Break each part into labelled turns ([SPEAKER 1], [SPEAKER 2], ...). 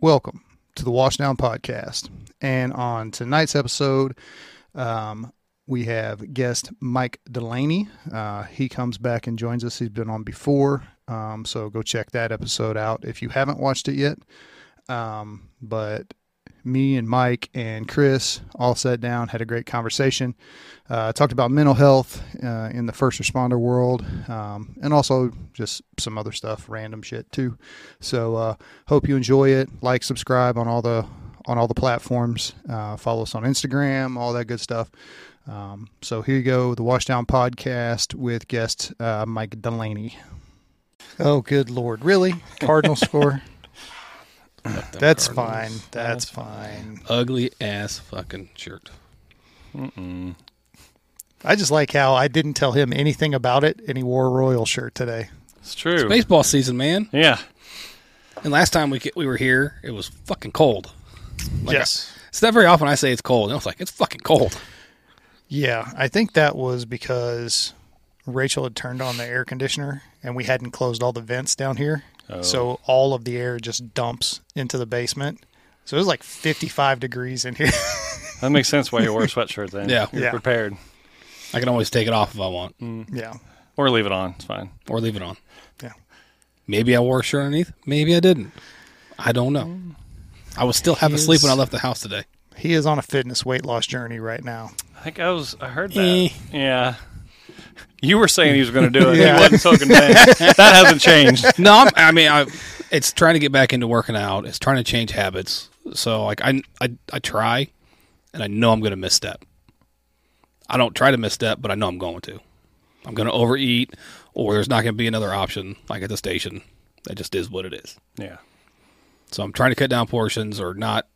[SPEAKER 1] Welcome to the Washdown Podcast. And on tonight's episode, um, we have guest Mike Delaney. Uh, he comes back and joins us. He's been on before. Um, so go check that episode out if you haven't watched it yet. Um, but me and Mike and Chris all sat down, had a great conversation, uh, talked about mental health uh, in the first responder world, um, and also just some other stuff, random shit too. So uh, hope you enjoy it. Like, subscribe on all the on all the platforms. Uh, follow us on Instagram, all that good stuff. Um, so here you go, the Washdown Podcast with guest uh, Mike Delaney. Oh, good lord, really? Cardinal score.
[SPEAKER 2] Fuck them
[SPEAKER 1] That's fine.
[SPEAKER 2] Cardinals.
[SPEAKER 1] That's fine.
[SPEAKER 2] Ugly ass fucking shirt.
[SPEAKER 1] I just like how I didn't tell him anything about it, and he wore a royal shirt today.
[SPEAKER 3] It's true.
[SPEAKER 2] Baseball season, man.
[SPEAKER 3] yeah.
[SPEAKER 2] And last time we ca- we were here, it was fucking cold. Like, It's not very often I say it's cold. And I was like, it's fucking cold.
[SPEAKER 1] Yeah, I think that was because Rachel had turned on the air conditioner, and we hadn't closed all the vents down here, so all of the air just dumps into the basement. So it was like 55 degrees in here.
[SPEAKER 3] That makes sense why you wear a sweatshirt then.
[SPEAKER 2] Yeah.
[SPEAKER 3] You're
[SPEAKER 1] Yeah.
[SPEAKER 3] prepared.
[SPEAKER 2] I can always take it off if I want
[SPEAKER 1] yeah,
[SPEAKER 3] Or leave it on. It's fine.
[SPEAKER 2] or leave it on.
[SPEAKER 1] yeah.
[SPEAKER 2] Maybe I wore a shirt underneath. Maybe I didn't. I don't know. I was still having
[SPEAKER 1] He
[SPEAKER 2] sleep when I
[SPEAKER 1] is-
[SPEAKER 2] left the house today.
[SPEAKER 1] He is on a fitness weight loss journey right now.
[SPEAKER 3] I think I was, I heard that.
[SPEAKER 2] Eh.
[SPEAKER 3] Yeah. You were saying he was going to do it.
[SPEAKER 1] Yeah.
[SPEAKER 3] He wasn't so convinced. that hasn't changed.
[SPEAKER 2] No, I'm, I mean, I, it's trying to get back into working out. It's trying to change habits. So, like, I, I, I try, and I know I'm going to misstep. I don't try to misstep, but I know I'm going to. I'm going to overeat, or there's not going to be another option, like at the station. That just is what it is.
[SPEAKER 3] Yeah.
[SPEAKER 2] So I'm trying to cut down portions or not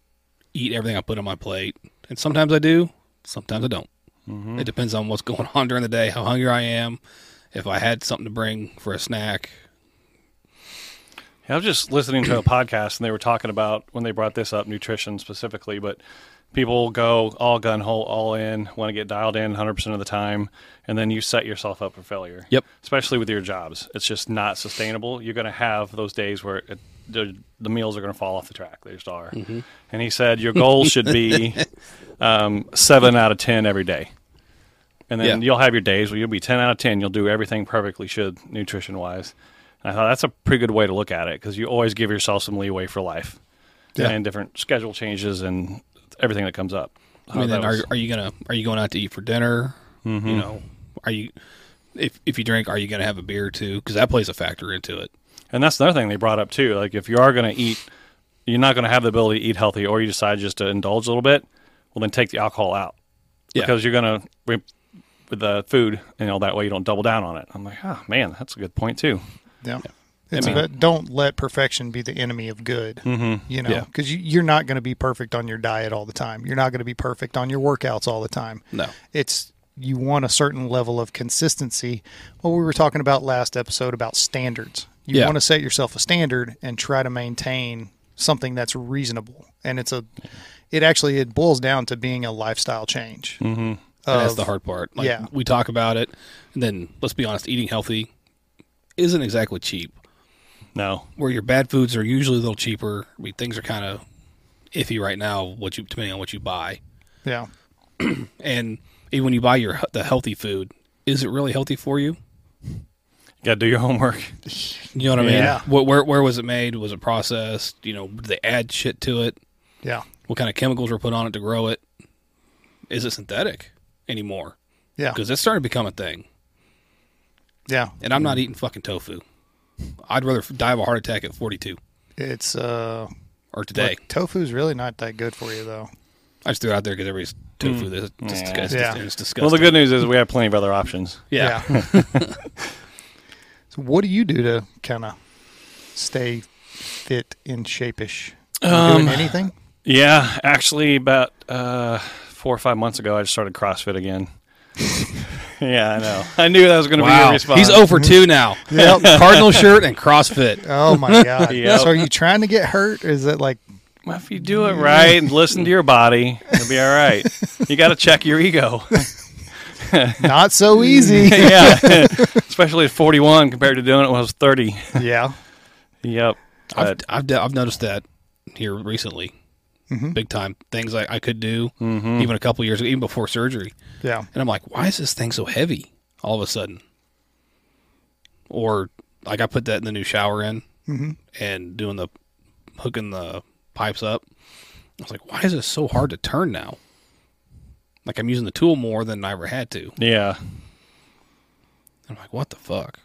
[SPEAKER 2] eat everything I put on my plate. And sometimes I do, sometimes I don't. It depends on what's going on during the day, how hungry I am, if I had something to bring for a snack.
[SPEAKER 3] Yeah, I was just listening to a podcast and they were talking about when they brought this up, nutrition specifically, but people go all gun hole, all in, want to get dialed in 100% of the time, and then you set yourself up for failure.
[SPEAKER 2] Yep.
[SPEAKER 3] Especially with your jobs. It's just not sustainable. You're going to have those days where it, the, the meals are going to fall off the track. They just are. And he said your goal should be um, seven out of 10 every day. And then
[SPEAKER 2] Yeah.
[SPEAKER 3] you'll have your days where you'll be 10 out of 10. You'll do everything perfectly should nutrition wise. I thought that's a pretty good way to look at it because you always give yourself some leeway for life
[SPEAKER 1] Yeah.
[SPEAKER 3] and different schedule changes and everything that comes up.
[SPEAKER 2] I mean,
[SPEAKER 3] How
[SPEAKER 2] then
[SPEAKER 3] Oh, that
[SPEAKER 2] are,
[SPEAKER 3] was- Mm-hmm.
[SPEAKER 2] are you gonna are you going out to eat for dinner? You know, are you if if you drink, are you gonna have a beer too? Because that plays a factor into it.
[SPEAKER 3] and that's another thing they brought up too. Like if you are going to eat, you're not going to have the ability to eat healthy, or you decide just to indulge a little bit. Well, then take the alcohol out
[SPEAKER 2] Yeah.
[SPEAKER 3] because you're going to re- with the food and all that way you don't double down on it. I'm like, oh man, that's a good point too.
[SPEAKER 1] Yeah. It's
[SPEAKER 2] mean-
[SPEAKER 1] about- don't let perfection be the enemy of good. Mm-hmm. You know,
[SPEAKER 2] Yeah.
[SPEAKER 1] because you, you're not going to be perfect on your diet all the time. You're not going to be perfect on your workouts all the time.
[SPEAKER 2] No.
[SPEAKER 1] It's you want a certain level of consistency. What we were talking about last episode about standards. You
[SPEAKER 2] Yeah.
[SPEAKER 1] want to set yourself a standard and try to maintain something that's reasonable. And it's a, it actually it boils down to being a lifestyle change. Mm-hmm.
[SPEAKER 2] And that's the hard part. Like,
[SPEAKER 1] yeah.
[SPEAKER 2] we talk about it, and then let's be honest, eating healthy isn't exactly cheap.
[SPEAKER 3] No,
[SPEAKER 2] where your bad foods are usually a little cheaper. I mean, things are kind of iffy right now. What you depending on what you buy,
[SPEAKER 1] Yeah.
[SPEAKER 2] and even when you buy your the healthy food, is it really healthy for you?
[SPEAKER 3] you got to do your homework.
[SPEAKER 2] You know what I mean?
[SPEAKER 1] Yeah.
[SPEAKER 2] What, where where was it made? Was it processed? You know, did they add shit to it?
[SPEAKER 1] Yeah.
[SPEAKER 2] What kind of chemicals were put on it to grow it? Is it synthetic anymore?
[SPEAKER 1] Yeah.
[SPEAKER 2] Because it's starting to become a thing.
[SPEAKER 1] Yeah.
[SPEAKER 2] And I'm not eating fucking tofu. I'd rather f- die of a heart attack at 42
[SPEAKER 1] It's, uh,
[SPEAKER 2] or today.
[SPEAKER 1] Look, tofu's really not that good for you, though.
[SPEAKER 2] I just threw it out there because everybody's tofu. is Just,
[SPEAKER 3] Yeah.
[SPEAKER 2] it's,
[SPEAKER 1] Yeah.
[SPEAKER 2] it's disgusting.
[SPEAKER 3] Well, the good news is we have plenty of other options.
[SPEAKER 2] yeah.
[SPEAKER 1] so, what do you do to kind of stay fit and shapish? Are you
[SPEAKER 2] Um,
[SPEAKER 1] doing anything?
[SPEAKER 3] Yeah, actually, about uh, four or five months ago, I just started CrossFit again. yeah, I know. I knew that was going to be your response.
[SPEAKER 2] He's over two now. Mm-hmm. Uh, Cardinal shirt and CrossFit.
[SPEAKER 1] Oh my god!
[SPEAKER 3] Yep.
[SPEAKER 1] So, are you trying to get hurt? Is it like
[SPEAKER 3] Well, if you do it right and listen to your body, you'll be all right. You got to check your ego.
[SPEAKER 1] not so easy?
[SPEAKER 3] yeah, especially at 41 compared to doing it when I was 30.
[SPEAKER 1] yeah,
[SPEAKER 3] Yep.
[SPEAKER 2] I've,
[SPEAKER 3] But
[SPEAKER 2] I've, de- I've noticed that here recently, big time things I, I could do even a couple years ago, even before surgery.
[SPEAKER 1] Yeah.
[SPEAKER 2] And I'm like, why is this thing so heavy all of a sudden? Or like I put that in the new shower in and doing the hooking the pipes up. I was like, why is this so hard to turn now? Like I'm using the tool more than I ever had to.
[SPEAKER 3] Yeah.
[SPEAKER 2] I'm like, what the fuck?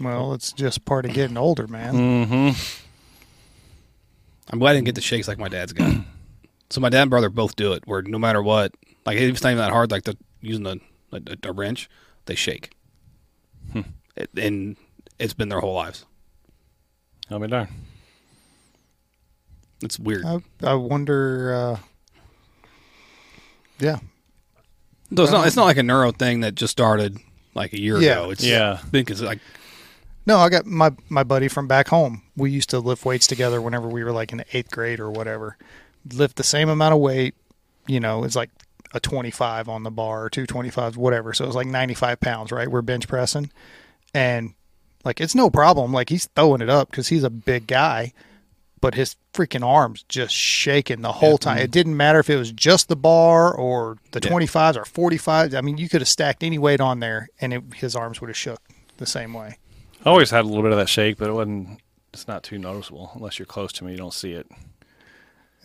[SPEAKER 1] Well, it's just part of getting older, man.
[SPEAKER 2] I'm glad I didn't get the shakes like my dad's got. so my dad and brother both do it. Where no matter what, like it's not even that hard. Like they're using a a, a wrench, they shake, It- and it's been their whole lives.
[SPEAKER 3] I'll be darned.
[SPEAKER 2] It's weird.
[SPEAKER 1] I, I wonder. Uh, yeah,
[SPEAKER 2] So it's not it's not like a neuro thing that just started like a year
[SPEAKER 1] Yeah.
[SPEAKER 2] ago. It's
[SPEAKER 3] Yeah.
[SPEAKER 2] been cause like
[SPEAKER 1] No, I got my my buddy from back home. We used to lift weights together whenever we were like in eighth grade or whatever. Lift the same amount of weight, you know, it's like a twenty five on the bar or two twenty fives, whatever. So it's like ninety five pounds, right? We're bench pressing, and like it's no problem. Like he's throwing it up because he's a big guy, but his freaking arms just shaking the whole time. It didn't matter if it was just the bar or the
[SPEAKER 2] Yeah.
[SPEAKER 1] twenty fives or forty fives. I mean, you could have stacked any weight on there, and it, his arms would have shook the same way.
[SPEAKER 3] I always had a little bit of that shake, but it wasn't. It's not too noticeable unless you're close to me. You don't see it.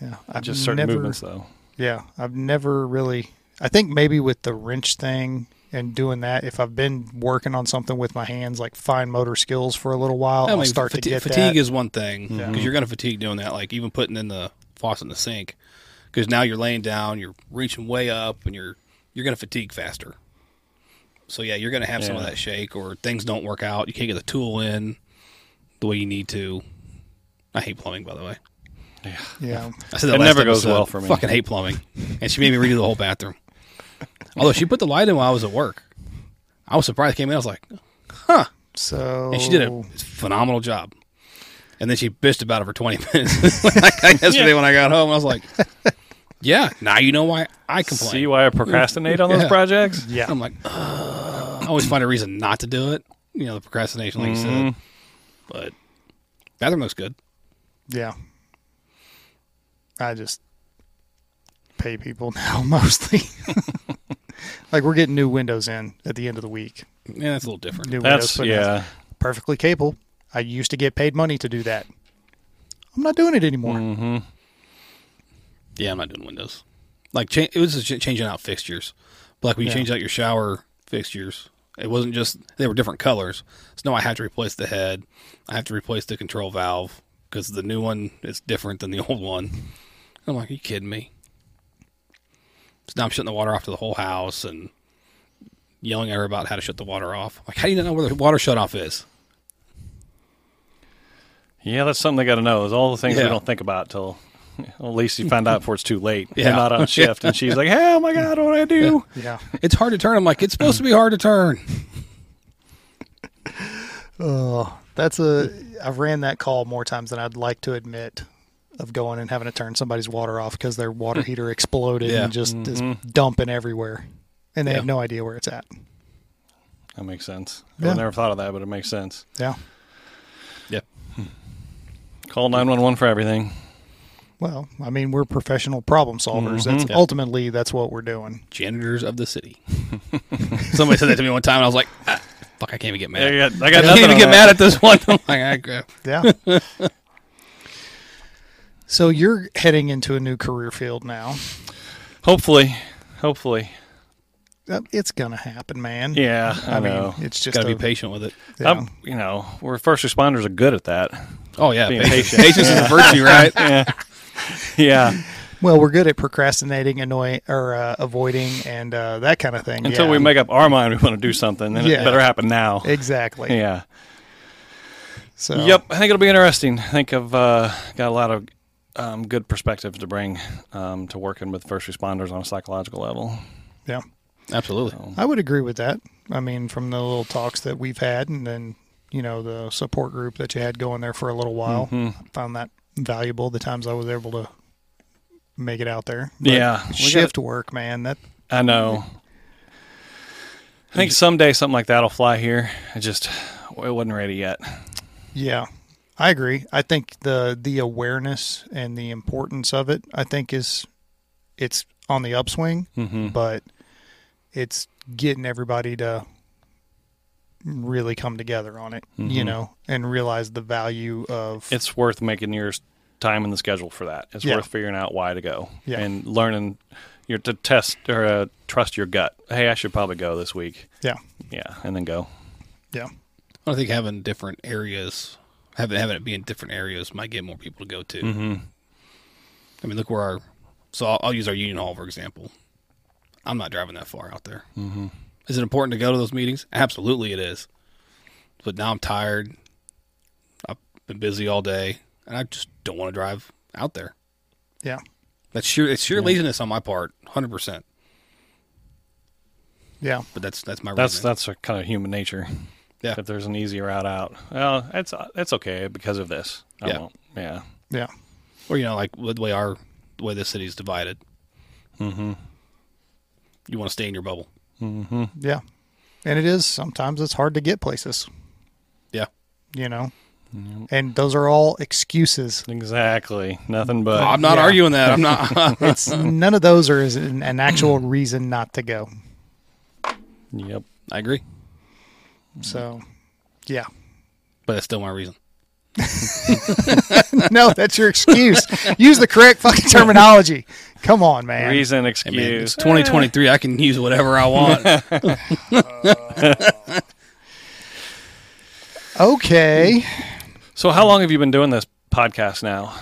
[SPEAKER 1] Yeah, I've
[SPEAKER 3] Just certain
[SPEAKER 1] never-
[SPEAKER 3] movements, though.
[SPEAKER 1] Yeah, I've never really. I think maybe with the wrench thing and doing that, if I've been working on something with my hands, like fine motor skills for a little while,
[SPEAKER 2] I
[SPEAKER 1] I'll
[SPEAKER 2] mean,
[SPEAKER 1] start
[SPEAKER 2] fati-
[SPEAKER 1] to get
[SPEAKER 2] fatigue
[SPEAKER 1] that.
[SPEAKER 2] is one thing because you're gonna fatigue doing that. Like even putting in the faucet in the sink because now you're laying down, you're reaching way up, and you're you're gonna fatigue faster. So yeah, you're gonna have some of
[SPEAKER 3] Yeah.
[SPEAKER 2] that shake or things don't work out. You can't get the tool in the way you need to. I hate plumbing, by the way.
[SPEAKER 1] yeah,
[SPEAKER 2] I said that
[SPEAKER 3] It
[SPEAKER 2] last
[SPEAKER 3] never goes
[SPEAKER 2] episode.
[SPEAKER 3] well for me.
[SPEAKER 2] Fucking hate plumbing, and she made me redo the whole bathroom. Although she put the light in while I was at work, I was surprised. I came in, I was like, "Huh,"
[SPEAKER 1] so
[SPEAKER 2] and she did a phenomenal job. And then she bitched about it for twenty minutes like yesterday when I got home. I was like, "Yeah, now you know why I complain."
[SPEAKER 3] See why I procrastinate on those
[SPEAKER 2] Yeah.
[SPEAKER 3] projects?
[SPEAKER 1] Yeah,
[SPEAKER 2] I'm like, "Ugh." I always find a reason not to do it. You know, the procrastination, like you said.
[SPEAKER 3] Mm-hmm.
[SPEAKER 2] But bathroom looks good.
[SPEAKER 1] yeah. I just pay people now mostly. like we're getting new windows in at the end of the week.
[SPEAKER 2] Yeah, that's a little different.
[SPEAKER 1] New windows,
[SPEAKER 3] That's
[SPEAKER 1] putting in.
[SPEAKER 3] yeah.
[SPEAKER 1] perfectly capable. I used to get paid money to do that. I'm not doing it anymore.
[SPEAKER 2] Mm. Yeah, I'm not doing windows. Like cha- it was just ch- changing out fixtures. But like when you
[SPEAKER 1] Yeah.
[SPEAKER 2] changed out your shower fixtures, it wasn't just they were different colors. So now I had to replace the head. I have to replace the control valve because the new one is different than the old one. I'm like, are you kidding me? So now I'm shutting the water off to the whole house and yelling at her about how to shut the water off. Like, how do you not know where the water shut off is?
[SPEAKER 3] Yeah, that's something they got to know. Is all the things
[SPEAKER 2] Yeah.
[SPEAKER 3] we don't think about till well, at least you find out before it's too late.
[SPEAKER 2] Yeah.
[SPEAKER 3] You're not on shift, and she's like, "Hey, oh my god, what do I do?"
[SPEAKER 1] Yeah.
[SPEAKER 2] It's hard to turn. I'm like, it's supposed to be hard to turn.
[SPEAKER 1] Oh, that's a. I've ran that call more times than I'd like to admit of going and having to turn somebody's water off because their water heater exploded
[SPEAKER 2] Yeah.
[SPEAKER 1] and just is dumping everywhere. And they
[SPEAKER 2] Yeah.
[SPEAKER 1] have no idea where it's at.
[SPEAKER 3] That makes sense.
[SPEAKER 1] Yeah.
[SPEAKER 3] I never thought of that, but it makes sense.
[SPEAKER 1] Yeah.
[SPEAKER 2] Yeah.
[SPEAKER 3] Call nine one one for everything.
[SPEAKER 1] Well, I mean, we're professional problem solvers. That's ultimately that's what we're doing.
[SPEAKER 2] janitors of the city. Somebody said that to me one time, and I was like, ah, "Fuck, I can't even get
[SPEAKER 3] I
[SPEAKER 2] mad.
[SPEAKER 3] got, I
[SPEAKER 2] I
[SPEAKER 3] got
[SPEAKER 2] can't
[SPEAKER 3] nothing.
[SPEAKER 2] even
[SPEAKER 3] on
[SPEAKER 2] get
[SPEAKER 3] that.
[SPEAKER 2] mad at this one." I'm like, "Ah, I go,
[SPEAKER 1] Yeah. so you're heading into a new career field now.
[SPEAKER 3] Hopefully, hopefully,
[SPEAKER 1] Uh, It's gonna happen, man.
[SPEAKER 3] yeah. I,
[SPEAKER 1] I, mean,
[SPEAKER 3] know.
[SPEAKER 1] it's just
[SPEAKER 2] gotta be
[SPEAKER 1] a-
[SPEAKER 2] patient with it.
[SPEAKER 1] yeah.
[SPEAKER 3] I'm, you know, we're first responders are good at that.
[SPEAKER 2] Oh yeah,
[SPEAKER 3] Being
[SPEAKER 2] patience,
[SPEAKER 3] patient.
[SPEAKER 2] patience is a virtue, right?
[SPEAKER 3] Yeah, yeah.
[SPEAKER 1] Well, we're good at procrastinating, annoy, or uh, avoiding, and uh, that kind of thing.
[SPEAKER 3] Until
[SPEAKER 1] yeah.
[SPEAKER 3] we make up our mind we want to do something, then
[SPEAKER 1] Yeah.
[SPEAKER 3] it better happen now.
[SPEAKER 1] exactly.
[SPEAKER 3] Yeah.
[SPEAKER 1] So
[SPEAKER 3] Yep, I think it'll be interesting. I think I've uh, got a lot of um, good perspectives to bring um, to working with first responders on a psychological level.
[SPEAKER 1] Yeah,
[SPEAKER 2] Absolutely.
[SPEAKER 1] I would agree with that. I mean, from the little talks that we've had, and then you know the support group that you had going there for a little while,
[SPEAKER 3] Mm-hmm.
[SPEAKER 1] I found that valuable. The times I was able to make it out there. But
[SPEAKER 3] Yeah, we
[SPEAKER 1] shift work, man. That
[SPEAKER 3] I know. I
[SPEAKER 1] Mm-hmm.
[SPEAKER 3] think someday something like that'll fly here. I just it wasn't ready yet.
[SPEAKER 1] yeah. I agree. I think the the awareness and the importance of it, I think, is it's on the upswing,
[SPEAKER 3] Mm-hmm.
[SPEAKER 1] but it's getting everybody to really come together on it, you
[SPEAKER 3] Mhm.
[SPEAKER 1] know, and realize the value of
[SPEAKER 3] It's worth making your s- time in the schedule for that. It's
[SPEAKER 1] Yeah.
[SPEAKER 3] worth figuring out why to go
[SPEAKER 1] Yeah.
[SPEAKER 3] and learning your to test or uh, trust your gut. Hey, I should probably go this week.
[SPEAKER 1] yeah,
[SPEAKER 3] Yeah, and then go.
[SPEAKER 1] yeah,
[SPEAKER 2] I think having different areas, having having it be in different areas, might get more people to go to. Mm-hmm. I mean, look where our. So I'll, I'll use our union hall for example. I'm not driving that far out there. Mm-hmm. Is it important to go to those meetings? Absolutely, it is. But now I'm tired. I've been busy all day, and I just don't want to drive out there.
[SPEAKER 1] yeah,
[SPEAKER 2] That's sheer. It's sheer laziness on my part, hundred percent.
[SPEAKER 1] yeah.
[SPEAKER 2] But that's that's my
[SPEAKER 3] That's
[SPEAKER 2] reasoning.
[SPEAKER 3] that's a kind of human nature.
[SPEAKER 2] Yeah.
[SPEAKER 3] If there's an easy route out, well, that's that's okay because of this. I
[SPEAKER 2] Yeah.
[SPEAKER 3] won't. Yeah.
[SPEAKER 1] Yeah.
[SPEAKER 2] or you know, like the way our the way this city's divided. Mm-hmm. You want to stay in your bubble.
[SPEAKER 1] Yeah. And it is sometimes it's hard to get places,
[SPEAKER 2] Yeah.
[SPEAKER 1] you know. And those are all excuses.
[SPEAKER 3] Exactly. Nothing but
[SPEAKER 2] I'm not
[SPEAKER 1] Yeah.
[SPEAKER 2] arguing that. I'm not.
[SPEAKER 1] It's none of those are is an, an actual reason not to go.
[SPEAKER 3] Yep.
[SPEAKER 2] I agree,
[SPEAKER 1] So, yeah.
[SPEAKER 2] but that's still my reason.
[SPEAKER 1] No, that's your excuse. Use the correct fucking terminology. Come on, man.
[SPEAKER 3] Reason,
[SPEAKER 2] Hey, man, it's
[SPEAKER 3] excuse.
[SPEAKER 2] 2023. I can use whatever I want.
[SPEAKER 1] Okay.
[SPEAKER 3] So, how long have you been doing this podcast now?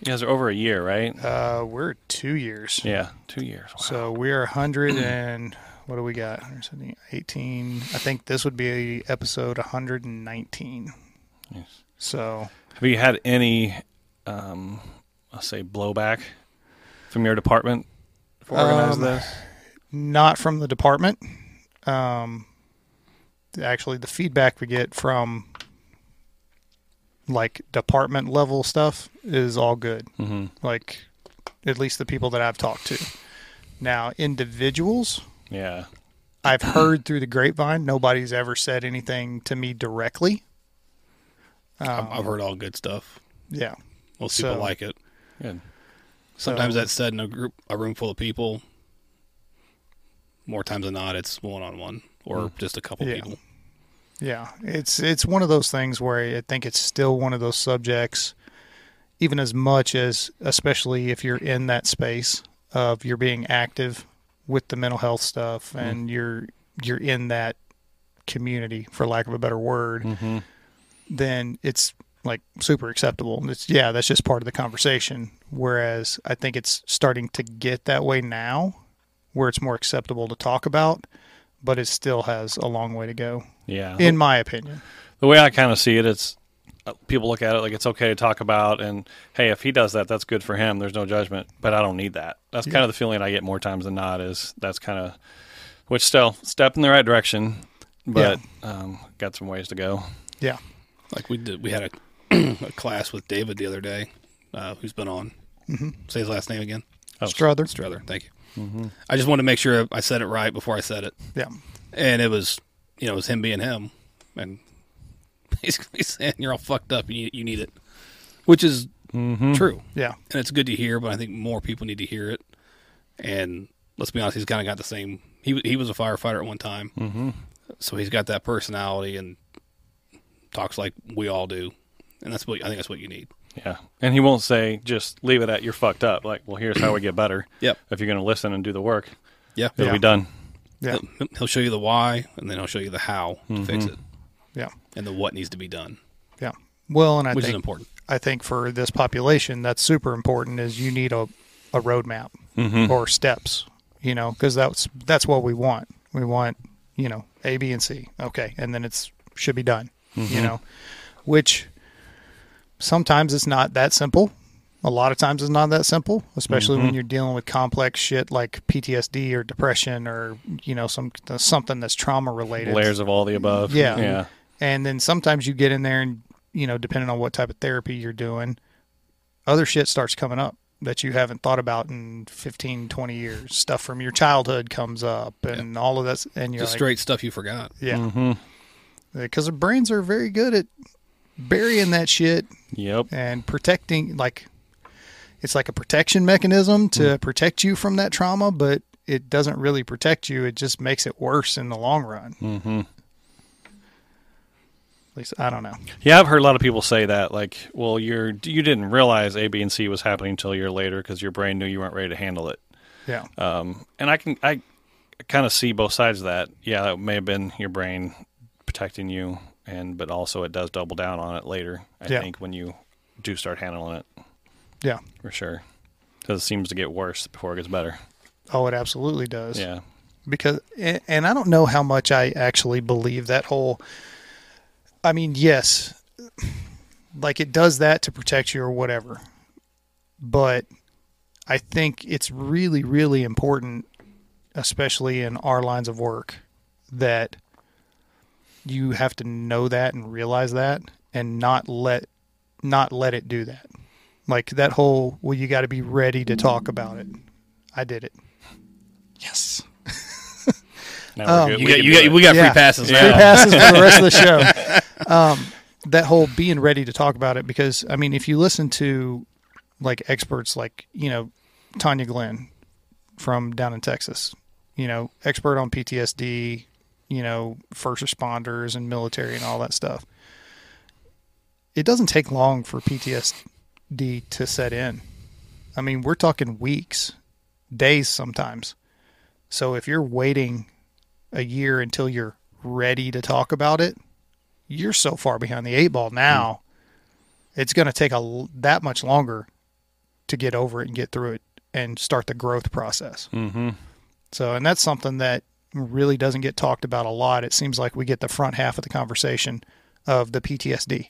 [SPEAKER 3] You guys are over a year, right?
[SPEAKER 1] Uh, we're two years.
[SPEAKER 3] Yeah, two years. Wow.
[SPEAKER 1] So we're 100 and what do we got? 170, 18. I think this would be episode 119.
[SPEAKER 3] Yes.
[SPEAKER 1] So,
[SPEAKER 3] Have you had any, um, I'll say, blowback from your department for
[SPEAKER 1] Um,
[SPEAKER 3] organizing this?
[SPEAKER 1] not from the department. Um, actually, the feedback we get from like department level stuff is all good.
[SPEAKER 3] Mhm.
[SPEAKER 1] Like, at least the people that I've talked to. Now, individuals,
[SPEAKER 3] Yeah.
[SPEAKER 1] I've heard through the grapevine, nobody's ever said anything to me directly.
[SPEAKER 2] I've, I've heard all good stuff.
[SPEAKER 1] Yeah.
[SPEAKER 2] Most
[SPEAKER 1] So-
[SPEAKER 2] people like it.
[SPEAKER 3] Good.
[SPEAKER 2] Sometimes
[SPEAKER 1] So-
[SPEAKER 2] that's said in a group, a room full of people. More times than not, it's one on one or just a couple
[SPEAKER 1] Yeah.
[SPEAKER 2] people.
[SPEAKER 1] Yeah, it's it's one of those things where I think it's still one of those subjects, even as much as especially if you're in that space of you're being active with the mental health stuff and you're you're in that community for lack of a better word, then it's like super acceptable. And it's yeah, that's just part of the conversation. Whereas I think it's starting to get that way now where it's more acceptable to talk about, but it still has a long way to go
[SPEAKER 3] Yeah.
[SPEAKER 1] in my opinion.
[SPEAKER 3] the way I kind of see it, it's uh, people look at it like it's okay to talk about, and hey, if he does that, that's good for him. There's no judgment, but I don't need that. That's kind of the feeling I get more times than not. Is that's kind of which still step in the right direction, but um, got some ways to go.
[SPEAKER 1] Yeah.
[SPEAKER 2] Like we did, we had a, a class with David the other day, uh, who's been on.
[SPEAKER 1] Mm-hmm.
[SPEAKER 2] Say his last name again.
[SPEAKER 1] Strother.
[SPEAKER 2] Strother. Thank you. I just wanted to make sure I said it right before I said it,
[SPEAKER 1] Yeah.
[SPEAKER 2] and it was, you know, it was him being him, and basically saying you're all fucked up and you, you need it, which is
[SPEAKER 1] Mm-hmm.
[SPEAKER 2] true,
[SPEAKER 1] Yeah.
[SPEAKER 2] and it's good to hear. But I think more people need to hear it. And let's be honest, he's kind of got the same. He wa- he was a firefighter at one time, mm-hmm. so he's got that personality and talks like we all do, and that's what I think that's what you need.
[SPEAKER 3] Yeah, and he won't say just leave it at you're fucked up. Like, well, here's how we get better.
[SPEAKER 2] Yep.
[SPEAKER 3] If you're going to listen and do the work,
[SPEAKER 2] Yeah,
[SPEAKER 3] it'll
[SPEAKER 1] Yeah.
[SPEAKER 3] be done.
[SPEAKER 1] Yeah.
[SPEAKER 2] He'll- he'll show you the why, and then he'll show you the how to fix
[SPEAKER 1] Mm-hmm.
[SPEAKER 2] it.
[SPEAKER 1] Yeah.
[SPEAKER 2] and the what needs to be done,
[SPEAKER 1] Yeah. Well, and I
[SPEAKER 2] which is
[SPEAKER 1] think
[SPEAKER 2] important.
[SPEAKER 1] I think for this population that's super important is you need a a roadmap
[SPEAKER 3] Mm-hmm.
[SPEAKER 1] or steps, you know, cuz that's that's what we want. We want, you know, A, B and C. Okay, and then it's should be done,
[SPEAKER 3] Mm-hmm.
[SPEAKER 1] you know. Which sometimes it's not that simple. A lot of times it's not that simple, especially
[SPEAKER 3] Mm-hmm.
[SPEAKER 1] when you're dealing with complex shit like PTSD or depression or, you know, some something that's trauma related.
[SPEAKER 3] Layers of all the above.
[SPEAKER 1] Yeah.
[SPEAKER 3] Yeah.
[SPEAKER 1] And then sometimes you get in there and, you know, depending on what type of therapy you're doing, other shit starts coming up that you haven't thought about in 15, 20 years. Stuff from your childhood comes up and all of that. And you're
[SPEAKER 2] Just
[SPEAKER 1] like,
[SPEAKER 2] straight stuff you forgot.
[SPEAKER 1] yeah. Because the brains are very good at burying that shit
[SPEAKER 3] Yep.
[SPEAKER 1] and protecting like it's like a protection mechanism to protect you from that trauma but it doesn't really protect you it just makes it worse in the long run mm-hmm. at least i don't know
[SPEAKER 3] Yeah, I've heard a lot of people say that. Like, well, you're you didn't realize A, B, and C was happening until a year later because your brain knew you weren't ready to handle it.
[SPEAKER 1] yeah
[SPEAKER 3] Um, and I can I kind of see both sides of that. Yeah, it may have been your brain protecting you, and but also it does double down on it later. I
[SPEAKER 1] Yeah.
[SPEAKER 3] think when you do start handling it
[SPEAKER 1] yeah
[SPEAKER 3] for sure, because it seems to get worse before it gets better.
[SPEAKER 1] oh it absolutely does
[SPEAKER 3] Yeah.
[SPEAKER 1] because and and I don't know how much I actually believe that whole I mean, yes. Like it does that to protect you or whatever. But I think it's really really important especially in our lines of work that you have to know that and realize that and not let not let it do that. Like that whole well you got to be ready to talk about it. I did it. Yes. Um,
[SPEAKER 3] Now we're good.
[SPEAKER 2] You
[SPEAKER 3] We
[SPEAKER 2] got,
[SPEAKER 3] can
[SPEAKER 2] you
[SPEAKER 3] do
[SPEAKER 2] got,
[SPEAKER 3] it.
[SPEAKER 2] we got
[SPEAKER 1] Yeah.
[SPEAKER 2] free passes.
[SPEAKER 1] free
[SPEAKER 2] now.
[SPEAKER 1] passes for the rest of the show. Um, that whole being ready to talk about it because I mean, if you listen to like experts like you know Tanya Glenn from down in Texas, you know, expert on PTSD, you know, first responders and military and all that stuff. It doesn't take long for PTSD to set in. I mean, we're talking weeks, days sometimes. So if you're waiting a year until you're ready to talk about it, you're so far behind the eight ball now. It's going to take a l- that much longer to get over it and get through it and start the growth process. Mm-hmm. So, and that's something that really doesn't get talked about a lot. It seems like we get the front half of the conversation of the PTSD.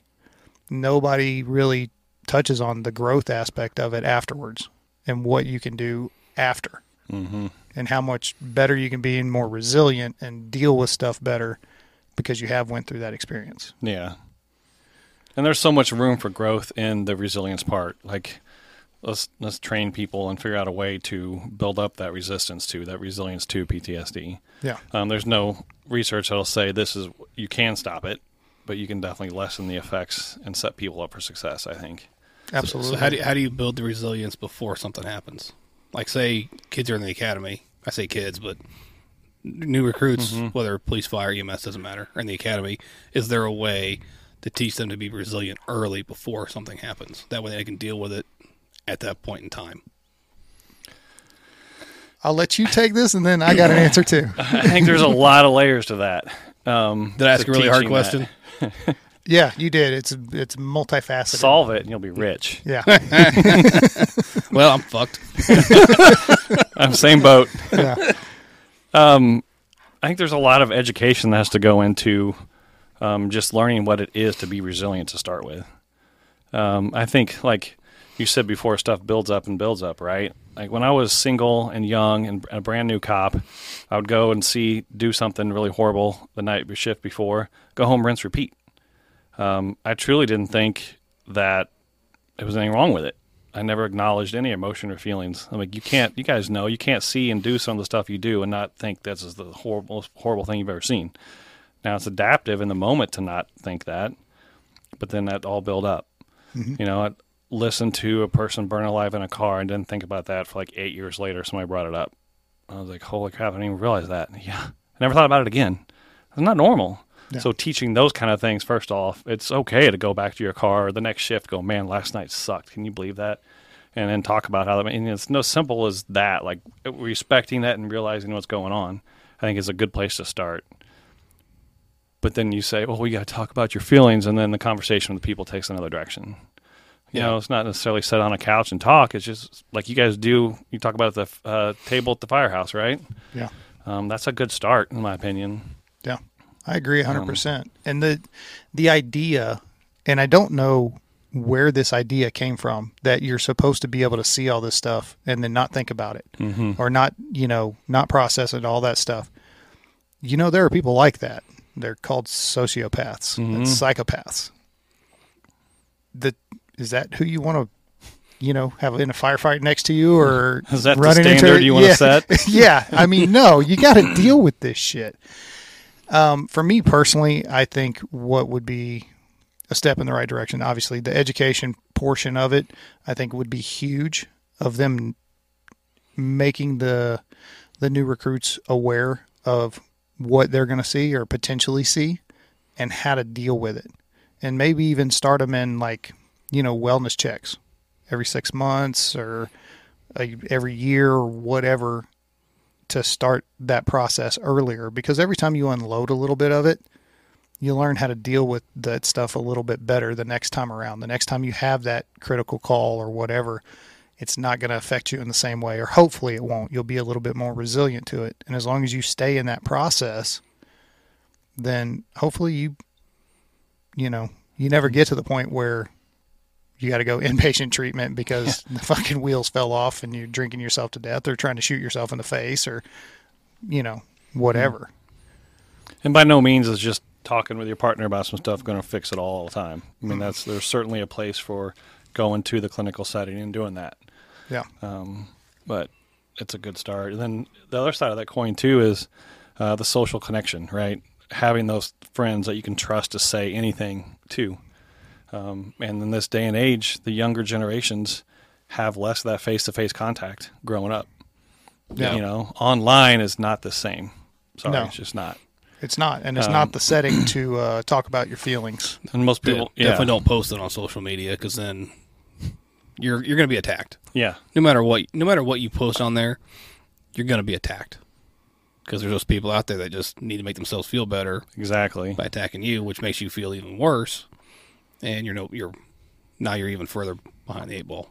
[SPEAKER 1] Nobody really touches on the growth aspect of it afterwards and what you can do after and how much better you can be and more resilient and deal with stuff better because you have went through that experience.
[SPEAKER 3] Yeah. And there's so much room for growth in the resilience part. Like let's let's train people and figure out a way to build up that resistance to that resilience to PTSD.
[SPEAKER 1] Yeah.
[SPEAKER 3] Um, there's no research that'll say this is you can stop it, but you can definitely lessen the effects and set people up for success, I think.
[SPEAKER 1] Absolutely.
[SPEAKER 2] So how do you, how do you build the resilience before something happens? Like say kids are in the academy. I say kids, but new recruits, whether police, fire, EMS, doesn't matter, are in the academy. Is there a way to teach them to be resilient early before something happens? That way they can deal with it at that point in time.
[SPEAKER 1] I'll let you take this and then I got an answer too.
[SPEAKER 3] I think there's a lot of layers to that. Um,
[SPEAKER 2] Did I ask
[SPEAKER 3] to
[SPEAKER 2] a really hard
[SPEAKER 3] teaching that.
[SPEAKER 2] question?
[SPEAKER 1] Yeah, you did. It's it's multifaceted.
[SPEAKER 3] Solve it and you'll be rich.
[SPEAKER 1] Yeah.
[SPEAKER 2] Well, I'm fucked.
[SPEAKER 3] I'm same boat.
[SPEAKER 1] Yeah.
[SPEAKER 3] I think there's a lot of education that has to go into um, just learning what it is to be resilient to start with. Um, I think, like you said before, stuff builds up and builds up, right? Like when I was single and young and a brand new cop, I would go and see do something really horrible the night be- shift before, go home, rinse, repeat. Um, I truly didn't think that there was anything wrong with it. I never acknowledged any emotion or feelings. I'm like, you can't, you guys know, you can't see and do some of the stuff you do and not think this is the horrible, most horrible thing you've ever seen. Now it's adaptive in the moment to not think that, but then that all build up. You know, I listened to a person burn alive in a car and didn't think about that for like eight years later. Somebody brought it up. I was like, holy crap, I didn't even realize that. Yeah. I never thought about it again. It's not normal. So teaching those kind of things first off, it's okay to go back to your car the next shift, go, man, last night sucked. Can you believe that? And then talk about how that, and it's no simple as that. Like respecting that and realizing what's going on, I think is a good place to start. But then you say, well, we got to talk about your feelings. And then the conversation with the people takes another direction. You know, it's not necessarily sit on a couch and talk. It's just like you guys do. You talk about at the uh, table at the firehouse, right?
[SPEAKER 1] Yeah.
[SPEAKER 3] Um, that's a good start, in my opinion.
[SPEAKER 1] Yeah, I agree
[SPEAKER 3] Um,
[SPEAKER 1] 100%. and the the idea and I don't know where this idea came from that you're supposed to be able to see all this stuff and then not think about it
[SPEAKER 3] Mm-hmm.
[SPEAKER 1] or not, you know, not process it all that stuff. You know there are people like that. They're called sociopaths
[SPEAKER 3] Mm-hmm.
[SPEAKER 1] and psychopaths. The is that who you want to you know, have in a firefight next to you, or
[SPEAKER 3] Is that the
[SPEAKER 1] running into
[SPEAKER 3] standard
[SPEAKER 1] it?
[SPEAKER 3] you wanna
[SPEAKER 1] Yeah.
[SPEAKER 3] set?
[SPEAKER 1] yeah, I mean, no, you got to deal with this shit. Um, for me personally, I think what would be a step in the right direction. Obviously, the education portion of it, I think, would be huge of them making the the new recruits aware of what they're going to see or potentially see and how to deal with it. And maybe even start them in like, you know, wellness checks every 6 months or a, every year or whatever to start that process earlier because every time you unload a little bit of it, you learn how to deal with that stuff a little bit better the next time around. The next time you have that critical call or whatever, it's not going to affect you in the same way, or hopefully it won't. You'll be a little bit more resilient to it. And as long as you stay in that process, then hopefully you, you know, you never get to the point where you got to go inpatient treatment because the fucking wheels fell off and you're drinking yourself to death or trying to shoot yourself in the face or, you know, whatever.
[SPEAKER 3] And by no means is just talking with your partner about some stuff going to fix it all the time. I mean, that's there's certainly a place for going to the clinical setting and doing that,
[SPEAKER 1] Yeah.
[SPEAKER 3] but it's a good start. And then the other side of that coin too is uh, the social connection, right? Having those friends that you can trust to say anything to. Um, and in this day and age, the younger generations have less of that face-to-face contact growing up.
[SPEAKER 1] Yeah.
[SPEAKER 3] You know, online is not the same. Sorry,
[SPEAKER 1] No.
[SPEAKER 3] it's just not.
[SPEAKER 1] It's not, and it's not the setting to uh, talk about your feelings.
[SPEAKER 3] And most
[SPEAKER 2] De-
[SPEAKER 3] people,
[SPEAKER 2] Definitely
[SPEAKER 3] yeah,
[SPEAKER 2] don't post it on social media because then you're you're gonna be attacked.
[SPEAKER 3] yeah,
[SPEAKER 2] No matter what, no matter what you post on there, you're gonna be attacked because there's those people out there that just need to make themselves feel better
[SPEAKER 3] exactly.
[SPEAKER 2] by attacking you, which makes you feel even worse, and you're no you're now you're even further behind the eight ball.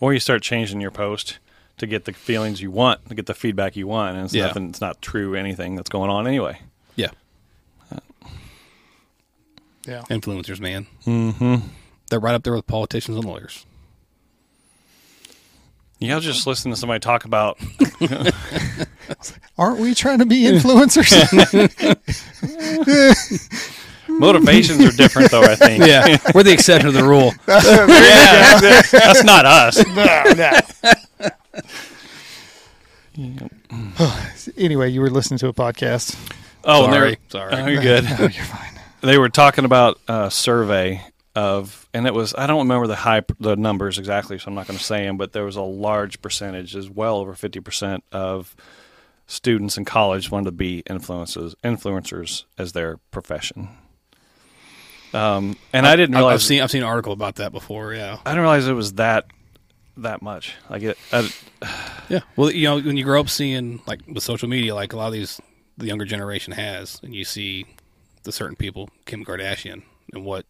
[SPEAKER 3] or you start changing your post to get the feelings you want, to get the feedback you want, and it's
[SPEAKER 2] Yeah.
[SPEAKER 3] nothing. It's not true anything that's going on anyway.
[SPEAKER 2] Yeah,
[SPEAKER 1] Yeah,
[SPEAKER 2] influencers, man. Mm-hmm. They're right up there with politicians and lawyers.
[SPEAKER 3] Yeah, I was just listening to somebody talk about.
[SPEAKER 1] aren't we trying to be influencers?
[SPEAKER 3] Motivations are different, though. I think.
[SPEAKER 2] Yeah, we're the exception to the rule.
[SPEAKER 3] Yeah, that's not us.
[SPEAKER 1] no, anyway, you were listening to a podcast.
[SPEAKER 3] Oh, and
[SPEAKER 2] Sorry,
[SPEAKER 3] they're
[SPEAKER 2] sorry.
[SPEAKER 3] Oh, you're good.
[SPEAKER 1] No, you're fine.
[SPEAKER 3] they were talking about a survey of, and it was I don't remember the high the numbers exactly, so I'm not going to say them. But there was a large percentage, as well over fifty percent of students in college wanted to be influences influencers as their profession. Um, and I, didn't
[SPEAKER 2] I've-
[SPEAKER 3] realize
[SPEAKER 2] I've seen I've seen an article about that before. Yeah,
[SPEAKER 3] I didn't realize it was that that much. Like it, uh, I,
[SPEAKER 2] Yeah. Well, you know, when you grow up seeing like with social media, like a lot of these the younger generation has, and you see the certain people, Kim Kardashian, and what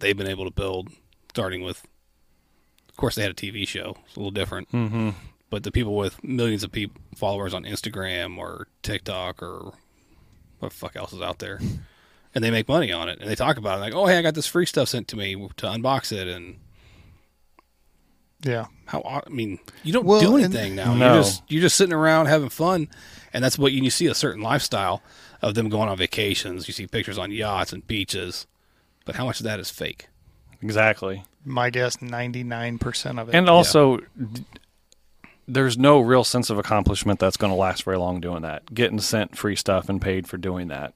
[SPEAKER 2] they've been able to build, starting with, of course, they had a TV show, it's a little different, mm-hmm. but the people with millions of peop followers on Instagram or TikTok or what the fuck else is out there, and they make money on it, and they talk about it like, oh hey, I got this free stuff sent to me to unbox it, and
[SPEAKER 1] Yeah,
[SPEAKER 2] how aw- I mean, you don't
[SPEAKER 1] Well,
[SPEAKER 2] do
[SPEAKER 1] and-
[SPEAKER 2] anything now.
[SPEAKER 3] No.
[SPEAKER 2] You're just you're just sitting around having fun, and that's what you, you see a certain lifestyle of them going on vacations. You see pictures on yachts and beaches, but how much of that is fake?
[SPEAKER 3] exactly.
[SPEAKER 1] my guess ninety nine percent of it.
[SPEAKER 3] And also, d- there's no real sense of accomplishment that's going to last very long doing that. Getting sent free stuff and paid for doing that.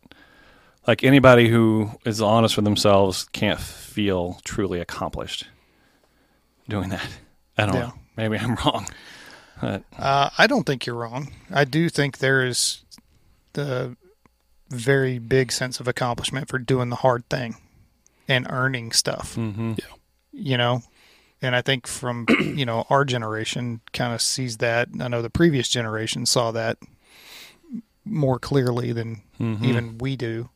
[SPEAKER 3] Like anybody who is honest with themselves can't feel truly accomplished doing that. I don't
[SPEAKER 1] Yeah.
[SPEAKER 3] know. Maybe I'm wrong. But
[SPEAKER 1] uh, I don't think you're wrong. I do think there is the very big sense of accomplishment for doing the hard thing and earning stuff.
[SPEAKER 2] Yeah.
[SPEAKER 1] you know and i think from you know our generation kind of sees that i know the previous generation saw that more clearly than even we do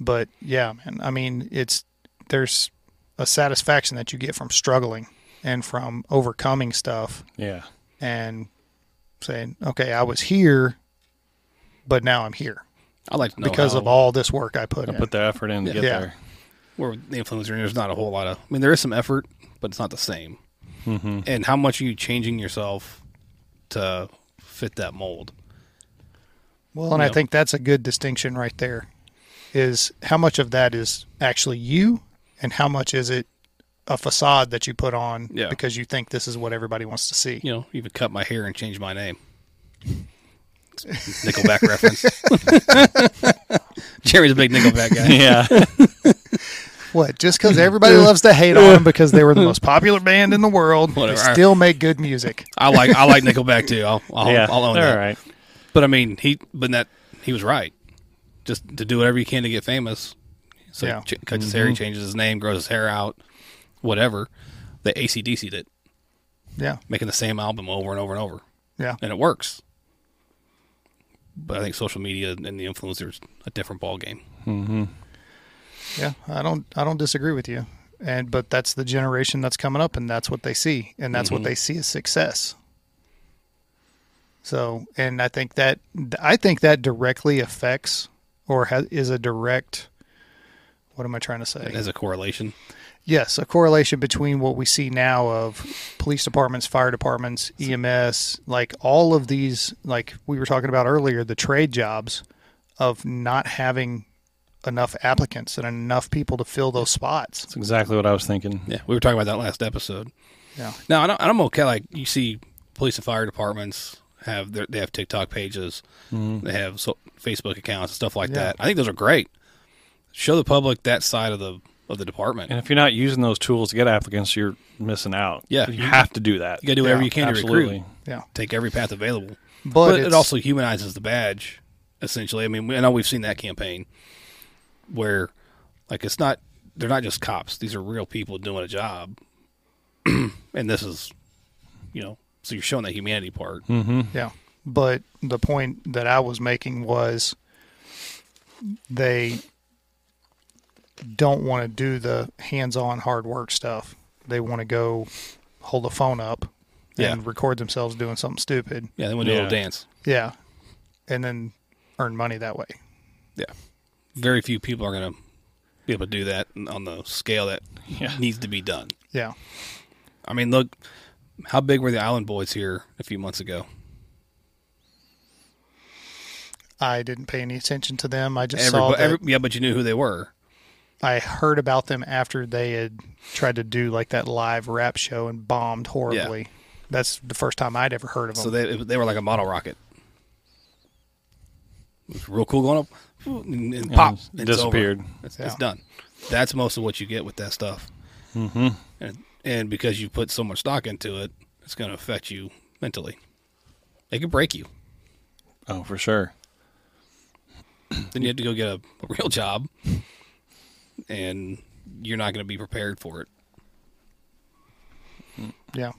[SPEAKER 1] but yeah man i mean it's there's a satisfaction that you get from struggling and from overcoming stuff
[SPEAKER 3] yeah.
[SPEAKER 1] and saying okay i was here but now i'm here
[SPEAKER 2] I like to know
[SPEAKER 1] because
[SPEAKER 2] how-
[SPEAKER 1] of all this work i put
[SPEAKER 3] I
[SPEAKER 1] in
[SPEAKER 3] put the effort in to get
[SPEAKER 1] Yeah.
[SPEAKER 3] there.
[SPEAKER 2] where with the influencer. There's not a whole lot of. I mean, there is some effort, but it's not the same. And how much are you changing yourself to fit that mold?
[SPEAKER 1] Well, and I
[SPEAKER 2] Yeah.
[SPEAKER 1] think that's a good distinction right there is how much of that is actually you and how much is it a facade that you put on
[SPEAKER 2] Yeah.
[SPEAKER 1] because you think this is what everybody wants to see.
[SPEAKER 2] You know, even cut my hair and change my name. Nickelback reference. Jerry's a big Nickelback guy.
[SPEAKER 3] Yeah.
[SPEAKER 1] what? Just because everybody loves to hate on them because they were the most popular band in the world,
[SPEAKER 2] Whatever.
[SPEAKER 1] they still make good music.
[SPEAKER 2] I like I like Nickelback too. I'll I'll,
[SPEAKER 3] yeah,
[SPEAKER 2] I'll own
[SPEAKER 3] they're
[SPEAKER 2] that.
[SPEAKER 3] all right.
[SPEAKER 2] But I mean, he but that he was right. Just to do whatever you can to get famous. So
[SPEAKER 1] Yeah.
[SPEAKER 2] yeah. ch- cuts his hair, he
[SPEAKER 3] Mm-hmm.
[SPEAKER 2] changes his name, grows his hair out, whatever. The ACDC did
[SPEAKER 1] Yeah,
[SPEAKER 2] making the same album over and over and over,
[SPEAKER 1] yeah,
[SPEAKER 2] and it works. But I think social media and the influencers a different ball game.
[SPEAKER 1] yeah. I don't, I don't disagree with you. And but that's the generation that's coming up, and that's what they see, and that's what they see as success. So, and I think that I think that directly affects or ha- is a direct. What am I trying to say?
[SPEAKER 2] It has a correlation.
[SPEAKER 1] Yes, a correlation between what we see now of police departments, fire departments, EMS, like all of these, like we were talking about earlier, the trade jobs of not having enough applicants and enough people to fill those spots.
[SPEAKER 3] That's exactly what I was thinking.
[SPEAKER 2] Yeah, we were talking about that last episode.
[SPEAKER 1] Yeah.
[SPEAKER 2] No, I don't, I'm okay. Like you see, police and fire departments have their, they have TikTok pages, they have so, Facebook accounts and stuff like
[SPEAKER 1] Mm-hmm. Yeah.
[SPEAKER 2] that. I think those are great. Show the public that side of the of the department.
[SPEAKER 3] And if you're not using those tools to get applicants, you're missing out.
[SPEAKER 2] Yeah.
[SPEAKER 3] you have to do that.
[SPEAKER 2] You got to do whatever
[SPEAKER 1] Yeah,
[SPEAKER 2] you can to
[SPEAKER 3] absolutely.
[SPEAKER 2] recruit.
[SPEAKER 1] Yeah.
[SPEAKER 2] Take every path available.
[SPEAKER 1] But,
[SPEAKER 2] But, it
[SPEAKER 1] it's-
[SPEAKER 2] also humanizes the badge. Essentially, I mean, we- I know we've seen that campaign where, like, it's not they're not just cops; these are real people doing a job, and this is, you know, so you're showing that humanity part.
[SPEAKER 1] Yeah. But the point that I was making was they don't want to do the hands on hard work stuff. They want to go hold a phone up and
[SPEAKER 2] Yeah.
[SPEAKER 1] record themselves doing something stupid.
[SPEAKER 2] Yeah, they want to do a little
[SPEAKER 3] Yeah.
[SPEAKER 2] dance.
[SPEAKER 1] Yeah. And then earn money that way.
[SPEAKER 2] Yeah, very few people are going to be able to do that on the scale that
[SPEAKER 3] Yeah.
[SPEAKER 2] needs to be done.
[SPEAKER 1] Yeah.
[SPEAKER 2] I mean, look, how big were the Island Boys here a few months ago?
[SPEAKER 1] I didn't pay any attention to them. I just saw
[SPEAKER 2] Everybo-
[SPEAKER 1] that
[SPEAKER 2] every, yeah, but you knew who they were.
[SPEAKER 1] I heard about them after they had tried to do like that live rap show and bombed horribly. That's the first time I'd ever heard of them.
[SPEAKER 2] So they they were like a model rocket. It was real cool going up, and, and pop,
[SPEAKER 3] it's
[SPEAKER 2] it's
[SPEAKER 3] disappeared.
[SPEAKER 2] over. It's,
[SPEAKER 1] Yeah.
[SPEAKER 2] it's done. That's most of what you get with that stuff. Mm-hmm. And and because you put so much stock into it, it's going to affect you mentally. It could break you.
[SPEAKER 3] Oh, for sure.
[SPEAKER 2] Then you have to go get a, a real job, and you're not going to be prepared for it.
[SPEAKER 1] yeah.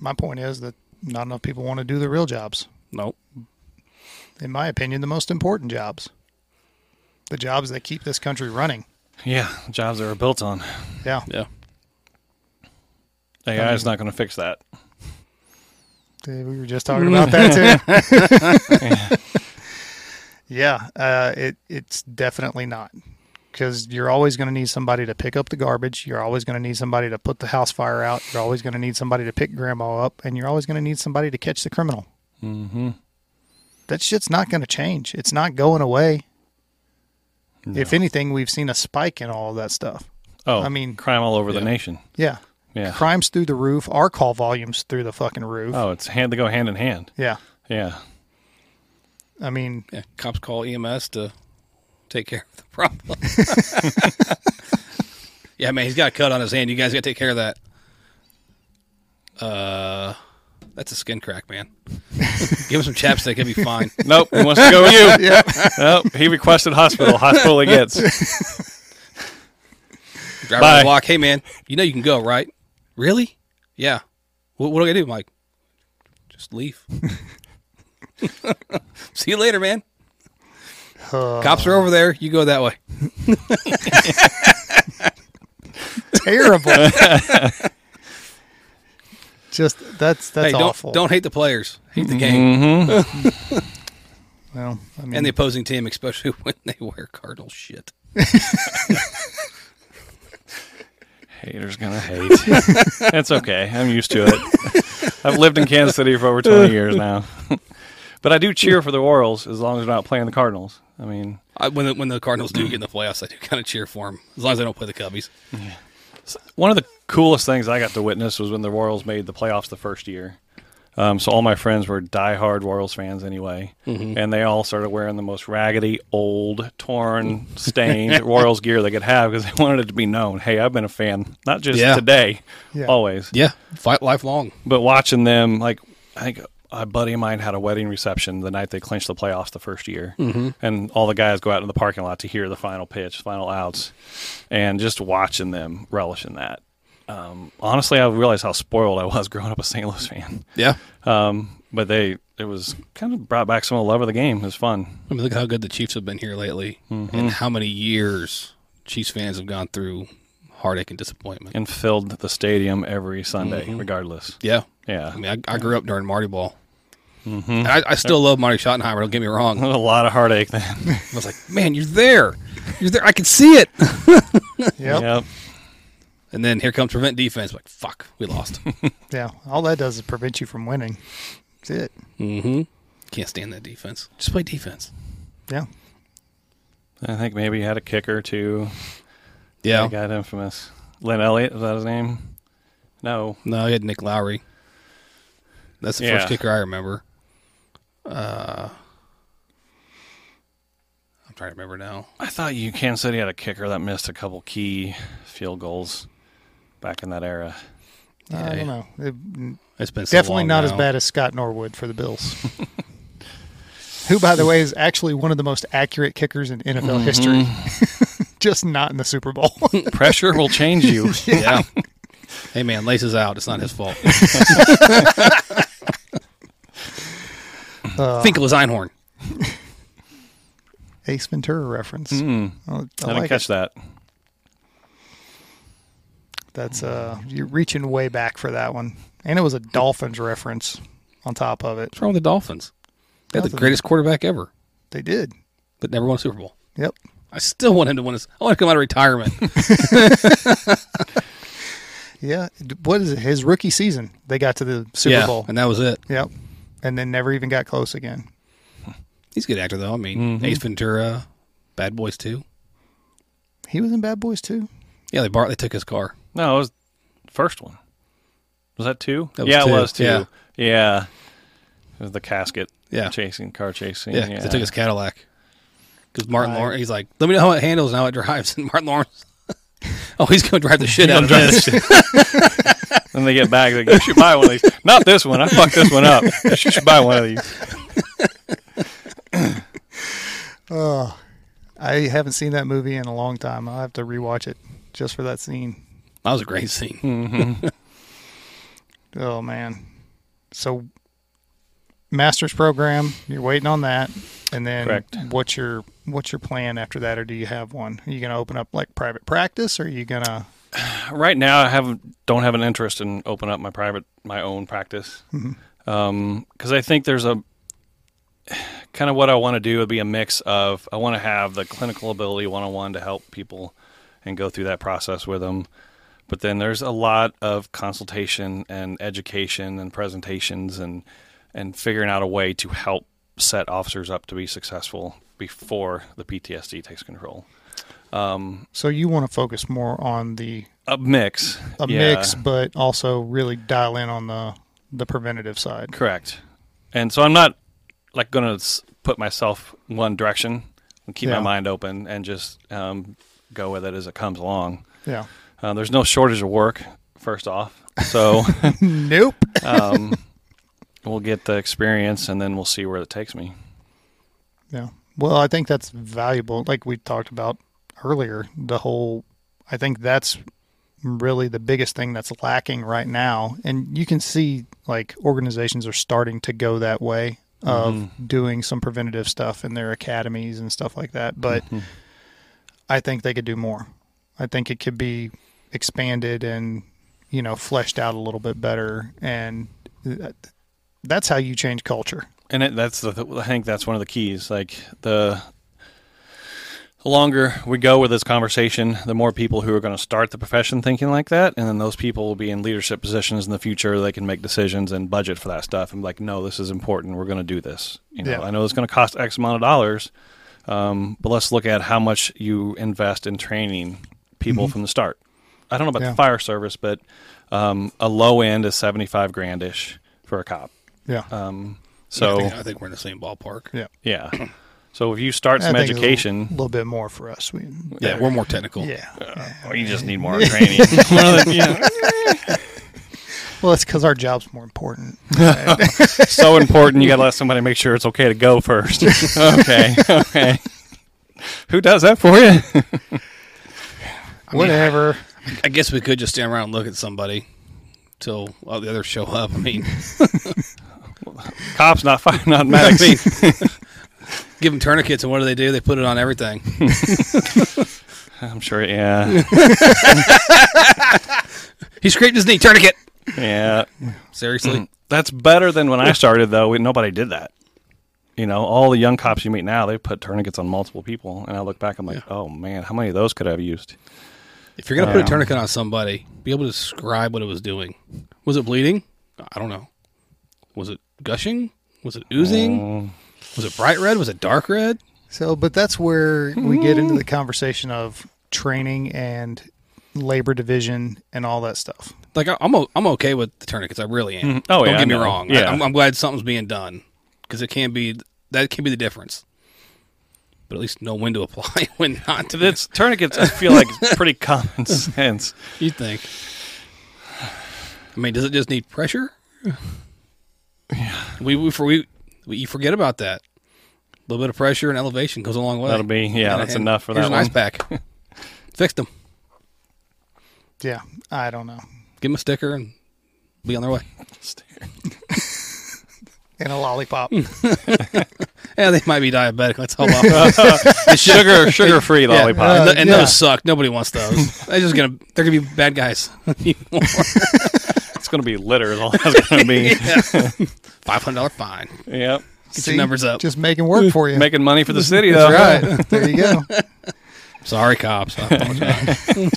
[SPEAKER 1] My point is that not enough people want to do the real jobs.
[SPEAKER 2] Nope.
[SPEAKER 1] In my opinion, the most important jobs. The jobs that keep this country running.
[SPEAKER 3] Yeah, jobs that were built on
[SPEAKER 1] Yeah.
[SPEAKER 2] Yeah.
[SPEAKER 3] AI is not going to fix that.
[SPEAKER 1] Uh, We were just talking about that too. yeah, uh, it it's definitely not because you're always going to need somebody to pick up the garbage. You're always going to need somebody to put the house fire out. You're always going to need somebody to pick grandma up, and you're always going to need somebody to catch the criminal. Mm-hmm. That shit's not going to change. It's not going away. If anything, we've seen a spike in all of that stuff.
[SPEAKER 3] Oh,
[SPEAKER 1] I mean-
[SPEAKER 3] crime all over
[SPEAKER 2] Yeah.
[SPEAKER 3] the nation.
[SPEAKER 1] Yeah.
[SPEAKER 3] Yeah.
[SPEAKER 1] Crimes through the roof. Our call volumes through the fucking roof.
[SPEAKER 3] Oh, it's hand. They go hand in hand.
[SPEAKER 1] Yeah.
[SPEAKER 3] Yeah.
[SPEAKER 1] I mean,
[SPEAKER 2] Yeah. Cops call EMS to take care of the problem. yeah, man, he's got a cut on his hand. You guys got to take care of that. Uh, that's a skin crack, man. Give him some chapstick, he'll be fine.
[SPEAKER 3] Nope. He wants to go with you. Nope. He requested hospital. Hospital he gets.
[SPEAKER 2] Driver on
[SPEAKER 3] Bye.
[SPEAKER 2] the block, hey man, you know you can go, right? Really? Yeah. What, what do I do, Mike? Just leave. See you later, man.
[SPEAKER 1] uh,
[SPEAKER 2] Cops are over there. You go that way.
[SPEAKER 1] terrible. Just that's that's
[SPEAKER 2] hey, don't
[SPEAKER 1] awful.
[SPEAKER 2] don't hate the players. Hate the game
[SPEAKER 1] Well, I mean,
[SPEAKER 2] and the opposing team, especially when they wear Cardinal shit.
[SPEAKER 3] Haters gonna hate. That's okay. I'm used to it. I've lived in Kansas City for over 20 years now. but I do cheer for the Orioles as long as they're not playing the Cardinals. I mean,
[SPEAKER 2] I, when the, when the Cardinals do get in the playoffs, I do kind of cheer for them as long as they don't play the Cubbies.
[SPEAKER 3] one of the coolest things I got to witness was when the Royals made the playoffs the first year. Um, so all my friends were diehard Royals fans anyway, and they all started wearing the most raggedy, old, torn, stained Royals gear they could have because they wanted it to be known. Hey, I've been a fan, not just
[SPEAKER 2] Yeah.
[SPEAKER 3] today,
[SPEAKER 1] Yeah.
[SPEAKER 3] always
[SPEAKER 2] Yeah, fight lifelong.
[SPEAKER 3] but watching them, like I think a buddy of mine had a wedding reception the night they clinched the playoffs the first year, mm-hmm. and all the guys go out in the parking lot to hear the final pitch, final outs, and just watching them relish in that. Um, honestly, I realized how spoiled I was growing up a St. Louis fan.
[SPEAKER 2] Yeah,
[SPEAKER 3] Um, but they, it was kind of brought back some of the love of the game. It was fun.
[SPEAKER 2] I mean, look how good the Chiefs have been here lately,
[SPEAKER 3] Mm-hmm.
[SPEAKER 2] and how many years Chiefs fans have gone through heartache and disappointment.
[SPEAKER 3] and filled the stadium every Sunday, regardless.
[SPEAKER 2] Yeah,
[SPEAKER 3] Mm-hmm. Yeah, Mm-hmm.
[SPEAKER 2] I mean, I, I grew up during Marty Ball. And I, I still love Marty Schottenheimer. Don't get me wrong. I
[SPEAKER 3] a lot of heartache then.
[SPEAKER 2] was like, man, you're there, you're there. I can see it.
[SPEAKER 1] Yep. Yeah.
[SPEAKER 3] Yep.
[SPEAKER 2] And then here comes prevent defense. Like, fuck, we lost.
[SPEAKER 1] All that does is prevent you from winning. That's it.
[SPEAKER 2] mm-hmm. Can't stand that defense. Just play defense.
[SPEAKER 1] Yeah.
[SPEAKER 3] I think maybe he had a kicker too.
[SPEAKER 2] Yeah.
[SPEAKER 3] That guy got infamous. Lynn Elliott, is that his name? No.
[SPEAKER 2] No, he had Nick Lowry. That's the
[SPEAKER 3] Yeah.
[SPEAKER 2] first kicker I remember. Uh, I'm trying to remember now.
[SPEAKER 3] I thought you Kansas City had a kicker that missed a couple key field goals back in that era.
[SPEAKER 1] I
[SPEAKER 2] Yeah.
[SPEAKER 1] don't know. It-
[SPEAKER 2] It's been so
[SPEAKER 1] definitely
[SPEAKER 2] long
[SPEAKER 1] not as
[SPEAKER 2] now.
[SPEAKER 1] bad as Scott Norwood for the Bills. Who, by the way, is actually one of the most accurate kickers in NFL history. Just not in the Super Bowl.
[SPEAKER 3] Pressure will change you.
[SPEAKER 2] Yeah. hey man, laces out. It's not his fault.
[SPEAKER 1] Uh,
[SPEAKER 2] Think it was Einhorn.
[SPEAKER 1] Ace Ventura reference. Oh, I, I
[SPEAKER 3] I didn't
[SPEAKER 1] like
[SPEAKER 3] catch
[SPEAKER 1] it.
[SPEAKER 3] that.
[SPEAKER 1] That's uh, you're reaching way back for that one, and it was a Dolphins reference on top of it.
[SPEAKER 2] What's wrong with the Dolphins? They had the
[SPEAKER 1] Nothing.
[SPEAKER 2] greatest quarterback ever,
[SPEAKER 1] They did.
[SPEAKER 2] but never won a Super Bowl.
[SPEAKER 1] Yep.
[SPEAKER 2] I still want him to win. His, I want him to come out of retirement.
[SPEAKER 1] Yeah. D- What is it? His rookie season, they got to the Super
[SPEAKER 2] yeah,
[SPEAKER 1] Bowl.
[SPEAKER 2] and that was it.
[SPEAKER 1] Yep. And then never even got close again.
[SPEAKER 2] He's a good actor though. I mean,
[SPEAKER 1] Mm-hmm.
[SPEAKER 2] Ace Ventura, Bad Boys Two.
[SPEAKER 1] He was in Bad Boys too.
[SPEAKER 2] Yeah, they bar- they took his car.
[SPEAKER 3] No, it was the first one. Was that two?
[SPEAKER 2] That was
[SPEAKER 3] yeah,
[SPEAKER 2] two.
[SPEAKER 3] it was two.
[SPEAKER 2] Yeah.
[SPEAKER 3] Yeah. It was the casket
[SPEAKER 2] Yeah.
[SPEAKER 3] chasing, car chasing.
[SPEAKER 2] Yeah, 'cause they took his Cadillac. Because Martin Lawrence, he's like, let me know how it handles and how it drives. And Martin Lawrence, oh, he's going to drive the shit out of this.
[SPEAKER 3] Then they get back. They go, you should buy one of these. Not this one. I fucked this one up. You should buy one of these.
[SPEAKER 1] I haven't seen that movie in a long time. I'll have to rewatch it just for that scene.
[SPEAKER 2] That was a great scene.
[SPEAKER 1] Oh man. So master's program, you're waiting on that. And then
[SPEAKER 3] Correct.
[SPEAKER 1] what's your what's your plan after that or do you have one? Are you gonna open up like private practice or are you gonna
[SPEAKER 3] right now I have don't have an interest in opening up my private my own practice because
[SPEAKER 1] Mm-hmm.
[SPEAKER 3] I think there's a kind of what I want to do would be a mix of I want to have the clinical ability one on one to help people and go through that process with them, but then there's a lot of consultation and education and presentations and and figuring out a way to help set officers up to be successful before the PTSD takes control.
[SPEAKER 1] so you wanna focus more on the
[SPEAKER 3] A mix,
[SPEAKER 1] a
[SPEAKER 3] yeah.
[SPEAKER 1] mix but also really dial in on the the preventative side.
[SPEAKER 3] Correct. And so I'm not like going to s- put myself one direction and keep
[SPEAKER 1] Yeah.
[SPEAKER 3] my mind open and just um, go with it as it comes along.
[SPEAKER 1] Yeah.
[SPEAKER 3] Uh, there's no shortage of work, first off. So
[SPEAKER 1] Nope.
[SPEAKER 3] um, we'll get the experience and then we'll see where it takes me.
[SPEAKER 1] Yeah. Well, I think that's valuable. Like we talked about earlier, the whole, I think that's really the biggest thing that's lacking right now. And you can see like organizations are starting to go that way of doing some preventative stuff in their academies and stuff like that. But I think they could do more. I think it could be expanded and, you know, fleshed out a little bit better. And that- that's how you change culture.
[SPEAKER 3] and it, that's the I think that's one of the keys. Like the the longer we go with this conversation, the more people who are going to start the profession thinking like that, and then those people will be in leadership positions in the future. They can make decisions and budget for that stuff. And be like, no, this is important. We're going to do this. You know,
[SPEAKER 1] Yeah.
[SPEAKER 3] I know it's going to cost X amount of dollars, um, but let's look at how much you invest in training people from the start. I don't know about
[SPEAKER 1] Mm-hmm. Yeah.
[SPEAKER 3] the fire service, but um, a low end is seventy five grandish for a cop
[SPEAKER 1] Yeah.
[SPEAKER 3] Um,
[SPEAKER 2] I
[SPEAKER 3] so
[SPEAKER 2] think, I think we're in the same ballpark.
[SPEAKER 1] Yeah.
[SPEAKER 3] yeah. So if you start some
[SPEAKER 1] I think it's A
[SPEAKER 3] education,
[SPEAKER 1] little bit more for us. We,
[SPEAKER 2] Yeah, we're more technical.
[SPEAKER 1] yeah.
[SPEAKER 4] Well, you just need more training.
[SPEAKER 3] yeah,
[SPEAKER 1] Well, that's because our job's more important.
[SPEAKER 3] so important, you got to let somebody make sure it's okay to go first. okay, okay. Who does that for you?
[SPEAKER 1] Whatever.
[SPEAKER 2] I guess we could just stand around and look at somebody till all the others show up. I mean,
[SPEAKER 3] Cops, not fire, not
[SPEAKER 2] I
[SPEAKER 3] medics.
[SPEAKER 2] mean give them tourniquets, and what do they do? They put it on everything.
[SPEAKER 3] I'm sure. Yeah,
[SPEAKER 2] He scraped his knee. Tourniquet.
[SPEAKER 3] yeah.
[SPEAKER 2] Seriously.
[SPEAKER 3] That's better than when I started, though. We- Nobody did that. You know, all the young cops you meet now, they put tourniquets on multiple people. And I look back, I'm like, oh man, how many of those could I have used?
[SPEAKER 2] If you're gonna put a
[SPEAKER 3] Yeah.
[SPEAKER 2] tourniquet on somebody, be able to describe what it was doing. Was it bleeding? I don't know. Was it gushing? Was it oozing?
[SPEAKER 3] Mm,
[SPEAKER 2] Was it bright red? Was it dark red?
[SPEAKER 1] So, but that's where we get into the conversation of training and labor division and all that stuff.
[SPEAKER 2] Like I, I'm, o- I'm okay with the tourniquets. I really am.
[SPEAKER 3] Mhm. Oh,
[SPEAKER 2] don't
[SPEAKER 3] yeah,
[SPEAKER 2] get me
[SPEAKER 3] I know.
[SPEAKER 2] wrong.
[SPEAKER 3] Yeah.
[SPEAKER 2] I, am I'm glad something's being done because it can be that can be the difference. But at least know when to apply, when not to.
[SPEAKER 3] That's tourniquets. I feel like it's pretty common sense.
[SPEAKER 2] You think? I mean, does it just need pressure? Yeah. We we, for, we, we you forget about that. A little bit of pressure and elevation goes a long way.
[SPEAKER 3] That'll be yeah.
[SPEAKER 2] And-
[SPEAKER 3] That's
[SPEAKER 2] and
[SPEAKER 3] enough for
[SPEAKER 2] here's
[SPEAKER 3] that
[SPEAKER 2] an
[SPEAKER 3] one.
[SPEAKER 2] ice pack. Fixed them.
[SPEAKER 1] Yeah. I don't know.
[SPEAKER 2] Give them a sticker and be on their way.
[SPEAKER 1] And a lollipop.
[SPEAKER 2] Yeah, they might be diabetic. Let's hope.
[SPEAKER 3] Uh,
[SPEAKER 2] off.
[SPEAKER 3] sugar, sugar free
[SPEAKER 2] Yeah.
[SPEAKER 3] lollipop.
[SPEAKER 2] and,
[SPEAKER 1] Uh,
[SPEAKER 2] th- and
[SPEAKER 1] yeah.
[SPEAKER 2] those suck. Nobody wants those. they're just gonna they're gonna be bad guys.
[SPEAKER 3] It's gonna be litter. Is all that's gonna be.
[SPEAKER 2] Five hundred dollar fine. Get
[SPEAKER 3] yep.
[SPEAKER 1] See?
[SPEAKER 2] your numbers up.
[SPEAKER 1] Just making work for you.
[SPEAKER 3] Making money for the city.
[SPEAKER 1] that's
[SPEAKER 3] though.
[SPEAKER 1] right. There you go.
[SPEAKER 2] Sorry, cops. I apologize.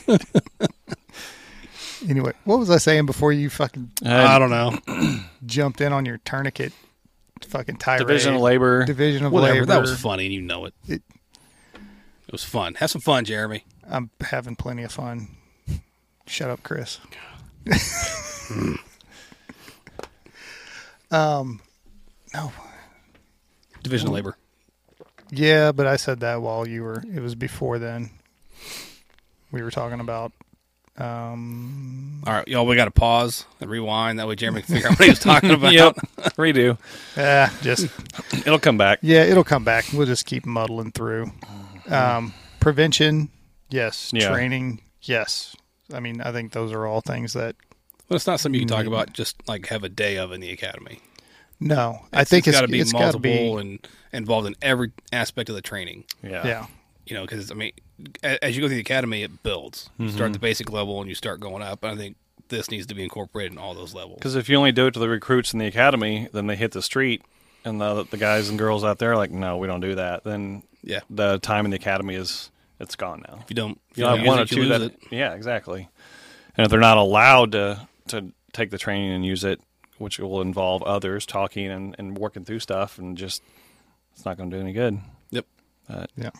[SPEAKER 1] Anyway, what was I saying before you fucking
[SPEAKER 2] I
[SPEAKER 3] Uh,
[SPEAKER 2] don't know.
[SPEAKER 1] jumped in on your tourniquet fucking tirade?
[SPEAKER 3] division of labor.
[SPEAKER 1] Division of
[SPEAKER 2] Whatever.
[SPEAKER 1] labor.
[SPEAKER 2] That was funny, and you know it. it.
[SPEAKER 1] It-
[SPEAKER 2] was fun. Have some fun, Jeremy.
[SPEAKER 1] I'm having plenty of fun. Shut up, Chris. um, no,
[SPEAKER 2] Division of Labor.
[SPEAKER 1] yeah, but I said that while you were. It was before then. We were talking about. Um,
[SPEAKER 2] All right, y'all. We got to pause and rewind. That way, Jeremy can figure out what he was talking about.
[SPEAKER 3] Yep. Redo.
[SPEAKER 1] ah, just
[SPEAKER 3] It'll come back.
[SPEAKER 1] yeah, it'll come back. We'll just keep muddling through. Um, prevention, yes.
[SPEAKER 3] Yeah.
[SPEAKER 1] Training, yes. I mean, I think those are all things that
[SPEAKER 2] Well, it's not something you can talk about. Just like have a day of in the academy.
[SPEAKER 1] no. I think it's
[SPEAKER 2] got to be
[SPEAKER 1] it's got to
[SPEAKER 2] multiple
[SPEAKER 1] be
[SPEAKER 2] and involved in every aspect of the training.
[SPEAKER 1] yeah.
[SPEAKER 2] You know, because I mean, a- as you go through the academy, it builds. You start at the basic level and you start going up. And I think this needs to be incorporated in all those levels.
[SPEAKER 3] Because if you only do it to the recruits in the academy, then they hit the street, and the the guys and girls out there are like, no, we don't do that. Then
[SPEAKER 2] Yeah.
[SPEAKER 3] the time in the academy is it's gone now.
[SPEAKER 2] If you don't, if
[SPEAKER 3] You don't have
[SPEAKER 2] use
[SPEAKER 3] one
[SPEAKER 2] it,
[SPEAKER 3] or
[SPEAKER 2] you
[SPEAKER 3] two
[SPEAKER 2] lose
[SPEAKER 3] that
[SPEAKER 2] it.
[SPEAKER 3] yeah, exactly. And if they're not allowed to to take the training and use it, which will involve others talking and, and working through stuff, and just it's not going to do any good.
[SPEAKER 2] Yep.
[SPEAKER 1] Yeah.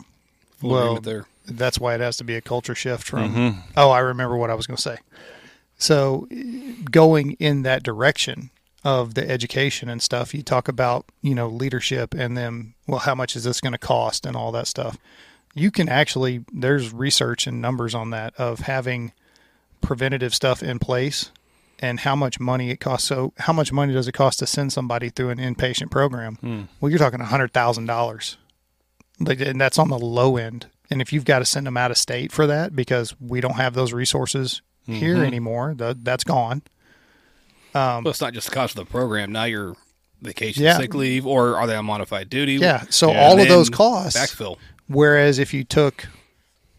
[SPEAKER 2] Full
[SPEAKER 1] Well,
[SPEAKER 2] agreement there.
[SPEAKER 1] that's why it has to be a culture shift from oh i remember what i was going to say so going in that direction of the education and stuff you talk about you know leadership and then well how much is this going to cost and all that stuff you can actually there's research and numbers on that of having preventative stuff in place and how much money it costs so how much money does it cost to send somebody through an inpatient program well you're talking $100000 like, and that's on the low end. And if you've got to send them out of state for that because we don't have those resources here anymore, th that's gone.
[SPEAKER 2] Well, it's not just the cost of the program. Now you're vacation
[SPEAKER 1] Yeah.
[SPEAKER 2] sick leave, or are they on modified duty?
[SPEAKER 1] Yeah. So
[SPEAKER 3] Yeah.
[SPEAKER 1] all
[SPEAKER 2] And
[SPEAKER 1] of those
[SPEAKER 2] then
[SPEAKER 1] costs.
[SPEAKER 2] backfill.
[SPEAKER 1] Whereas if you took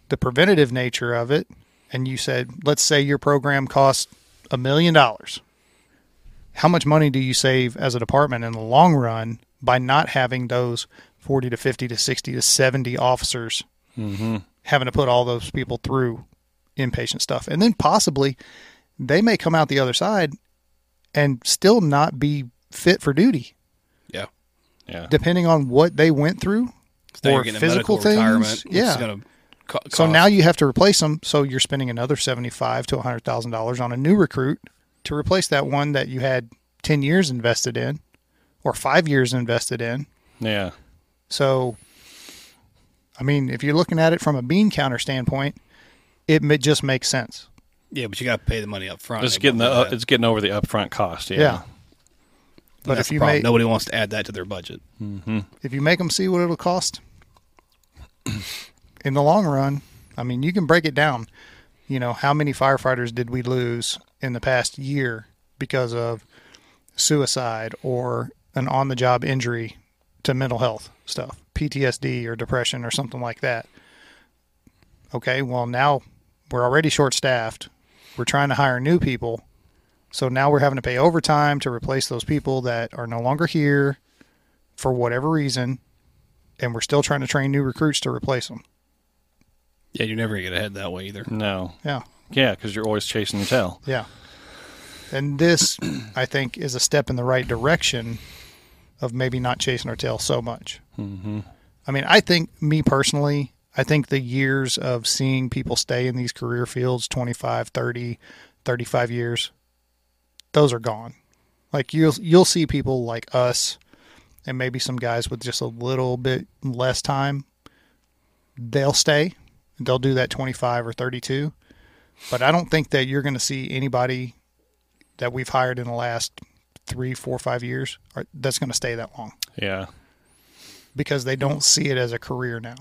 [SPEAKER 1] the preventative nature of it and you said, let's say your program costs a million dollars, how much money do you save as a department in the long run by not having those 40 to 50 to 60 to 70 officers
[SPEAKER 2] Mm-hmm.
[SPEAKER 1] having to put all those people through inpatient stuff? And then possibly they may come out the other side and still not be fit for duty,
[SPEAKER 2] Yeah.
[SPEAKER 3] Yeah,
[SPEAKER 1] depending on what they went through.
[SPEAKER 2] Now
[SPEAKER 1] or
[SPEAKER 2] you're getting a
[SPEAKER 1] physical
[SPEAKER 2] medical
[SPEAKER 1] things.
[SPEAKER 2] retirement. which is
[SPEAKER 1] Yeah.
[SPEAKER 2] gonna co-
[SPEAKER 1] So
[SPEAKER 2] cost-
[SPEAKER 1] now you have to replace them. So you're spending another seventy-five to hundred thousand dollars on a new recruit to replace that one that you had ten years invested in. or five years invested in.
[SPEAKER 3] Yeah.
[SPEAKER 1] So, I mean, if you're looking at it from a bean counter standpoint, it ma- just makes sense.
[SPEAKER 2] Yeah, but you got to pay the money up front.
[SPEAKER 3] It's
[SPEAKER 2] They
[SPEAKER 3] getting the
[SPEAKER 2] won't do
[SPEAKER 3] uh,
[SPEAKER 2] that.
[SPEAKER 3] it's getting over the upfront cost. Yeah.
[SPEAKER 1] Yeah. But
[SPEAKER 2] That's
[SPEAKER 1] if
[SPEAKER 2] the
[SPEAKER 1] you
[SPEAKER 2] problem.
[SPEAKER 1] make
[SPEAKER 2] nobody wants to add that to their budget.
[SPEAKER 1] if you make them see what it'll cost in the long run, I mean, you can break it down. You know, how many firefighters did we lose in the past year because of suicide or an on the job injury to mental health stuff, PTSD or depression or something like that? Okay, well, now we're already short staffed. We're trying to hire new people. So now we're having to pay overtime to replace those people that are no longer here for whatever reason, and we're still trying to train new recruits to replace them.
[SPEAKER 2] Yeah, you're never gonna get ahead that way either.
[SPEAKER 3] No.
[SPEAKER 1] Yeah,
[SPEAKER 3] Yeah, because you're always chasing your tail.
[SPEAKER 1] yeah. And this, I think, is a step in the right direction of maybe not chasing our tail so much. Mm-hmm. I mean, I think, me personally, I think the years of seeing people stay in these career fields 25, 30, 35 years, those are gone. Like you'll you'll see people like us and maybe some guys with just a little bit less time they'll stay. They'll do that 25 or 32. But I don't think that you're going to see anybody that we've hired in the last three, four, five years are, that's going to stay that long
[SPEAKER 3] Yeah.
[SPEAKER 1] because they don't see it as a career now.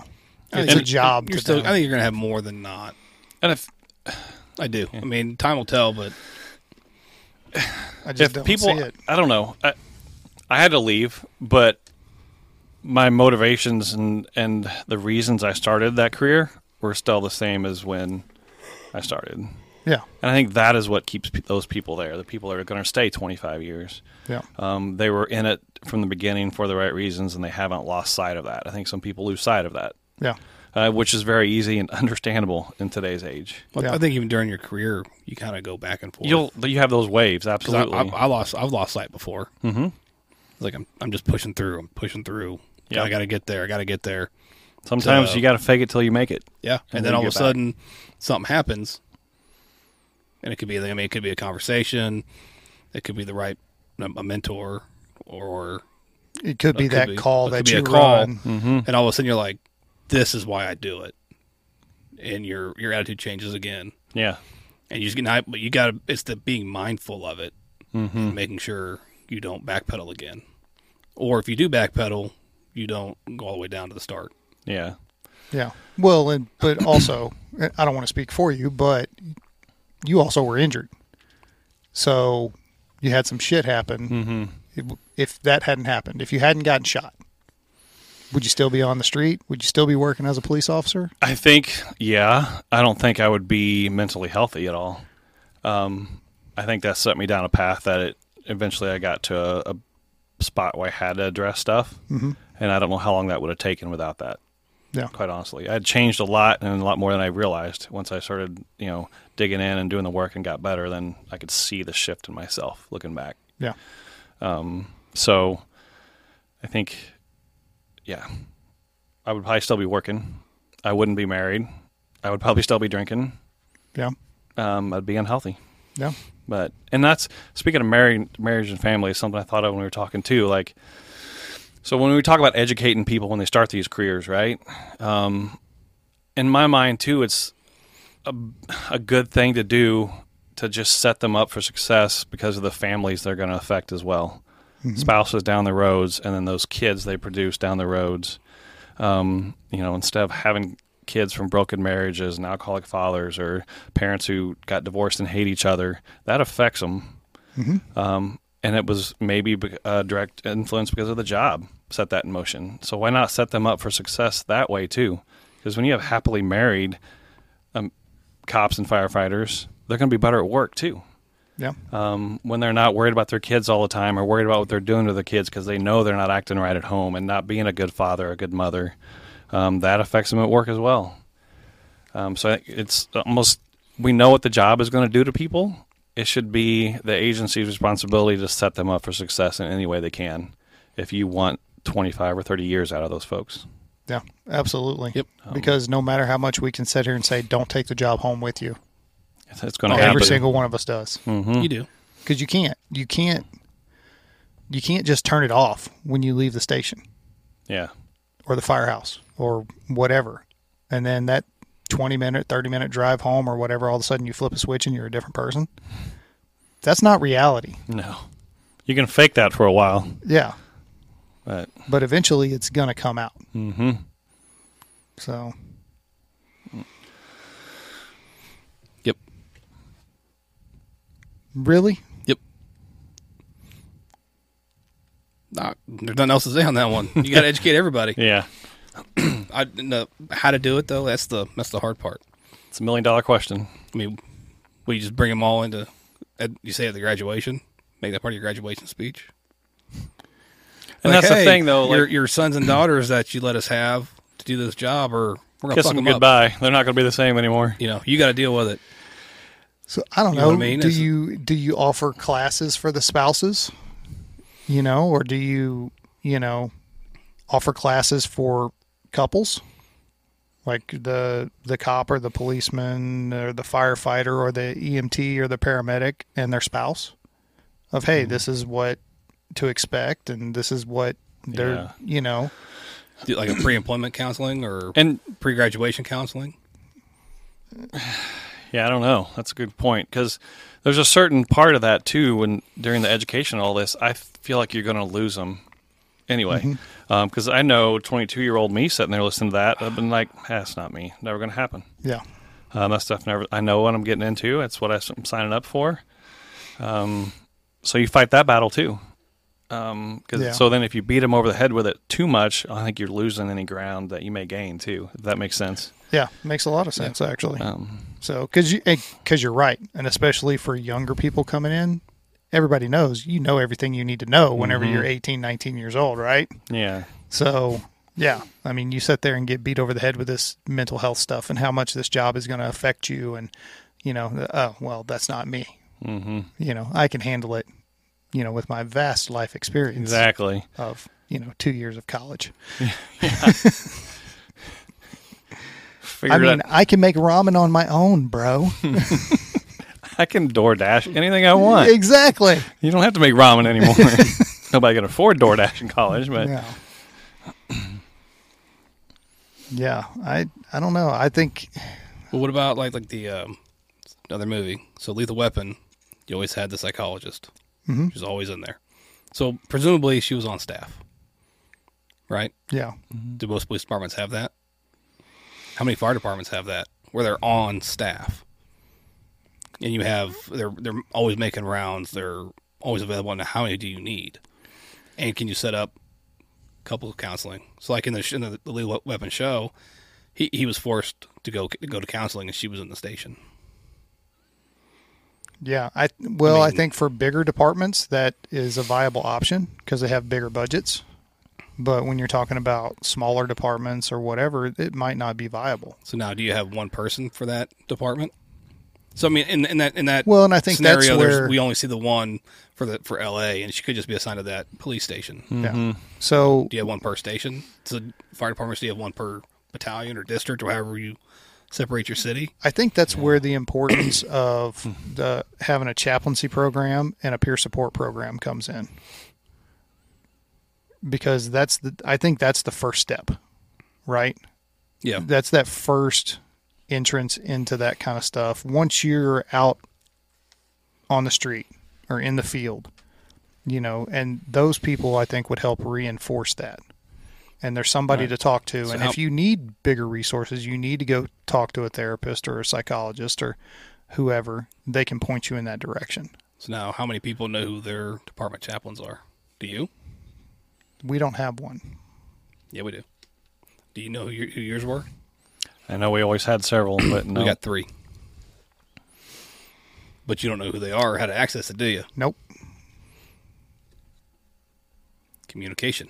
[SPEAKER 2] I
[SPEAKER 1] It's
[SPEAKER 2] think
[SPEAKER 1] a job.
[SPEAKER 2] You're
[SPEAKER 1] To
[SPEAKER 2] still,
[SPEAKER 1] them.
[SPEAKER 2] I think you're gonna have more than not.
[SPEAKER 3] And if
[SPEAKER 2] I do. I mean, time will tell, but
[SPEAKER 1] I just
[SPEAKER 3] if
[SPEAKER 1] don't
[SPEAKER 3] people,
[SPEAKER 1] see it.
[SPEAKER 3] I don't know. I, I had to leave, but my motivations and and the reasons I started that career were still the same as when I started. And
[SPEAKER 1] Yeah.
[SPEAKER 3] I think that is what keeps pe- those people there. The people that are going to stay 25 years.
[SPEAKER 1] Yeah.
[SPEAKER 3] Um, they were in it from the beginning for the right reasons, and they haven't lost sight of that. I think some people lose sight of that,
[SPEAKER 1] Yeah.
[SPEAKER 3] uh, which is very easy and understandable in today's age.
[SPEAKER 2] like,
[SPEAKER 1] Yeah.
[SPEAKER 2] I think even during your career, you kind of go back and forth.
[SPEAKER 3] You'll you have those waves
[SPEAKER 2] 'Cause I,
[SPEAKER 3] absolutely.
[SPEAKER 2] I, I lost. I've lost sight before. Mm-hmm. It's like I'm. I'm just pushing through. I'm pushing through.
[SPEAKER 3] Yeah.
[SPEAKER 2] Yeah, I got to get there. I got to get there.
[SPEAKER 3] Sometimes
[SPEAKER 2] So-
[SPEAKER 3] you got to fake it till you make it.
[SPEAKER 2] Yeah, and,
[SPEAKER 3] And
[SPEAKER 2] then,
[SPEAKER 3] then
[SPEAKER 2] all
[SPEAKER 3] you
[SPEAKER 2] of a
[SPEAKER 3] get back.
[SPEAKER 2] sudden, something happens, and it could be. I mean, it could be a conversation. It could be the right a mentor, or
[SPEAKER 1] It could be
[SPEAKER 2] It could
[SPEAKER 1] that
[SPEAKER 2] be.
[SPEAKER 1] call
[SPEAKER 2] It
[SPEAKER 1] that
[SPEAKER 2] could be
[SPEAKER 1] you
[SPEAKER 2] a call.
[SPEAKER 1] run.
[SPEAKER 3] Hmm.
[SPEAKER 2] and all of a sudden you're like, "This is why I do it," and your your attitude changes again,
[SPEAKER 3] Yeah.
[SPEAKER 2] and you just get not. But you got to. It's the being mindful of it, and making sure you don't backpedal again, or if you do backpedal, you don't go all the way down to the start.
[SPEAKER 3] Yeah.
[SPEAKER 1] Yeah. Well, and but also, I don't want to speak for you, but you also were injured, so you had some shit happen. Mm-hmm. If, if that hadn't happened, if you hadn't gotten shot, would you still be on the street? Would you still be working as a police officer?
[SPEAKER 3] I think, yeah, I don't think I would be mentally healthy at all. Um, I think that set me down a path that it eventually I got to a, a spot where I had to address stuff, mm-hmm. and I don't know how long that would have taken without that.
[SPEAKER 1] Yeah.
[SPEAKER 3] Quite honestly, I had changed a lot and a lot more than I realized once I started, you know, digging in and doing the work and got better. Then I could see the shift in myself looking back.
[SPEAKER 1] Yeah.
[SPEAKER 3] So I think, yeah, I would probably still be working. I wouldn't be married. I would probably still be drinking.
[SPEAKER 1] Yeah.
[SPEAKER 3] Um, I'd be unhealthy.
[SPEAKER 1] Yeah.
[SPEAKER 3] But and that's speaking of marriage, marriage and family is something I thought of when we were talking too. Like, so when we talk about educating people when they start these careers, right? Um, in my mind too, it's a, a good thing to do to just set them up for success because of the families they're going to affect as well, spouses down the roads, and then those kids they produce down the roads. Um, you know, instead of having kids from broken marriages and alcoholic fathers or parents who got divorced and hate each other, that affects them. Um, and it was maybe be- a direct influence because of the job set that in motion. So why not set them up for success that way too? Because when you have happily married um, cops and firefighters, they're going to be better at work too.
[SPEAKER 1] Yeah.
[SPEAKER 3] Um, when they're not worried about their kids all the time or worried about what they're doing to their kids because they know they're not acting right at home and not being a good father, a good mother, um, that affects them at work as well. Um, so I- it's almost we know what the job is going to do to people. It should be the agency's responsibility to set them up for success in any way they can. If you want 25 or 30 years out of those folks,
[SPEAKER 1] Yeah. Absolutely.
[SPEAKER 2] Yep.
[SPEAKER 1] Because no matter how much we can sit here and say, don't take the job home with you,
[SPEAKER 3] it's going to
[SPEAKER 1] Oh, every
[SPEAKER 3] happen.
[SPEAKER 1] Hmm.
[SPEAKER 2] Mm-hmm.
[SPEAKER 1] single one of us does.
[SPEAKER 2] You do.
[SPEAKER 1] because you can't you can't you can't just turn it off when you leave the station
[SPEAKER 3] Yeah.
[SPEAKER 1] or the firehouse or whatever. And then that 20 minute, 30 minute drive home or whatever, all of a sudden you flip a switch and you're a different person. That's not reality.
[SPEAKER 3] No. You can fake that for a while,
[SPEAKER 1] Yeah.
[SPEAKER 3] but
[SPEAKER 1] But eventually it's going to come out. Mm-hmm. So,
[SPEAKER 2] Yep.
[SPEAKER 1] really?
[SPEAKER 2] Yep. Not, there's nothing else to say on that one. You got to educate everybody.
[SPEAKER 3] yeah,
[SPEAKER 2] I no, how to do it though. That's the that's the hard part.
[SPEAKER 3] it's a million dollar question.
[SPEAKER 2] I mean, we just bring them all into. at- You say at the graduation, make that part of your graduation speech.
[SPEAKER 3] And that's the thing, though.
[SPEAKER 2] your,
[SPEAKER 3] Like,
[SPEAKER 2] your sons and daughters that you let us have to do this job, or we're gonna
[SPEAKER 3] kiss
[SPEAKER 2] fuck
[SPEAKER 3] them
[SPEAKER 2] up.
[SPEAKER 3] goodbye. They're not going to be the same anymore.
[SPEAKER 2] You know, you got to deal with it.
[SPEAKER 1] So I don't
[SPEAKER 2] You
[SPEAKER 1] know.
[SPEAKER 2] know what I mean?
[SPEAKER 1] Do
[SPEAKER 2] It's-
[SPEAKER 1] you do you offer classes for the spouses? You know, or do you you know offer classes for couples, like the the cop or the policeman or the firefighter or the EMT or the paramedic and their spouse? Of hey,
[SPEAKER 2] Mm-hmm.
[SPEAKER 1] this is what to expect, and this is what they're
[SPEAKER 3] Yeah.
[SPEAKER 1] you know.
[SPEAKER 2] Do, like a pre-employment counseling or
[SPEAKER 3] And
[SPEAKER 2] pre-graduation counseling.
[SPEAKER 3] yeah, I don't know. That's a good point because there's a certain part of that too. When during the education, of all this, I feel like you're going to lose them anyway. Because I know 22 year old me sitting there listening to that, I've been like, "Ah, "That's not me. Never going to happen."
[SPEAKER 1] Yeah,
[SPEAKER 3] Um, that stuff never. I know what I'm getting into. That's what I'm signing up for. Um, so you fight that battle too. Um, 'cause-
[SPEAKER 1] Yeah.
[SPEAKER 3] so then if you beat them over the head with it too much, I think you're losing any ground that you may gain too. If that makes sense.
[SPEAKER 1] yeah, makes a lot of sense actually.
[SPEAKER 3] Um,
[SPEAKER 1] So, because you, because you're right, and especially for younger people coming in, everybody knows you know everything you need to know whenever you're 18, 19 years old, right?
[SPEAKER 3] yeah.
[SPEAKER 1] So, yeah, I mean, you sit there and get beat over the head with this mental health stuff and how much this job is going to affect you, and you know, the, oh well, that's not me. Mm-hmm. You know, I can handle it. You know, with my vast life experience
[SPEAKER 3] Exactly.
[SPEAKER 1] of you know two years of college.
[SPEAKER 3] Figure
[SPEAKER 1] I mean,
[SPEAKER 3] that-
[SPEAKER 1] I can make ramen on my own, bro.
[SPEAKER 3] I can DoorDash anything I want.
[SPEAKER 1] exactly.
[SPEAKER 3] You don't have to make ramen anymore. Nobody can afford DoorDash in college, but
[SPEAKER 1] Yeah. yeah, I I don't know. I think
[SPEAKER 2] Well, what about like like the um, another movie? So Lethal Weapon, you always had the psychologist. She's always in there. So presumably she was on staff, right?
[SPEAKER 1] yeah.
[SPEAKER 2] Do most police departments have that? How many fire departments have that where they're on staff? And you have they're they're always making rounds. They're always available. Now, how many do you need? And can you set up a couple of counseling? So, like in the sh- in the, the Lethal Weapon show, he, he was forced to go to go to counseling, and she was in the station.
[SPEAKER 1] Yeah, I well, I,
[SPEAKER 2] mean-
[SPEAKER 1] think for bigger departments that is a viable option because they have bigger budgets. But when you're talking about smaller departments or whatever, it might not be viable.
[SPEAKER 2] So now, do you have one person for that department? So I mean, in, in that in that
[SPEAKER 1] Well, and I think that's
[SPEAKER 2] scenario, there's-
[SPEAKER 1] where-
[SPEAKER 2] we only see the one for the for L.A. and she could just be assigned to that police station.
[SPEAKER 1] Yeah. So
[SPEAKER 2] Do you have one per station? So fire departments, do you have one per battalion or district or however you separate your city?
[SPEAKER 1] I think that's where the importance of the having a chaplaincy program and a peer support program comes in. Because that's the I think that's the first step, right?
[SPEAKER 2] Yeah.
[SPEAKER 1] That's that first entrance into that kind of stuff. Once you're out on the street or in the field, you know, and those people I think would help reinforce that. And there's somebody to talk to. and
[SPEAKER 2] how-
[SPEAKER 1] if you need bigger resources, you need to go talk to a therapist or a psychologist or whoever. They can point you in that direction.
[SPEAKER 2] So now, how many people know who their department chaplains are? Do you?
[SPEAKER 1] We don't have one.
[SPEAKER 2] Yeah, we do. Do you know who, your, who yours were?
[SPEAKER 3] I know we always had several, but no.
[SPEAKER 2] We got three. But you don't know who they are or how to access it, do you?
[SPEAKER 1] Nope.
[SPEAKER 2] Communication.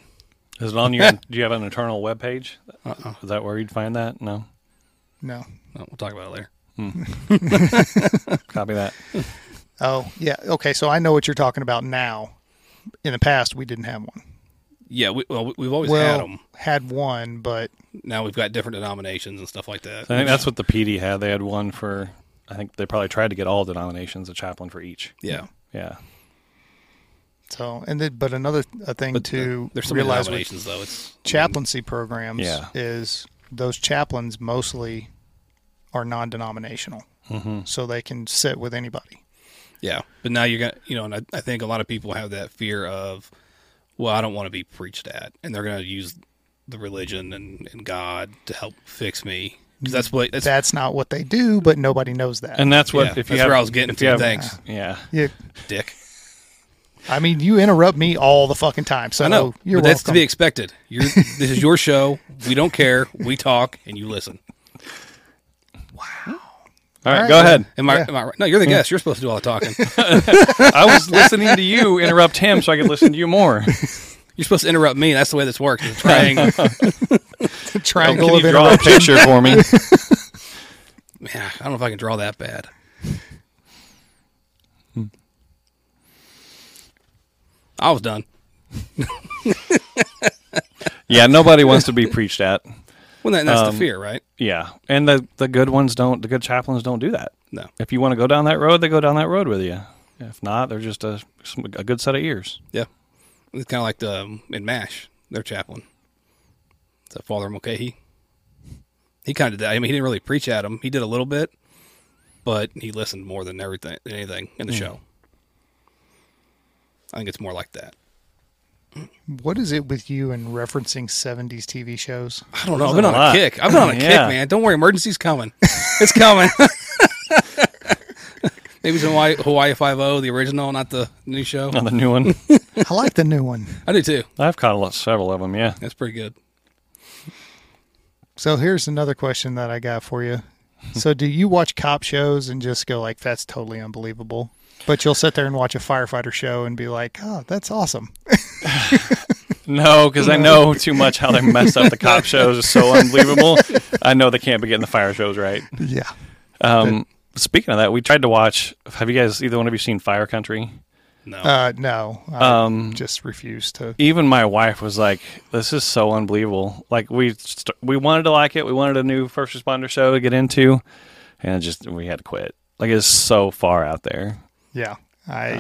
[SPEAKER 3] Is it on your? do you have an internal web page?
[SPEAKER 2] Uh-uh.
[SPEAKER 3] Is that where you'd find that? No.
[SPEAKER 1] No.
[SPEAKER 2] Oh, we'll talk about it later.
[SPEAKER 3] Copy that.
[SPEAKER 1] Oh, yeah. Okay. So I know what you're talking about now. In the past, we didn't have one.
[SPEAKER 2] Yeah, we, well, we- we've always had 'em. had
[SPEAKER 1] well,
[SPEAKER 2] them.
[SPEAKER 1] had one, but
[SPEAKER 2] Now we've got different denominations and stuff like that.
[SPEAKER 3] I think that's what the PD had. They had one for. I think they probably tried to get all denominations a chaplain for each.
[SPEAKER 2] yeah.
[SPEAKER 3] Yeah.
[SPEAKER 1] So, and then, but another uh, thing to
[SPEAKER 2] There's some
[SPEAKER 1] realize with
[SPEAKER 2] denominations though. It's
[SPEAKER 1] chaplaincy programs
[SPEAKER 3] Yeah.
[SPEAKER 1] is those chaplains mostly are non-denominational,
[SPEAKER 2] Mm-hmm.
[SPEAKER 1] so they can sit with anybody.
[SPEAKER 2] yeah, but now you're gonna you know, and I, I think a lot of people have that fear of, well, I don't want to be preached at, and they're gonna use the religion and, and God to help fix me 'Cause that's what that's,
[SPEAKER 1] That's not what they do, but nobody knows that.
[SPEAKER 2] uh,
[SPEAKER 3] And that's what
[SPEAKER 2] yeah,
[SPEAKER 3] if
[SPEAKER 2] that's
[SPEAKER 3] you have,
[SPEAKER 2] where I was getting
[SPEAKER 3] if
[SPEAKER 2] to.
[SPEAKER 3] you have-
[SPEAKER 2] Thanks,
[SPEAKER 3] Yeah.
[SPEAKER 1] yeah,
[SPEAKER 2] Dick.
[SPEAKER 1] I mean, you interrupt me all the fucking time, so
[SPEAKER 2] I know.
[SPEAKER 1] Oh, you're
[SPEAKER 2] but that's to
[SPEAKER 1] welcome.
[SPEAKER 2] be expected. You're, this is your show. We don't care. We talk and you listen.
[SPEAKER 3] All right,
[SPEAKER 1] All right,
[SPEAKER 3] go
[SPEAKER 1] man.
[SPEAKER 3] ahead.
[SPEAKER 2] Am I,
[SPEAKER 1] Yeah.
[SPEAKER 2] am I right? No, you're the guest. You're supposed to do all the talking.
[SPEAKER 3] I was listening to you interrupt him so I could listen to you more.
[SPEAKER 2] You're supposed to interrupt me. That's the way this works. It's a triangle.
[SPEAKER 1] triangle
[SPEAKER 3] Can
[SPEAKER 1] of
[SPEAKER 3] you draw a
[SPEAKER 1] interruption.
[SPEAKER 3] picture for me?
[SPEAKER 2] Man, I don't know if I can draw that bad.
[SPEAKER 1] Hmm.
[SPEAKER 2] I was done.
[SPEAKER 3] Yeah, nobody wants to be preached at.
[SPEAKER 2] Well, that,
[SPEAKER 3] Um,
[SPEAKER 2] that's the fear, right?
[SPEAKER 3] Yeah, and the the good ones don't. The good chaplains don't do that.
[SPEAKER 2] No.
[SPEAKER 3] If you want to go down that road, they go down that road with you. If not, they're just a some- a good set of ears.
[SPEAKER 2] Yeah. It's kind of like the um, in MASH, their chaplain. Is that Father Mulcahy? He kind of did that. I mean, he didn't really preach at him. He did a little bit, but he listened more than everything, than anything
[SPEAKER 3] Hmm.
[SPEAKER 2] in the show. I think it's more like that.
[SPEAKER 1] What is it with you and referencing '70s TV shows?
[SPEAKER 2] I don't know. I've been on
[SPEAKER 3] a lot.
[SPEAKER 2] a kick. I've been on a
[SPEAKER 3] Yeah.
[SPEAKER 2] kick, man. Don't worry, emergency's coming. It's coming. Maybe it's Hawaii, Hawaii Five O, the original, not the new show.
[SPEAKER 3] On the new one,
[SPEAKER 1] I like the new one.
[SPEAKER 2] I do too.
[SPEAKER 3] I've caught a lot, several of them. Yeah,
[SPEAKER 2] That's pretty good.
[SPEAKER 1] So here's another question that I got for you. So do you watch cop shows and just go like that's totally unbelievable? But you'll sit there and watch a firefighter show and be like, "Oh, that's awesome."
[SPEAKER 3] no, because I know too much how they mess up the cop shows is so unbelievable. I know they can't be getting the fire shows right.
[SPEAKER 1] yeah.
[SPEAKER 3] Um, speaking of that, we tried to watch. Have you guys either one of you seen Fire Country? Um,
[SPEAKER 2] No,
[SPEAKER 1] Uh no. I
[SPEAKER 2] Um,
[SPEAKER 1] just refuse to.
[SPEAKER 3] even my wife was like, "This is so unbelievable." Like we st- we wanted to like it. We wanted a new first responder show to get into, and it just we had to quit. Like it's so far out there.
[SPEAKER 1] Yeah. I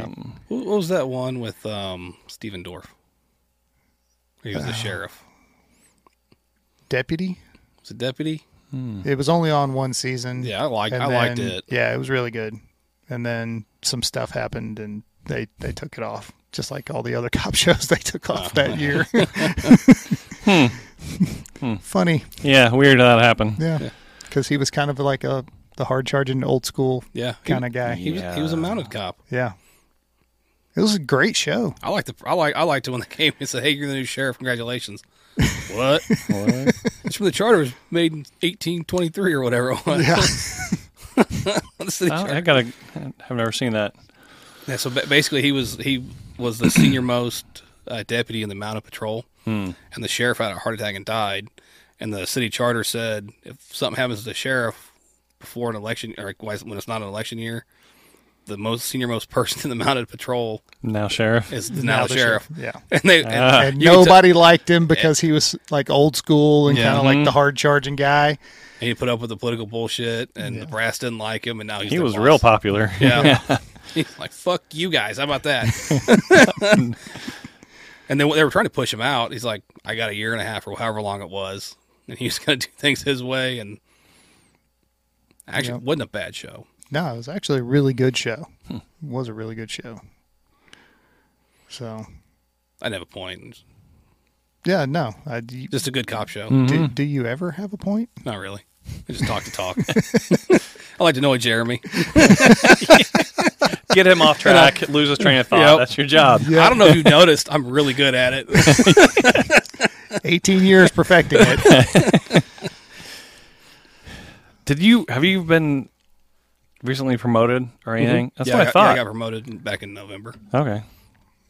[SPEAKER 2] Wh- what was that one with um, Stephen Dorff? He was the sheriff.
[SPEAKER 1] deputy.
[SPEAKER 2] Was it deputy?
[SPEAKER 1] It was only on one season.
[SPEAKER 2] hmm. Yeah, I liked.
[SPEAKER 1] and
[SPEAKER 2] I liked
[SPEAKER 1] then-
[SPEAKER 2] it.
[SPEAKER 1] Yeah, it was really good. And then some stuff happened and they they took it off. Just like all the other cop shows they took off
[SPEAKER 2] Uh-huh.
[SPEAKER 1] that year.
[SPEAKER 2] Hmm.
[SPEAKER 1] Funny.
[SPEAKER 3] Yeah, weird how that happened.
[SPEAKER 1] Yeah. Because he was kind of like a the hard charging old school
[SPEAKER 2] Yeah,
[SPEAKER 1] kind of guy.
[SPEAKER 2] He, he was he was a
[SPEAKER 3] Yeah.
[SPEAKER 2] mounted cop.
[SPEAKER 1] Yeah. It was a great show.
[SPEAKER 2] I like the I like I liked it when they came and said, "Hey, you're the new sheriff. Congratulations." what? It's from the charter was made in 1823 or whatever it was.
[SPEAKER 1] Yeah.
[SPEAKER 2] The city
[SPEAKER 3] I, I
[SPEAKER 2] charter.
[SPEAKER 3] gotta. I've never seen that.
[SPEAKER 2] Yeah, so ba- basically, he was he was the senior most uh, deputy in the mounted patrol, and the sheriff had a heart attack and died. And the city charter said if something happens to the sheriff before an election or like, when it's not an election year, the most senior most person in the mounted patrol
[SPEAKER 3] Now, sheriff.
[SPEAKER 2] is now, the sheriff.
[SPEAKER 1] Yeah.
[SPEAKER 2] And they and,
[SPEAKER 3] Ah.
[SPEAKER 1] And
[SPEAKER 2] you could tell-
[SPEAKER 1] nobody liked him because he was like old school and
[SPEAKER 2] Yeah.
[SPEAKER 1] kind of like the hard charging guy.
[SPEAKER 2] and he put up with the political bullshit, and the brass didn't like him, and now he's
[SPEAKER 3] He
[SPEAKER 2] their
[SPEAKER 3] was
[SPEAKER 2] boss.
[SPEAKER 3] real popular.
[SPEAKER 2] Yeah. He's like, fuck you guys. How about that? and then they were trying to push him out. He's like, I got a year and a half or however long it was. And he was going to do things his way. And actually, it wasn't a bad show.
[SPEAKER 1] No, it was actually a really good show.
[SPEAKER 2] Hmm.
[SPEAKER 1] It was a really good show. So,
[SPEAKER 2] I'd have a point.
[SPEAKER 1] yeah, no. I, do,
[SPEAKER 2] Just mm-hmm. a good cop show.
[SPEAKER 3] Hmm.
[SPEAKER 1] do, do you ever have a point?
[SPEAKER 2] Not really. I just talk to talk. I like to know Jeremy.
[SPEAKER 3] Get him off track. lose his train of thought.
[SPEAKER 2] Yep.
[SPEAKER 3] That's your job.
[SPEAKER 2] I don't know if you noticed. I'm really good at it.
[SPEAKER 1] 18 years perfecting it.
[SPEAKER 3] Did you? Have you been recently promoted or anything? That's
[SPEAKER 2] Mm-hmm. yeah,
[SPEAKER 3] what I,
[SPEAKER 2] got, yeah,
[SPEAKER 3] thought.
[SPEAKER 2] I got promoted back in November.
[SPEAKER 3] okay.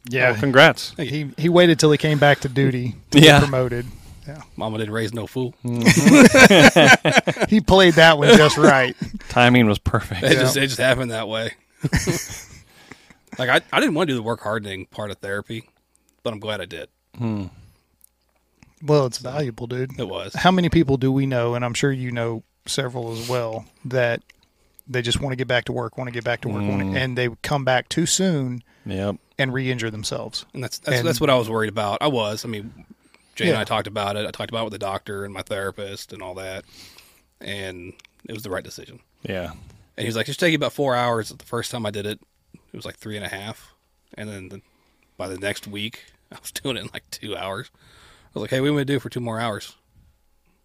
[SPEAKER 1] Yeah.
[SPEAKER 3] Well, congrats.
[SPEAKER 1] he, he waited till he came back to duty to
[SPEAKER 3] Yeah.
[SPEAKER 1] get promoted. Yeah.
[SPEAKER 2] Mama didn't raise no fool.
[SPEAKER 1] He played that one just right.
[SPEAKER 3] Timing was perfect.
[SPEAKER 2] It just it just happened that way. like I, I didn't want to do the work hardening part of therapy, but I'm glad I did.
[SPEAKER 1] Well, it's valuable, dude.
[SPEAKER 2] It was.
[SPEAKER 1] How many people do we know, and I'm sure you know several as well,
[SPEAKER 2] Mm.
[SPEAKER 1] that they just want to get back to work, want to get back to work, want to, and they come back too soon
[SPEAKER 3] Yep.
[SPEAKER 1] and re-injure themselves.
[SPEAKER 2] And that's that's,
[SPEAKER 1] And-
[SPEAKER 2] that's what I was worried about. I was. I mean, Jay and
[SPEAKER 1] Yeah.
[SPEAKER 2] I talked about it. I talked about it with the doctor and my therapist and all that, and it was the right decision.
[SPEAKER 3] Yeah.
[SPEAKER 2] And he was like, "Just take about four hours." The first time I did it, it was like three and a half, and then the, by the next week, I was doing it in like two hours. I was like, "Hey, what am I gonna do for two more hours?"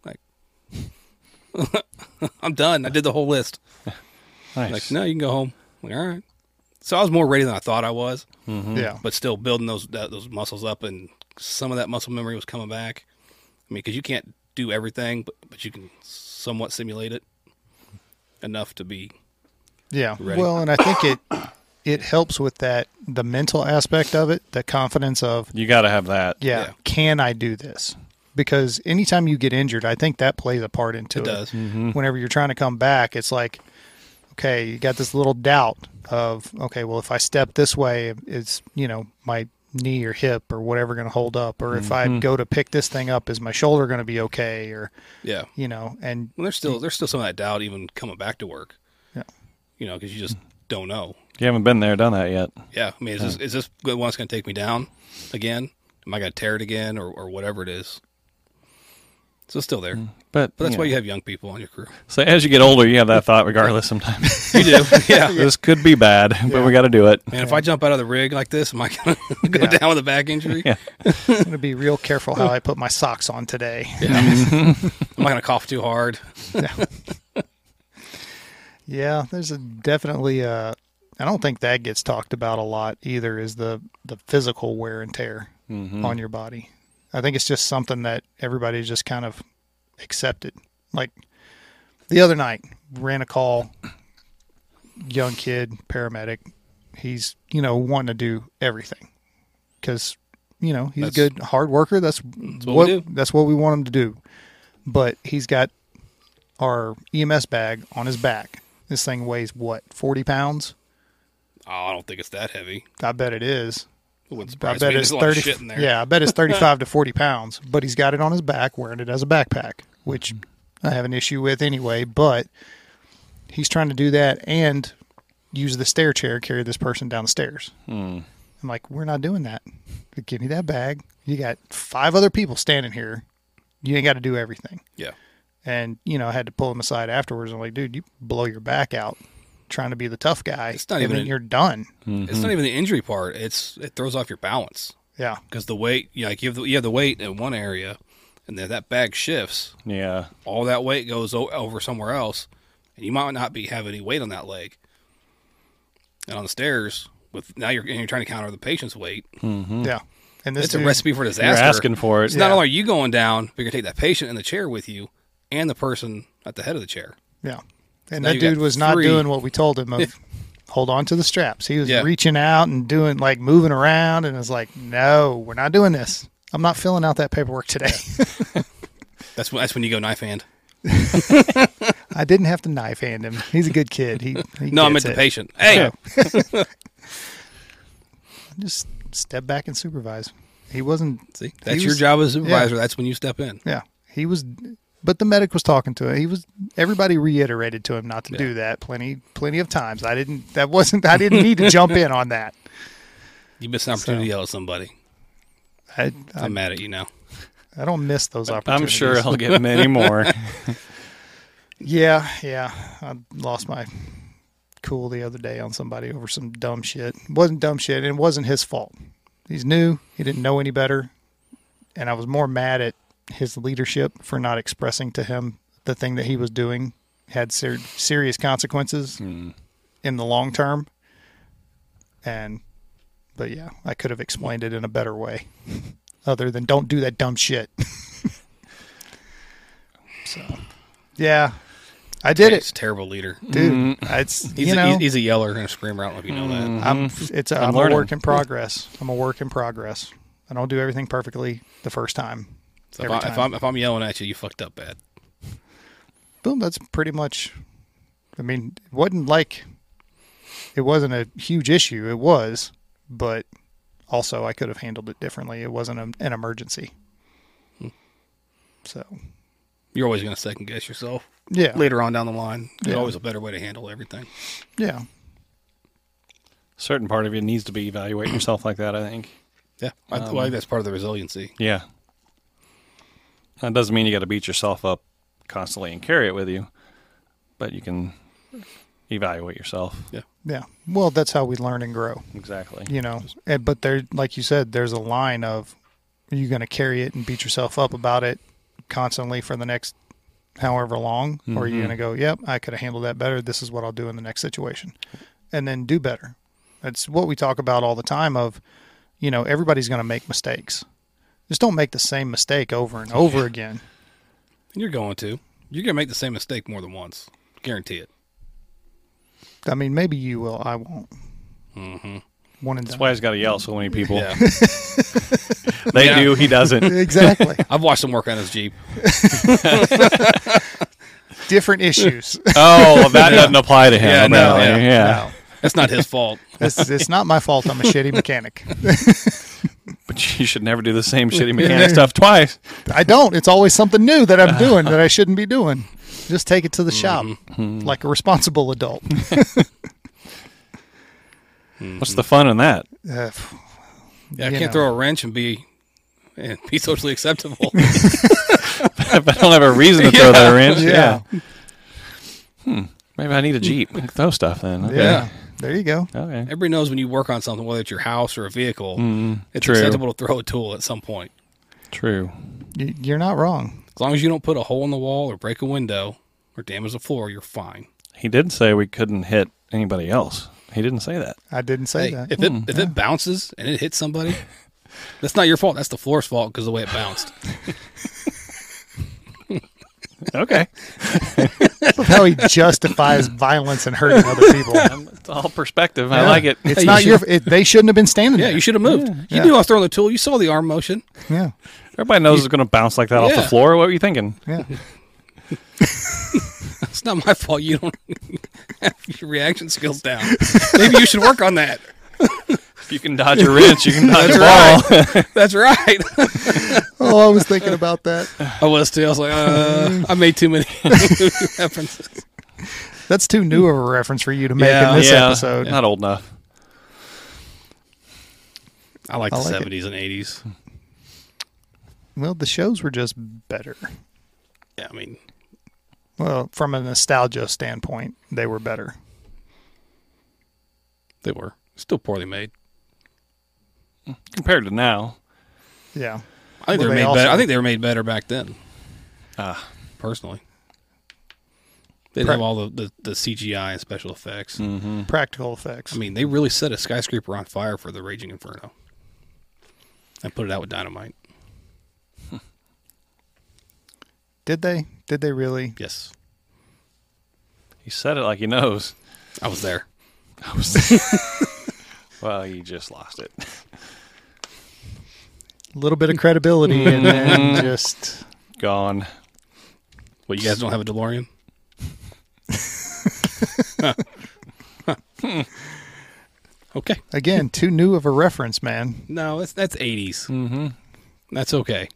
[SPEAKER 2] Like, I'm done. I did the whole list.
[SPEAKER 3] Nice.
[SPEAKER 2] Like, no, you can go home. I'm like, all right. So I was more ready than I thought I was,
[SPEAKER 1] Yeah,
[SPEAKER 2] but still building those that, those muscles up, and some of that muscle memory was coming back. I mean, because you can't do everything, but but you can somewhat simulate it enough to be
[SPEAKER 1] yeah.
[SPEAKER 2] Ready.
[SPEAKER 1] Well, and I think it it helps with that the mental aspect of it, the confidence of
[SPEAKER 3] You got to have that.
[SPEAKER 1] yeah,
[SPEAKER 2] Yeah.
[SPEAKER 1] can I do this? Because anytime you get injured, I think that plays a part into it.
[SPEAKER 2] does.
[SPEAKER 1] Whenever you're trying to come back, it's like, okay, you got this little doubt of, okay, well, if I step this way, is you know my knee or hip or whatever going to hold up, or if I go to pick this thing up, is my shoulder going to be okay, or
[SPEAKER 2] yeah.
[SPEAKER 1] you know, and
[SPEAKER 2] Well, there's still there's still some of that doubt even coming back to work.
[SPEAKER 1] Yeah. Hmm.
[SPEAKER 2] You know, because you just don't know.
[SPEAKER 3] You haven't been there, done that yet.
[SPEAKER 2] Yeah, I mean, is this is this the one that's going to take me down again? Am I going to tear it again, or, or whatever it is? So it's still there,
[SPEAKER 1] Hmm.
[SPEAKER 3] But,
[SPEAKER 2] but that's
[SPEAKER 3] you
[SPEAKER 2] why
[SPEAKER 3] know.
[SPEAKER 2] you have young people on your crew.
[SPEAKER 3] So as you get older, you have that thought regardless sometimes.
[SPEAKER 2] You do, yeah. Man,
[SPEAKER 3] this could be bad, but we got to do it.
[SPEAKER 2] if I jump out of the rig like this, am I going to go
[SPEAKER 1] Yeah.
[SPEAKER 2] down with a back injury?
[SPEAKER 3] Yeah.
[SPEAKER 1] I'm going to be real careful how I put my socks on today.
[SPEAKER 2] Am I going to cough too hard?
[SPEAKER 1] Yeah, there's a definitely uh I don't think that gets talked about a lot either is the the physical wear and tear on your body. I think it's just something that everybody just kind of accepted. Like the other night, ran a call, young kid, paramedic. He's, you know, wanting to do everything cuz you know, he's
[SPEAKER 2] That's-
[SPEAKER 1] a good hard worker. That's,
[SPEAKER 2] what
[SPEAKER 1] what
[SPEAKER 2] we do.
[SPEAKER 1] that's what we want him to do. But he's got our EMS bag on his back. This thing weighs what, 40 pounds?
[SPEAKER 2] Oh, I don't think it's that heavy.
[SPEAKER 1] I bet it is.
[SPEAKER 2] It
[SPEAKER 1] I
[SPEAKER 2] wouldn't surprise
[SPEAKER 1] bet
[SPEAKER 2] me.
[SPEAKER 1] it's
[SPEAKER 2] There's a lot of
[SPEAKER 1] 30.
[SPEAKER 2] shit in there.
[SPEAKER 1] Yeah, I bet it's 35 to 40 pounds, but he's got it on his back wearing it as a backpack, which I have an issue with anyway, but he's trying to do that and use the stair chair, carry this person down the stairs.
[SPEAKER 2] Hmm.
[SPEAKER 1] I'm like, we're not doing that. Give me that bag. You got five other people standing here. You ain't got to do everything.
[SPEAKER 2] yeah.
[SPEAKER 1] And, you know, I had to pull him aside afterwards. I'm like, dude, you blow your back out trying to be the tough guy.
[SPEAKER 2] It's not
[SPEAKER 1] and
[SPEAKER 2] even
[SPEAKER 1] then
[SPEAKER 2] a- Hmm.
[SPEAKER 1] you're done.
[SPEAKER 2] It's
[SPEAKER 1] Mm-hmm.
[SPEAKER 2] not even the injury part. It's it throws off your balance.
[SPEAKER 1] Yeah.
[SPEAKER 2] because the weight, you know, like you have the, you have the weight in one area, and then that bag shifts.
[SPEAKER 3] Yeah.
[SPEAKER 2] All that weight goes o- over somewhere else, and you might not be have any weight on that leg. And on the stairs, with now you're and you're trying to counter the patient's weight.
[SPEAKER 1] Yeah. And this
[SPEAKER 2] It's a
[SPEAKER 1] dude-
[SPEAKER 2] recipe for disaster.
[SPEAKER 3] You're asking for it.
[SPEAKER 2] It's not only are you going down, but you're gonna take that patient in the chair with you, and the person at the head of the chair.
[SPEAKER 1] Yeah. And
[SPEAKER 2] Now
[SPEAKER 1] that
[SPEAKER 2] you got
[SPEAKER 1] dude was not
[SPEAKER 2] three.
[SPEAKER 1] doing what we told him of hold on to the straps. He was
[SPEAKER 2] Yeah.
[SPEAKER 1] reaching out and doing like moving around and it's like, no, we're not doing this. I'm not filling out that paperwork today.
[SPEAKER 2] That's when that's when you go knife hand.
[SPEAKER 1] I didn't have to knife hand him. He's a good kid. He, he
[SPEAKER 2] No, I
[SPEAKER 1] gets
[SPEAKER 2] meant the
[SPEAKER 1] it.
[SPEAKER 2] patient. Hey,
[SPEAKER 1] Just step back and supervise. He wasn't
[SPEAKER 2] see, that's
[SPEAKER 1] He
[SPEAKER 2] your
[SPEAKER 1] was-
[SPEAKER 2] job as a supervisor. That's when you step in.
[SPEAKER 1] Yeah. He was but the medic was talking to him. He was everybody reiterated to him not to do that plenty plenty of times. I didn't that wasn't I didn't need to jump in on that.
[SPEAKER 2] You miss an opportunity to yell at somebody.
[SPEAKER 1] I I,
[SPEAKER 2] I'm mad at you now.
[SPEAKER 1] I don't miss those opportunities.
[SPEAKER 3] I'm sure I'll get many more.
[SPEAKER 1] Yeah, yeah. I lost my cool the other day on somebody over some dumb shit. It wasn't dumb shit and it wasn't his fault. He's new, he didn't know any better. And I was more mad at his leadership for not expressing to him the thing that he was doing had ser- serious consequences in the long term. And but yeah, I could have explained it in a better way other than don't do that dumb shit. so, yeah. I did it
[SPEAKER 2] He's a terrible leader.
[SPEAKER 1] dude. It's
[SPEAKER 2] He's,
[SPEAKER 1] you
[SPEAKER 2] a,
[SPEAKER 1] know, Mm.
[SPEAKER 2] he's, he's a yeller and a screamer. I don't know if you know that.
[SPEAKER 1] I'm it's a,
[SPEAKER 3] Mm-hmm. I'm
[SPEAKER 1] I'm, a
[SPEAKER 3] learning.
[SPEAKER 1] work in progress. I'm a work in progress. I don't do everything perfectly the first time.
[SPEAKER 2] So if,
[SPEAKER 1] every
[SPEAKER 2] I,
[SPEAKER 1] time.
[SPEAKER 2] if I'm if I'm yelling at you, you fucked up bad.
[SPEAKER 1] Boom. That's pretty much. I mean, it wasn't like it wasn't a huge issue. It was, but also I could have handled it differently. It wasn't a, an emergency.
[SPEAKER 3] Hmm.
[SPEAKER 1] So
[SPEAKER 2] You're always going to second guess yourself
[SPEAKER 1] yeah,
[SPEAKER 2] later on down the line. There's
[SPEAKER 1] Yeah.
[SPEAKER 2] always a better way to handle everything.
[SPEAKER 1] yeah.
[SPEAKER 3] certain part of you needs to be evaluating yourself like that. I think.
[SPEAKER 2] Yeah, I,
[SPEAKER 1] Um,
[SPEAKER 2] well, I think that's part of the resiliency.
[SPEAKER 3] Yeah. That doesn't mean you got to beat yourself up constantly and carry it with you, but you can evaluate yourself.
[SPEAKER 2] Yeah,
[SPEAKER 1] Yeah. Well, that's how we learn and grow.
[SPEAKER 3] Exactly.
[SPEAKER 1] you know and- but there like you said there's a line of are you going to carry it and beat yourself up about it constantly for the next however long or are you going to go yep i could have handled that better this is what i'll do in the next situation and then do better that's what we talk about all the time of you know everybody's going to make mistakes just don't make the same mistake over and over again
[SPEAKER 2] and you're going to. You're going to make the same mistake more than once. Guarantee it.
[SPEAKER 1] i mean maybe you will i won't one and
[SPEAKER 3] That's
[SPEAKER 1] done.
[SPEAKER 3] why he's got to yell at so many people.
[SPEAKER 2] Yeah,
[SPEAKER 3] They
[SPEAKER 2] Yeah.
[SPEAKER 3] do, he doesn't.
[SPEAKER 1] exactly
[SPEAKER 2] I've watched him work on his jeep.
[SPEAKER 1] different issues
[SPEAKER 3] Oh, well, that doesn't apply to him.
[SPEAKER 2] Yeah, no,
[SPEAKER 3] apparently.
[SPEAKER 2] yeah.
[SPEAKER 1] No.
[SPEAKER 2] That's not his fault.
[SPEAKER 1] it's, it's not my fault i'm a shitty mechanic
[SPEAKER 3] But you should never do the same shitty mechanic stuff twice.
[SPEAKER 1] I don't. It's always something new that I'm doing that I shouldn't be doing. Just take it to the
[SPEAKER 2] Mm-hmm.
[SPEAKER 1] shop like a responsible adult.
[SPEAKER 3] What's the fun in that?
[SPEAKER 1] Uh,
[SPEAKER 2] Yeah, I
[SPEAKER 1] You
[SPEAKER 2] can't
[SPEAKER 1] know.
[SPEAKER 2] throw a wrench and be and be socially acceptable.
[SPEAKER 3] If I don't have a reason to throw that wrench.
[SPEAKER 1] Yeah.
[SPEAKER 3] Yeah. Hmm. Maybe I need a Jeep. I can Throw stuff then. Okay.
[SPEAKER 1] yeah. There you go.
[SPEAKER 3] Okay.
[SPEAKER 2] Everybody knows when you work on something, whether it's your house or a vehicle,
[SPEAKER 1] Mm-hmm.
[SPEAKER 2] it's
[SPEAKER 3] true.
[SPEAKER 2] acceptable to throw a tool at some point.
[SPEAKER 3] True.
[SPEAKER 1] You, you're not wrong.
[SPEAKER 2] As long as you don't put a hole in the wall or break a window or damage the floor, you're fine.
[SPEAKER 3] He did say we couldn't hit anybody else. He didn't say that.
[SPEAKER 1] I didn't say
[SPEAKER 2] Hey,
[SPEAKER 1] that.
[SPEAKER 2] if it if it bounces and it hits somebody, that's not your fault. That's the floor's fault because the way it bounced.
[SPEAKER 3] Okay.
[SPEAKER 1] How he justifies violence and hurting other people.
[SPEAKER 3] Um, it's all perspective. I like it.
[SPEAKER 1] It's
[SPEAKER 2] Hey,
[SPEAKER 1] not
[SPEAKER 2] you
[SPEAKER 1] your. It, they shouldn't have been standing
[SPEAKER 2] Yeah,
[SPEAKER 1] there.
[SPEAKER 2] you should have moved. You
[SPEAKER 1] Yeah.
[SPEAKER 2] knew I was throwing the tool. You saw the arm motion.
[SPEAKER 1] Yeah.
[SPEAKER 3] Everybody knows it's going to bounce like that off
[SPEAKER 2] Yeah.
[SPEAKER 3] the floor. What were you thinking?
[SPEAKER 1] Yeah.
[SPEAKER 2] It's not my fault. You don't have your reaction skills down. Maybe you should work on that.
[SPEAKER 3] If you can dodge a wrench, you can dodge a ball.
[SPEAKER 2] That's right. That's right.
[SPEAKER 1] Oh, I was thinking about that.
[SPEAKER 2] I was too. I was like, uh, I made too many references.
[SPEAKER 1] That's too new of a reference for you to make in this episode.
[SPEAKER 3] Not old enough.
[SPEAKER 2] I like
[SPEAKER 1] I
[SPEAKER 2] the
[SPEAKER 1] like it.
[SPEAKER 2] seventies and eighties.
[SPEAKER 1] Well, the shows were just better.
[SPEAKER 2] Yeah, I mean,
[SPEAKER 1] Well, from a nostalgia standpoint, they were better.
[SPEAKER 2] they were still poorly made.
[SPEAKER 3] Compared to now.
[SPEAKER 1] Yeah.
[SPEAKER 2] I think
[SPEAKER 1] Well, they
[SPEAKER 2] they were made
[SPEAKER 1] also-
[SPEAKER 2] better. I think they were made better back then.
[SPEAKER 3] Ah.
[SPEAKER 2] personally, they didn't
[SPEAKER 1] Pre- Mm.
[SPEAKER 2] have all the, the, the CGI and special effects.
[SPEAKER 1] Practical effects.
[SPEAKER 2] I mean, they really set a skyscraper on fire for the Raging Inferno and put it out with dynamite.
[SPEAKER 1] Did they? Did they really?
[SPEAKER 2] Yes,
[SPEAKER 3] He said it like he knows.
[SPEAKER 2] I was there.
[SPEAKER 3] Well, he just lost it.
[SPEAKER 1] A little bit of credibility and then just
[SPEAKER 3] Gone.
[SPEAKER 2] Well, you guys don't have a DeLorean. okay.
[SPEAKER 1] again too new of a reference, man.
[SPEAKER 2] No, that's that's 80s. Mm-hmm. That's okay.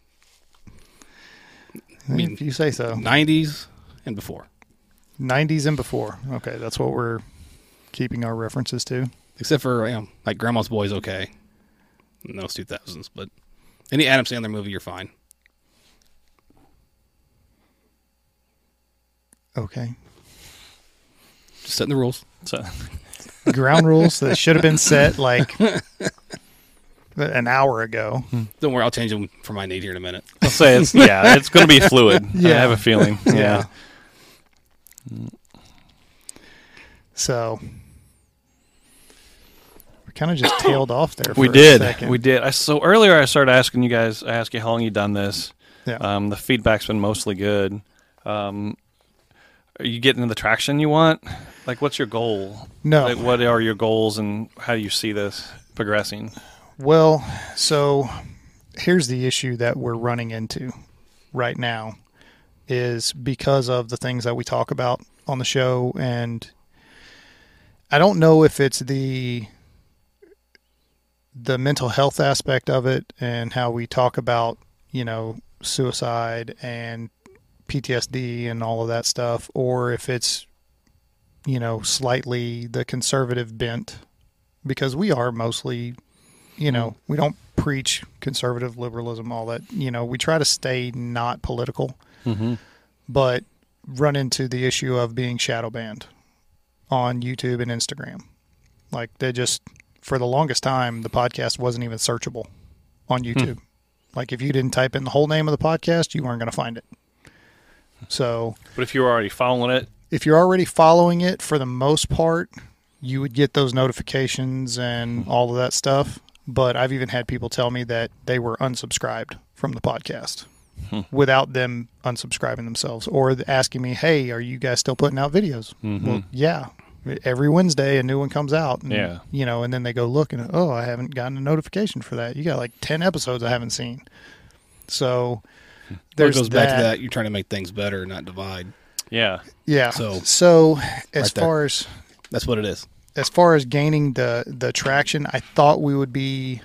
[SPEAKER 2] mean-
[SPEAKER 1] if you say so.
[SPEAKER 2] 90s and before,
[SPEAKER 1] Nineties and before. Okay, that's what we're keeping our references to.
[SPEAKER 2] except for you know, like Grandma's Boy's okay. And those 2000s, but any Adam Sandler movie, you're fine.
[SPEAKER 1] Okay.
[SPEAKER 2] Just setting the rules.
[SPEAKER 3] So,
[SPEAKER 1] Ground rules that should have been set like an hour ago.
[SPEAKER 2] Don't worry, I'll change them for my need here in a minute.
[SPEAKER 3] I'll say it's yeah, it's going to be fluid. I
[SPEAKER 1] Yeah.
[SPEAKER 3] have a feeling. Yeah.
[SPEAKER 1] So we kind of just tailed off there. For
[SPEAKER 3] We
[SPEAKER 1] a
[SPEAKER 3] did.
[SPEAKER 1] second.
[SPEAKER 3] We did. I, so earlier I started asking you guys, I asked you how long you done this.
[SPEAKER 1] Yeah.
[SPEAKER 3] Um, the feedback's been mostly good. Um, are you getting the traction you want? Like, what's your goal?
[SPEAKER 1] No.
[SPEAKER 3] Like, what are your goals and how do you see this progressing?
[SPEAKER 1] Well, so here's the issue that we're running into right now is because of the things that we talk about on the show and I don't know if it's the the mental health aspect of it and how we talk about, you know, suicide and PTSD and all of that stuff or if it's you know, slightly the conservative bent because we are mostly, you know, we don't preach conservative liberalism, all that. You know, we try to stay not political, but run into the issue of being shadow banned on YouTube and Instagram. Like they just, for the longest time, the podcast wasn't even searchable on YouTube. Like if you didn't type in the whole name of the podcast, you weren't going to find it. So
[SPEAKER 3] But if you were already following it,
[SPEAKER 1] if you're already following it for the most part, you would get those notifications and
[SPEAKER 2] Hmm.
[SPEAKER 1] all of that stuff. But I've even had people tell me that they were unsubscribed from the podcast
[SPEAKER 2] Hmm.
[SPEAKER 1] without them unsubscribing themselves or th- asking me, "Hey, are you guys still putting out videos?"
[SPEAKER 2] Mm-hmm.
[SPEAKER 1] Well, yeah. E, Every Wednesday, a new one comes out. And,
[SPEAKER 3] Yeah.
[SPEAKER 1] You know, and then they go look and, oh, I haven't gotten a notification for that. You got like 10 episodes I haven't seen. So
[SPEAKER 2] There
[SPEAKER 1] there's
[SPEAKER 2] goes back to that. You're trying to make things better, not divide.
[SPEAKER 3] yeah,
[SPEAKER 1] Yeah.
[SPEAKER 2] So,
[SPEAKER 1] as
[SPEAKER 2] right there.
[SPEAKER 1] far as
[SPEAKER 2] That's what it is.
[SPEAKER 1] as far as gaining the the traction, I thought we would be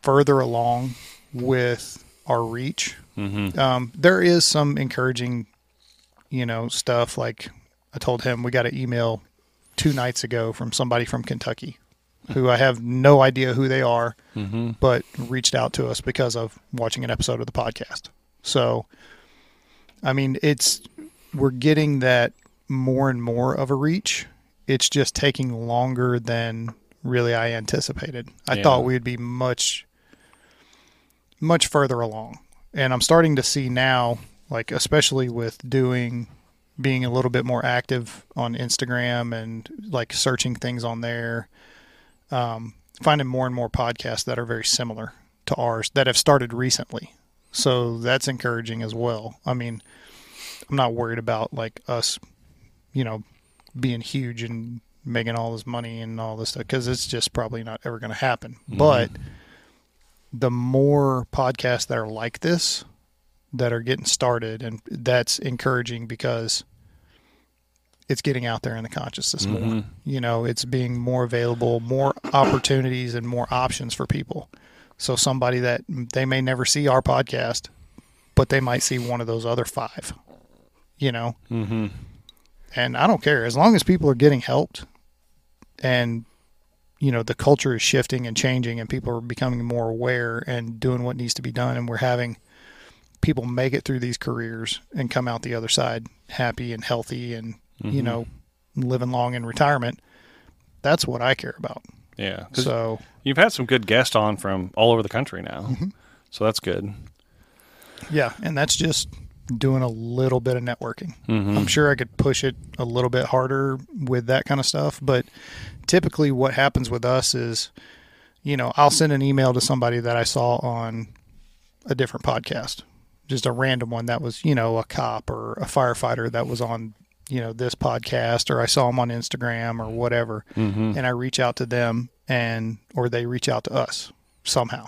[SPEAKER 1] further along with our reach. Um, there is some encouraging, you know, stuff. Like I told him, we got an email two nights ago from somebody from Kentucky, who I have no idea who they are, but reached out to us because of watching an episode of the podcast. So, I mean, it's we're getting that more and more of a reach. It's just taking longer than really I anticipated. I
[SPEAKER 3] Yeah.
[SPEAKER 1] thought we'd be much much further along. And I'm starting to see now, like especially with doing being a little bit more active on Instagram and like searching things on there, um, finding more and more podcasts that are very similar to ours that have started recently. So that's encouraging as well. I mean, I'm not worried about like us, you know, being huge and making all this money and all this stuff because it's just probably not ever going to happen. But the more podcasts that are like this that are getting started, and that's encouraging because it's getting out there in the consciousness more. You know, it's being more available, more opportunities, and more options for people. So somebody that they may never see our podcast, but they might see one of those other five. You know, and I don't care as long as people are getting helped and you know the culture is shifting and changing and people are becoming more aware and doing what needs to be done and we're having people make it through these careers and come out the other side happy and healthy and you know living long in retirement that's what I care about
[SPEAKER 3] yeah. 'Cause
[SPEAKER 1] so
[SPEAKER 3] you've had some good guests on from all over the country now,
[SPEAKER 1] Mm-hmm.
[SPEAKER 3] so that's good.
[SPEAKER 1] Yeah, and that's just doing a little bit of networking. I'm sure I could push it a little bit harder with that kind of stuff, but typically what happens with us is you know, I'll send an email to somebody that I saw on a different podcast. Just a random one that was, you know, a cop or a firefighter that was on, you know, this podcast or I saw them on Instagram or whatever. And I reach out to them and or they reach out to us somehow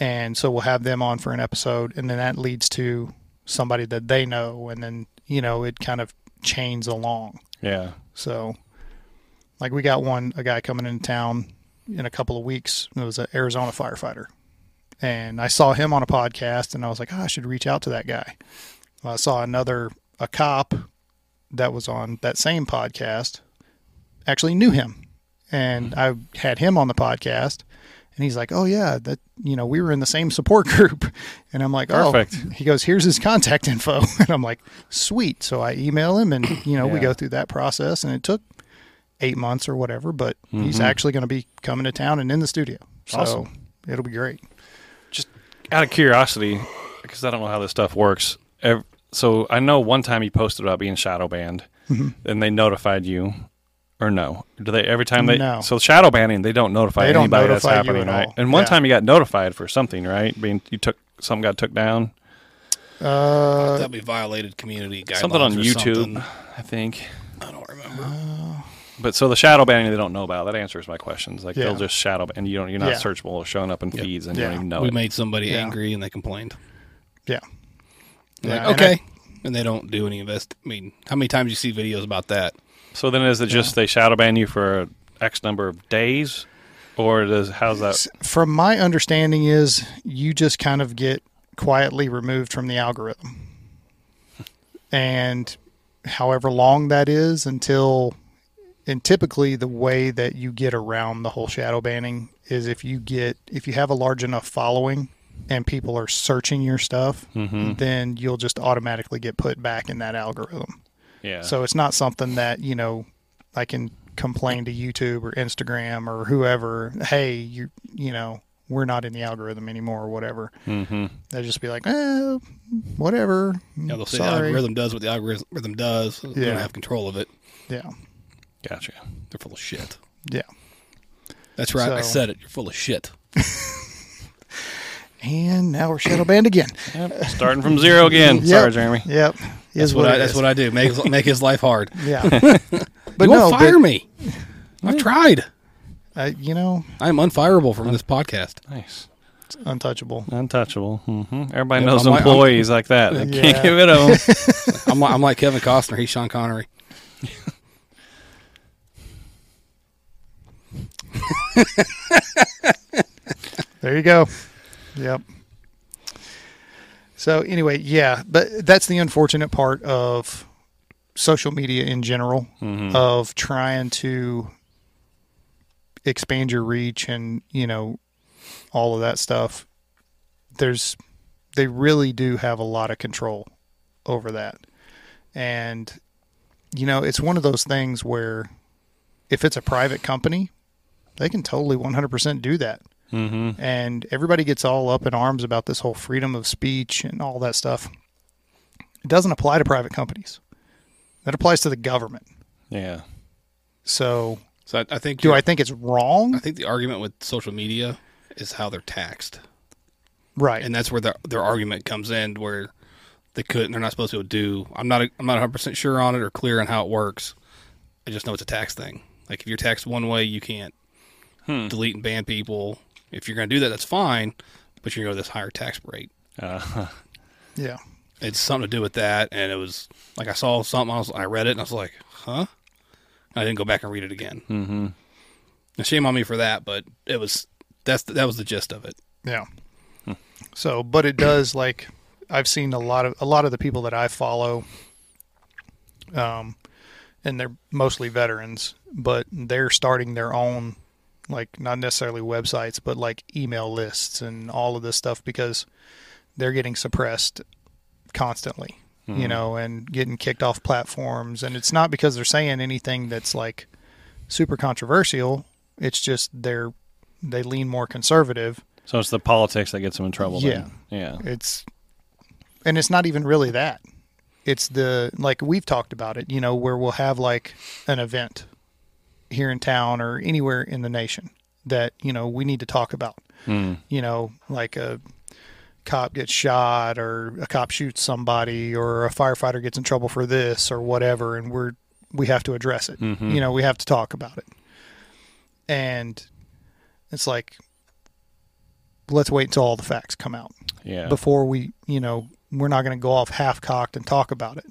[SPEAKER 1] and so we'll have them on for an episode and then that leads to somebody that they know and then you know it kind of chains along
[SPEAKER 3] Yeah,
[SPEAKER 1] so like we got one a guy coming into town in a couple of weeks it was an arizona firefighter and i saw him on a podcast and i was like "Ah, i should reach out to that guy well, i saw another a cop that was on that same podcast actually knew him and i had him on the podcast and he's like oh yeah that you know we were in the same support group and i'm like oh
[SPEAKER 3] Perfect.
[SPEAKER 1] he goes here's his contact info and i'm like sweet so i email him and you know we
[SPEAKER 3] Yeah.
[SPEAKER 1] go through that process and it took eight months or whatever but he's
[SPEAKER 2] Mm-hmm.
[SPEAKER 1] actually going to be coming to town and in the studio so
[SPEAKER 3] Awesome.
[SPEAKER 1] it'll be great
[SPEAKER 3] just out of curiosity, because I don't know how this stuff works. ev- So I know one time you posted about being shadow banned,
[SPEAKER 1] Mm-hmm.
[SPEAKER 3] and they notified you, or no? Do they every time they?
[SPEAKER 1] No.
[SPEAKER 3] So shadow banning, they don't notify
[SPEAKER 1] They don't
[SPEAKER 3] anybody
[SPEAKER 1] notify you
[SPEAKER 3] that's happening,
[SPEAKER 1] at
[SPEAKER 3] right?
[SPEAKER 1] all.
[SPEAKER 3] And one
[SPEAKER 1] Yeah.
[SPEAKER 3] time you got notified for something, right? Being you took some got took down
[SPEAKER 1] uh
[SPEAKER 2] that we violated community guidelines.
[SPEAKER 3] something on
[SPEAKER 2] or
[SPEAKER 3] YouTube,
[SPEAKER 2] something.
[SPEAKER 3] I think.
[SPEAKER 2] I don't remember.
[SPEAKER 3] But so the shadow banning they don't know about that answers my questions. Like
[SPEAKER 1] Yeah.
[SPEAKER 3] they'll just shadow ban, and you don't you're not
[SPEAKER 1] Yeah.
[SPEAKER 3] searchable or showing up in feeds and
[SPEAKER 1] Yeah.
[SPEAKER 3] you don't even know
[SPEAKER 2] we
[SPEAKER 3] it.
[SPEAKER 2] made somebody
[SPEAKER 1] Yeah.
[SPEAKER 2] angry and they complained.
[SPEAKER 1] yeah
[SPEAKER 2] They're
[SPEAKER 1] Yeah,
[SPEAKER 2] like,
[SPEAKER 1] and
[SPEAKER 2] okay. And, they don't do any invest. I mean, how many times you see videos about that?
[SPEAKER 3] So then is it just they shadow ban you for X number of days? Or does how's that?
[SPEAKER 1] from my understanding is you just kind of get quietly removed from the algorithm and however long that is until And typically, the way that you get around the whole shadow banning is if you get if you have a large enough following and people are searching your stuff, then you'll just automatically get put back in that algorithm.
[SPEAKER 3] Yeah.
[SPEAKER 1] So it's not something that, you know, I can complain to YouTube or Instagram or whoever, hey, you you know, we're not in the algorithm anymore or whatever. Mm-hmm. They'll just be like, eh, whatever.
[SPEAKER 2] Yeah, they'll say the
[SPEAKER 1] Sorry.
[SPEAKER 2] algorithm does what the algorithm does. They
[SPEAKER 1] Yeah.
[SPEAKER 2] don't have control of it.
[SPEAKER 1] Yeah.
[SPEAKER 3] gotcha.
[SPEAKER 2] They're full of shit.
[SPEAKER 1] Yeah.
[SPEAKER 2] That's right. I
[SPEAKER 1] So-
[SPEAKER 2] said it. You're full of shit.
[SPEAKER 1] And now we're shadow banned again.
[SPEAKER 3] Yep. Starting from zero again.
[SPEAKER 1] Yep.
[SPEAKER 3] Sorry, Jeremy.
[SPEAKER 1] Yep.
[SPEAKER 2] That's what, I, that's what I do. Make make his life hard.
[SPEAKER 1] Yeah. but
[SPEAKER 2] you
[SPEAKER 1] no,
[SPEAKER 2] won't fire
[SPEAKER 1] but,
[SPEAKER 2] me. I've tried.
[SPEAKER 1] uh, you know,
[SPEAKER 2] I am unfireable from this podcast.
[SPEAKER 3] Nice.
[SPEAKER 1] it's untouchable.
[SPEAKER 3] Untouchable. hmm Everybody
[SPEAKER 2] Yeah,
[SPEAKER 3] knows
[SPEAKER 2] I'm like-
[SPEAKER 3] employees like that. They
[SPEAKER 1] Yeah.
[SPEAKER 3] can't get rid of them.
[SPEAKER 2] I'm like, I'm like Kevin Costner. He's Sean Connery.
[SPEAKER 1] There you go. Yep. So anyway, yeah, but that's the unfortunate part of social media in general of trying to expand your reach and, you know, all of that stuff. There's they really do have a lot of control over that. And you know, it's one of those things where if it's a private company, they can totally 100% do that and everybody gets all up in arms about this whole freedom of speech and all that stuff. It doesn't apply to private companies. That applies to the government.
[SPEAKER 3] yeah.
[SPEAKER 1] So,
[SPEAKER 2] So I, I think
[SPEAKER 1] do
[SPEAKER 2] you're-
[SPEAKER 1] I think it's
[SPEAKER 2] I
[SPEAKER 1] wrong?
[SPEAKER 2] think the argument with social media is how they're taxed,
[SPEAKER 1] Right.
[SPEAKER 2] and that's where the, their argument comes in, where they couldn't, they're not supposed to do. I'm not, I'm not 100 percent sure on it or clear on how it works. I just know it's a tax thing. Like if you're taxed one way, you can't
[SPEAKER 1] Hmm.
[SPEAKER 2] delete and ban people. If you're going to do that, that's fine, but you're going to this higher tax rate.
[SPEAKER 3] Uh,
[SPEAKER 1] yeah.
[SPEAKER 2] it's something to do with that. And it was like I saw something, I, was, I read it, and I was like, huh? And I didn't go back and read it again. Mm-hmm. And shame on me for that, but it was that's that was the gist of it.
[SPEAKER 1] Yeah. So, but it does like I've seen a lot of a lot of the people that I follow um and they're mostly veterans, but they're starting their own like not necessarily websites, but like email lists and all of this stuff because they're getting suppressed constantly, you know, and getting kicked off platforms and it's not because they're saying anything that's like super controversial, it's just they're they lean more conservative
[SPEAKER 3] so it's the politics that gets them in trouble. then. Yeah.
[SPEAKER 1] it's and it's not even really that it's the like we've talked about it you know where we'll have like an event here in town or anywhere in the nation that you know we need to talk about
[SPEAKER 3] Mm.
[SPEAKER 1] you know like a cop gets shot or a cop shoots somebody or a firefighter gets in trouble for this or whatever and we're we have to address it you know we have to talk about it and it's like let's wait until all the facts come out
[SPEAKER 3] Yeah.
[SPEAKER 1] before we, you know, we're not going to go off half cocked and talk about it.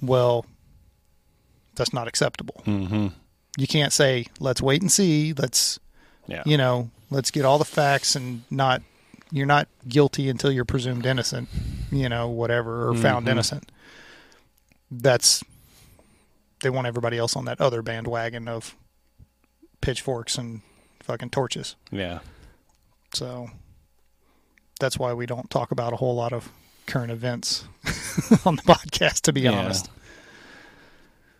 [SPEAKER 1] Well, that's not acceptable. Mm-hmm. You can't say, let's wait and see. Let's,
[SPEAKER 3] yeah.
[SPEAKER 1] you know, let's get all the facts and not, you're not guilty until you're presumed innocent, you know, whatever, or
[SPEAKER 3] Mm-hmm.
[SPEAKER 1] found innocent. That's, they want everybody else on that other bandwagon of pitchforks and fucking torches.
[SPEAKER 3] yeah.
[SPEAKER 1] So that's why we don't talk about a whole lot of current events on the podcast, to be
[SPEAKER 3] Yeah.
[SPEAKER 1] honest.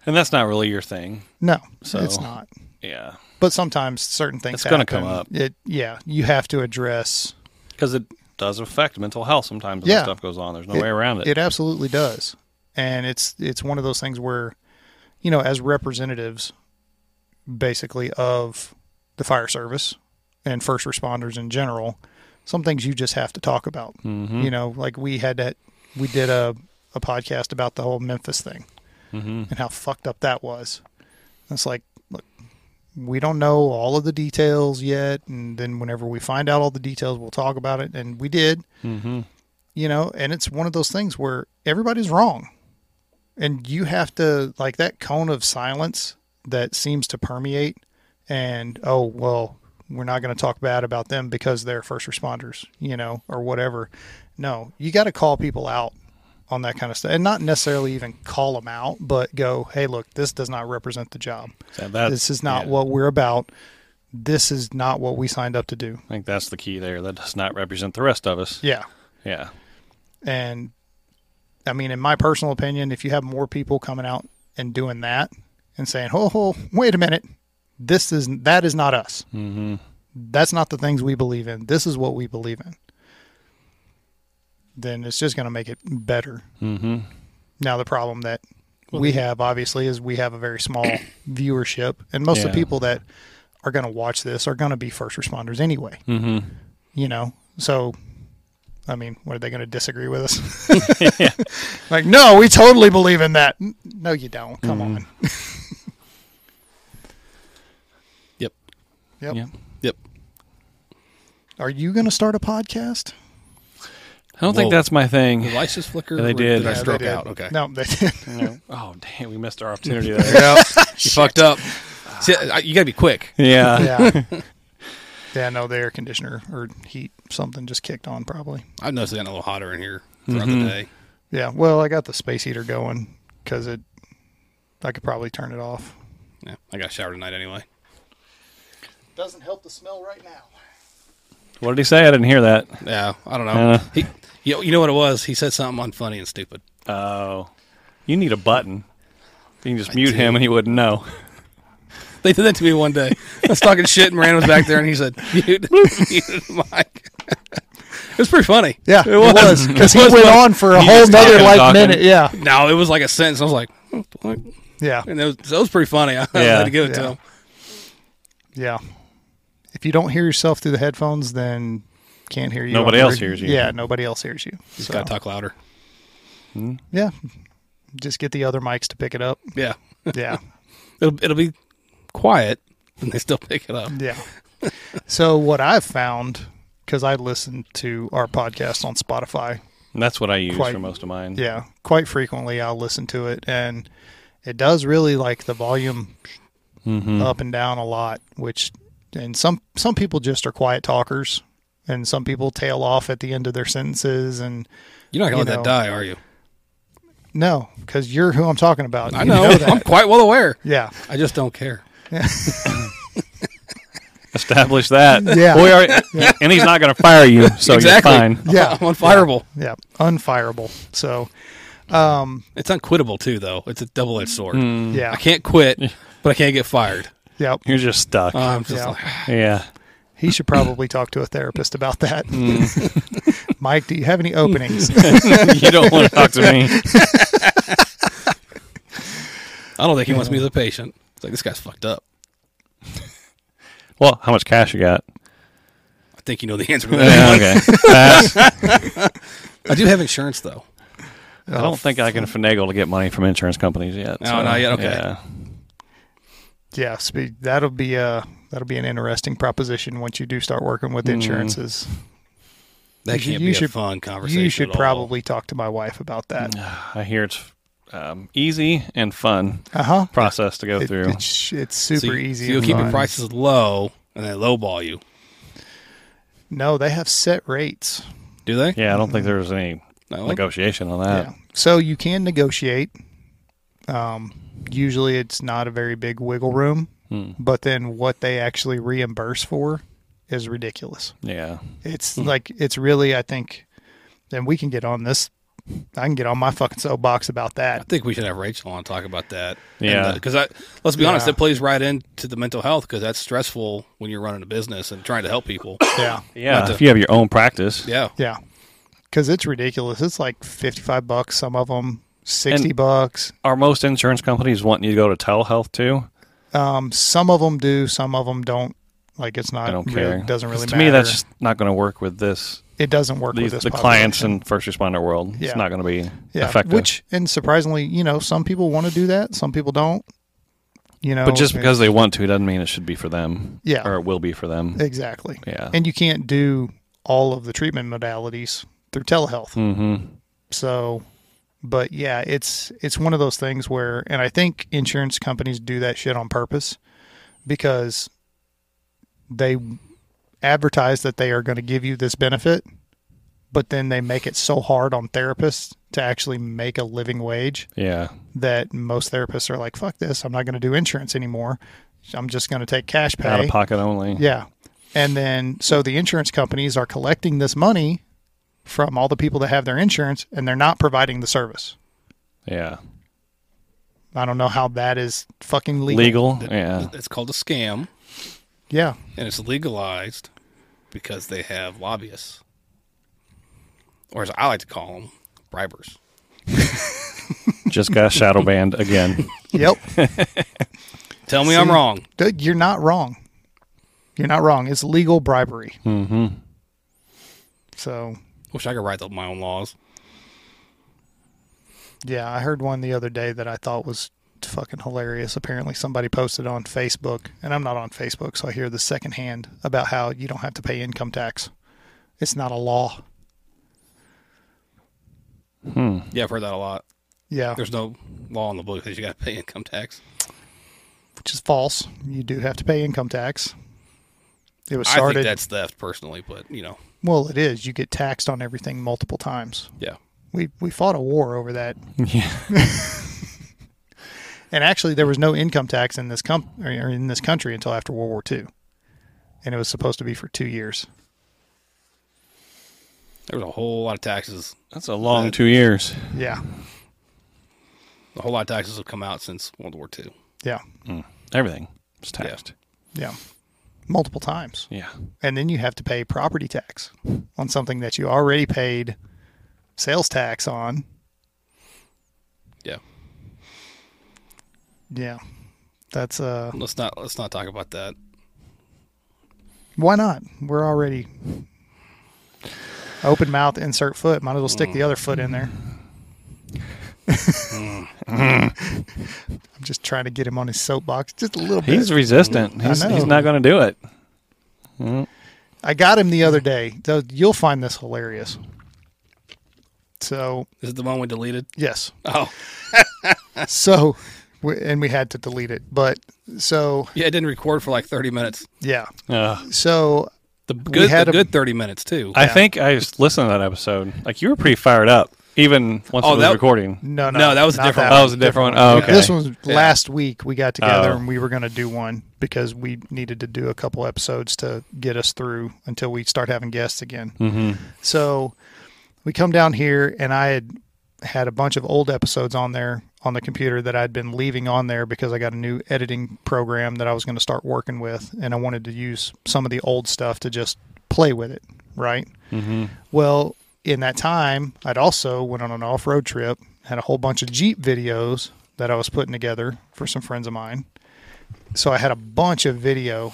[SPEAKER 3] And that's not really your thing.
[SPEAKER 1] No,
[SPEAKER 3] So-
[SPEAKER 1] it's not.
[SPEAKER 3] Yeah.
[SPEAKER 1] But sometimes certain things
[SPEAKER 3] It's gonna
[SPEAKER 1] happen.
[SPEAKER 3] come up.
[SPEAKER 1] It, yeah, you have to address.
[SPEAKER 3] Because it does affect mental health sometimes when
[SPEAKER 1] Yeah.
[SPEAKER 3] yeah. stuff goes on. There's no way around it.
[SPEAKER 1] It absolutely does, and it's it's one of those things where, you know, as representatives, basically of the fire service and first responders in general, some things you just have to talk about.
[SPEAKER 3] Mm-hmm.
[SPEAKER 1] You know, like we had that we did a a podcast about the whole Memphis thing and how fucked up that was. It's like, look, we don't know all of the details yet, and then whenever we find out all the details, we'll talk about it. And we did
[SPEAKER 3] Mm-hmm.
[SPEAKER 1] you know and it's one of those things where everybody's wrong and you have to like that cone of silence that seems to permeate and oh well we're not going to talk bad about them because they're first responders you know or whatever no you got to call people out on that kind of stuff, and not necessarily even call them out, but go, "Hey, look, this does not represent the job.
[SPEAKER 3] So that-
[SPEAKER 1] this is not
[SPEAKER 3] yeah.
[SPEAKER 1] what we're about. This is not what we signed up to do."
[SPEAKER 3] I think that's the key there. That does not represent the rest of us.
[SPEAKER 1] Yeah,
[SPEAKER 3] Yeah.
[SPEAKER 1] and I mean, in my personal opinion, if you have more people coming out and doing that and saying, "Oh, oh wait a minute, this is that is not us. Mm-hmm. That's not the things we believe in. This is what we believe in." Then it's just going to make it better. Mm-hmm. Now the problem that we have obviously is we have a very small viewership, and most of
[SPEAKER 3] Yeah.
[SPEAKER 1] the people that are going to watch this are going to be first responders anyway. Mm-hmm. You know, so I mean, what are they going to disagree with us? Like, no, we totally believe in that. N- No, you don't. Come on.
[SPEAKER 2] Yep.
[SPEAKER 1] Yep.
[SPEAKER 3] Yeah.
[SPEAKER 2] Yep.
[SPEAKER 1] Are you going to start a podcast?
[SPEAKER 3] I don't
[SPEAKER 2] Whoa.
[SPEAKER 3] think that's my thing.
[SPEAKER 2] The lights just flickered.
[SPEAKER 3] Yeah, they
[SPEAKER 2] or
[SPEAKER 3] did.
[SPEAKER 2] I
[SPEAKER 3] Yeah, they
[SPEAKER 2] stroke out? Okay.
[SPEAKER 1] No, they did.
[SPEAKER 3] Oh, damn. We missed our opportunity there.
[SPEAKER 2] Yeah. you fucked up. See, I- you got to be quick.
[SPEAKER 3] yeah.
[SPEAKER 1] yeah. Yeah, no, the air conditioner or heat, something just kicked on probably.
[SPEAKER 2] I've noticed it getting a little hotter in here throughout the day.
[SPEAKER 1] Yeah. Well, I got the space heater going because it, I could probably turn it off.
[SPEAKER 2] Yeah, I got a shower tonight anyway.
[SPEAKER 1] Doesn't help the smell right now.
[SPEAKER 3] What did he say? I didn't hear that.
[SPEAKER 2] Yeah, I don't know.
[SPEAKER 3] Uh.
[SPEAKER 2] he, you, know you know what it was? He said something unfunny and stupid.
[SPEAKER 3] Oh. You need a button. You can just mute
[SPEAKER 2] do.
[SPEAKER 3] him and he wouldn't know.
[SPEAKER 2] They did that to me one day. I was talking shit, and Miranda was back there, and he said, "Mute, muted mic." it was pretty funny.
[SPEAKER 1] Yeah, it was because he went on for a
[SPEAKER 3] He
[SPEAKER 1] whole
[SPEAKER 3] just
[SPEAKER 1] nother
[SPEAKER 3] talking,
[SPEAKER 1] like
[SPEAKER 3] talking.
[SPEAKER 1] minute. Yeah,
[SPEAKER 2] No, it was like a sentence. I was like, "What the fuck?"
[SPEAKER 1] yeah,
[SPEAKER 2] and it was, that was pretty funny. I
[SPEAKER 3] Yeah.
[SPEAKER 2] had to give it
[SPEAKER 1] Yeah.
[SPEAKER 2] to him.
[SPEAKER 1] yeah. If you don't hear yourself through the headphones, then can't hear you.
[SPEAKER 3] Nobody
[SPEAKER 1] on the
[SPEAKER 3] else
[SPEAKER 1] re-
[SPEAKER 3] hears you.
[SPEAKER 1] Yeah, nobody else hears you.
[SPEAKER 2] Just
[SPEAKER 1] So,
[SPEAKER 2] got to talk louder.
[SPEAKER 1] Yeah, just get the other mics to pick it up.
[SPEAKER 2] Yeah,
[SPEAKER 1] Yeah,
[SPEAKER 2] it'll, it'll be quiet, and they still pick it up.
[SPEAKER 1] yeah. So what I've found because I listen to our podcast on Spotify
[SPEAKER 3] And that's what I use
[SPEAKER 1] Quite.
[SPEAKER 3] for most of mine.
[SPEAKER 1] yeah quite frequently i'll listen to it and it does really like the volume
[SPEAKER 3] Mm-hmm.
[SPEAKER 1] up and down a lot which and some some people just are quiet talkers and some people tail off at the end of their sentences and
[SPEAKER 2] You're not gonna
[SPEAKER 1] You
[SPEAKER 2] let
[SPEAKER 1] know.
[SPEAKER 2] that die, are you?
[SPEAKER 1] no because you're who i'm talking about
[SPEAKER 2] I
[SPEAKER 1] You
[SPEAKER 2] know. I'm quite well aware.
[SPEAKER 1] yeah
[SPEAKER 2] I just don't care.
[SPEAKER 3] Establish that.
[SPEAKER 1] Yeah.
[SPEAKER 3] We are, And he's not going to fire you, so
[SPEAKER 2] exactly.
[SPEAKER 3] Oh, you're fine.
[SPEAKER 2] I'm,
[SPEAKER 1] Yeah.
[SPEAKER 2] I'm unfireable.
[SPEAKER 1] yeah unfireable so
[SPEAKER 2] It's unquittable too, though. It's a double edged sword.
[SPEAKER 1] yeah
[SPEAKER 2] Hmm. I can't quit, but I can't get fired.
[SPEAKER 1] yep
[SPEAKER 3] You're just stuck.
[SPEAKER 2] I'm just
[SPEAKER 1] Yeah.
[SPEAKER 2] like,
[SPEAKER 3] yeah.
[SPEAKER 1] he should probably talk to a therapist about that
[SPEAKER 2] Hmm.
[SPEAKER 1] mike do you have any openings
[SPEAKER 3] you don't want to talk to me.
[SPEAKER 2] I don't think he wants me as a patient. It's like this guy's fucked up.
[SPEAKER 3] Well, how much cash you got?
[SPEAKER 2] I think you know the answer to that.
[SPEAKER 3] okay. That's-
[SPEAKER 2] I do have insurance though.
[SPEAKER 3] I don't think I can finagle to get money from insurance companies yet.
[SPEAKER 2] No, not yet. Okay.
[SPEAKER 3] Yeah.
[SPEAKER 1] Yeah, spe- that'll be a that'll be an interesting proposition once you do start working with
[SPEAKER 2] Hmm.
[SPEAKER 1] insurances.
[SPEAKER 2] That
[SPEAKER 1] You-
[SPEAKER 2] can't
[SPEAKER 1] you
[SPEAKER 2] be
[SPEAKER 1] should-
[SPEAKER 2] a fun conversation.
[SPEAKER 1] You should
[SPEAKER 2] at all.
[SPEAKER 1] probably talk to my wife about that.
[SPEAKER 3] I hear it's um, easy and fun
[SPEAKER 1] Uh huh.
[SPEAKER 3] process to go
[SPEAKER 1] It,
[SPEAKER 3] through.
[SPEAKER 1] it's, it's super
[SPEAKER 2] so you,
[SPEAKER 1] easy.
[SPEAKER 2] So you'll
[SPEAKER 1] and
[SPEAKER 2] keep your
[SPEAKER 1] fun.
[SPEAKER 2] prices low and they lowball you.
[SPEAKER 1] No, they have set rates.
[SPEAKER 2] Do they?
[SPEAKER 3] yeah, I don't think there's any
[SPEAKER 2] No?
[SPEAKER 3] negotiation on
[SPEAKER 1] Yeah.
[SPEAKER 3] that.
[SPEAKER 1] Uh, So you can negotiate. Um, usually it's not a very big wiggle room,
[SPEAKER 3] Hmm.
[SPEAKER 1] but then what they actually reimburse for is ridiculous.
[SPEAKER 3] Yeah. Hmm.
[SPEAKER 1] It's like it's really I think, and we can get on this. I can get on my fucking soapbox about that.
[SPEAKER 2] I think we should have Rachel on and talk about that.
[SPEAKER 3] Yeah.
[SPEAKER 2] Because I let's be honest,
[SPEAKER 1] Yeah.
[SPEAKER 2] that plays right into the mental health because that's stressful when you're running a business and trying to help people.
[SPEAKER 1] Yeah.
[SPEAKER 3] Yeah.
[SPEAKER 2] Not
[SPEAKER 3] if
[SPEAKER 2] to-
[SPEAKER 3] you have your own practice.
[SPEAKER 2] yeah.
[SPEAKER 1] Yeah, because it's ridiculous. It's like fifty-five bucks. Some of them sixty
[SPEAKER 3] And-
[SPEAKER 1] bucks.
[SPEAKER 3] Are most insurance companies wanting you to go to telehealth too?
[SPEAKER 1] Um, some of them do. Some of them don't. Like it's not.
[SPEAKER 3] I don't
[SPEAKER 1] really-
[SPEAKER 3] care.
[SPEAKER 1] Doesn't really
[SPEAKER 3] 'Cause
[SPEAKER 1] matter.
[SPEAKER 3] to me, that's just not going to work with this.
[SPEAKER 1] it doesn't work
[SPEAKER 3] These,
[SPEAKER 1] with this
[SPEAKER 3] the clients
[SPEAKER 1] population.
[SPEAKER 3] and first responder world.
[SPEAKER 1] Yeah.
[SPEAKER 3] It's not going to be
[SPEAKER 1] yeah,
[SPEAKER 3] effective.
[SPEAKER 1] which and surprisingly, you know, some people want to do that. Some people don't. You know,
[SPEAKER 3] but just
[SPEAKER 1] it-
[SPEAKER 3] because they want to doesn't mean it should be for them.
[SPEAKER 1] Yeah.
[SPEAKER 3] Or it will be for them.
[SPEAKER 1] exactly,
[SPEAKER 3] Yeah.
[SPEAKER 1] and you can't do all of the treatment modalities through telehealth.
[SPEAKER 3] mm-hmm.
[SPEAKER 1] So, but yeah, it's it's one of those things where, and I think insurance companies do that shit on purpose because they advertise that they are going to give you this benefit, but then they make it so hard on therapists to actually make a living wage
[SPEAKER 3] Yeah.
[SPEAKER 1] that most therapists are like, fuck this, I'm not going to do insurance anymore. I'm just going to take cash pay.
[SPEAKER 3] Out of pocket only.
[SPEAKER 1] Yeah. And then so the insurance companies are collecting this money from all the people that have their insurance and they're not providing the service.
[SPEAKER 3] Yeah.
[SPEAKER 1] I don't know how that is fucking legal.
[SPEAKER 3] Legal. Yeah.
[SPEAKER 2] It's called a scam,
[SPEAKER 1] Yeah.
[SPEAKER 2] and it's legalized because they have lobbyists, or as I like to call them, bribers.
[SPEAKER 3] Just got shadow banned again.
[SPEAKER 1] Yep.
[SPEAKER 2] Tell me I'm wrong.
[SPEAKER 1] Dude, You're not wrong. You're not wrong. It's legal bribery. Mm-hmm. So
[SPEAKER 2] Wish I could write up my own laws.
[SPEAKER 1] yeah, I heard one the other day that I thought was fucking hilarious. Apparently somebody posted on Facebook and I'm not on Facebook, so I hear this secondhand about how you don't have to pay income tax. It's not a law.
[SPEAKER 2] Yeah, I've heard that a lot.
[SPEAKER 1] Yeah.
[SPEAKER 2] There's no law in the book that you got to pay income tax.
[SPEAKER 1] which is false. You do have to pay income tax. It was
[SPEAKER 2] I think
[SPEAKER 1] started.
[SPEAKER 2] that's theft personally, but you know,
[SPEAKER 1] Well, it is. You get taxed on everything multiple times.
[SPEAKER 2] yeah.
[SPEAKER 1] We we fought a war over that,
[SPEAKER 3] yeah.
[SPEAKER 1] and actually, there was no income tax in this com- or in this country until after World War II, and it was supposed to be for two years.
[SPEAKER 2] There was a whole lot of taxes.
[SPEAKER 3] That's a long two years.
[SPEAKER 1] Yeah,
[SPEAKER 2] A whole lot of taxes have come out since World War II.
[SPEAKER 1] yeah,
[SPEAKER 3] Everything was taxed.
[SPEAKER 1] yeah, multiple times,
[SPEAKER 3] Yeah.
[SPEAKER 1] and then you have to pay property tax on something that you already paid sales tax on.
[SPEAKER 2] Yeah.
[SPEAKER 1] Yeah, that's uh
[SPEAKER 2] Let's not let's not talk about that.
[SPEAKER 1] Why not? We're already open mouth, insert foot. Might as well stick the other foot in there. I'm just trying to get him on his soapbox just a little bit.
[SPEAKER 3] He's resistant. He's,
[SPEAKER 1] know.
[SPEAKER 3] he's not going to do it.
[SPEAKER 1] I got him the other day. Though You'll find this hilarious. So,
[SPEAKER 2] Is it the one we deleted?
[SPEAKER 1] yes.
[SPEAKER 2] Oh,
[SPEAKER 1] So, we- and we had to delete it. But so,
[SPEAKER 2] yeah. It didn't record for like 30 minutes.
[SPEAKER 1] yeah.
[SPEAKER 3] Ugh.
[SPEAKER 1] So,
[SPEAKER 2] The good
[SPEAKER 1] had
[SPEAKER 2] the
[SPEAKER 1] a-
[SPEAKER 2] good 30 minutes too.
[SPEAKER 3] I think I just listened to that episode. Like you were pretty fired up, even once
[SPEAKER 2] Oh,
[SPEAKER 3] it was
[SPEAKER 2] that-
[SPEAKER 3] recording.
[SPEAKER 1] no, no.
[SPEAKER 2] No, that was a
[SPEAKER 1] not
[SPEAKER 2] different
[SPEAKER 3] one. That was a different one. Oh, okay.
[SPEAKER 1] This was last week we got together
[SPEAKER 3] Oh.
[SPEAKER 1] and we were going to do one because we needed to do a couple episodes to get us through until we start having guests again.
[SPEAKER 3] Mm-hmm.
[SPEAKER 1] So we come down here and I had had a bunch of old episodes on there on the computer that I'd been leaving on there because I got a new editing program that I was going to start working with and I wanted to use some of the old stuff to just play with it, right? Well, in that time, I'd also went on an off-road trip, had a whole bunch of Jeep videos that I was putting together for some friends of mine. So I had a bunch of video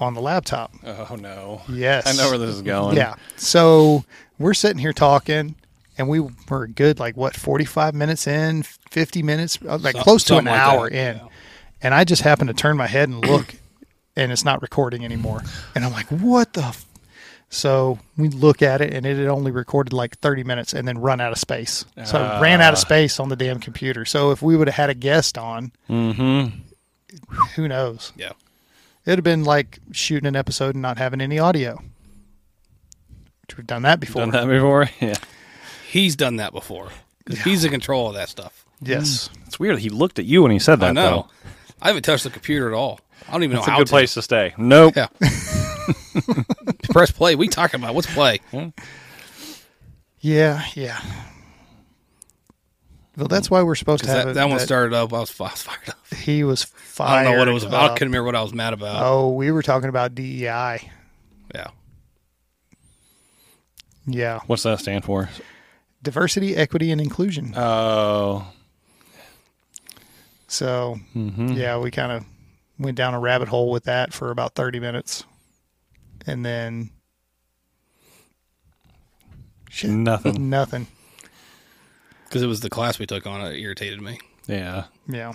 [SPEAKER 1] on the laptop.
[SPEAKER 3] Oh no!
[SPEAKER 1] Yes.
[SPEAKER 3] I know where this is going.
[SPEAKER 1] Yeah. So we're sitting here talking, and we were a good, like, what, 45 minutes in, 50 minutes, uh, like
[SPEAKER 2] Some-
[SPEAKER 1] close to an
[SPEAKER 2] something like
[SPEAKER 1] hour
[SPEAKER 2] that,
[SPEAKER 1] in.
[SPEAKER 2] yeah.
[SPEAKER 1] And I just happened to turn my head and look, and it's not recording anymore. And I'm like, what the? F-? So we look at it, and it had only recorded like 30 minutes and then run out of space. So it ran
[SPEAKER 2] Ah.
[SPEAKER 1] out of space on the damn computer. So if we would have had a guest on,
[SPEAKER 2] Mm-hmm.
[SPEAKER 1] who knows?
[SPEAKER 2] Yeah.
[SPEAKER 1] It'd have been like shooting an episode and not having any audio. Which we've done that before.
[SPEAKER 3] Done that before? Yeah.
[SPEAKER 2] He's done that before. 'Cause He's in control of that stuff.
[SPEAKER 1] Yes.
[SPEAKER 2] Mm.
[SPEAKER 3] It's weird. He looked at you when he said that.
[SPEAKER 2] I know.
[SPEAKER 3] though.
[SPEAKER 2] I haven't touched the computer at all. I don't even
[SPEAKER 3] It's
[SPEAKER 2] know
[SPEAKER 3] a
[SPEAKER 2] how
[SPEAKER 3] good
[SPEAKER 2] to.
[SPEAKER 3] place to stay. Nope.
[SPEAKER 2] Yeah. Press play. We talking about what's play?
[SPEAKER 1] Yeah, yeah. Well, that's why we're supposed to
[SPEAKER 2] Because
[SPEAKER 1] have
[SPEAKER 2] that,
[SPEAKER 1] it-
[SPEAKER 2] that one started up. I was, fi- I was fired up.
[SPEAKER 1] He was
[SPEAKER 2] I
[SPEAKER 1] fired.
[SPEAKER 2] don't know what it was about. I
[SPEAKER 1] up.
[SPEAKER 2] couldn't remember what I was mad about.
[SPEAKER 1] Oh, we were talking about E DEI.
[SPEAKER 2] Yeah.
[SPEAKER 1] Yeah,
[SPEAKER 3] What's that stand for?
[SPEAKER 1] diversity, equity, and inclusion.
[SPEAKER 2] Uh,
[SPEAKER 3] Oh,
[SPEAKER 1] so,
[SPEAKER 2] mm-hmm.
[SPEAKER 1] yeah, we kind of went down a rabbit hole with that for about thirty minutes, and then shit,
[SPEAKER 3] nothing.
[SPEAKER 1] nothing.
[SPEAKER 2] Because it was the class we took on. It irritated me.
[SPEAKER 3] Yeah.
[SPEAKER 1] Yeah.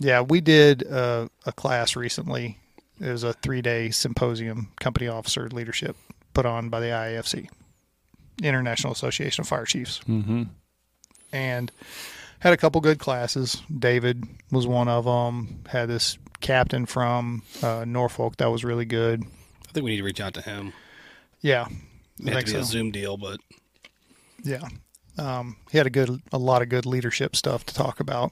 [SPEAKER 1] Yeah, we did uh, a class recently. It was a three day symposium, company officer leadership, put on by the IAFC, International Association of Fire Chiefs. Mm-hmm. And had a couple good classes. David was one of them. Had this captain from uh, Norfolk that was really good.
[SPEAKER 2] I think we need to reach out to him.
[SPEAKER 1] Yeah. I
[SPEAKER 2] It had
[SPEAKER 1] think
[SPEAKER 2] to be a
[SPEAKER 1] so.
[SPEAKER 2] Zoom deal, but
[SPEAKER 1] Yeah. Um, he had a good, a lot of good leadership stuff to talk about.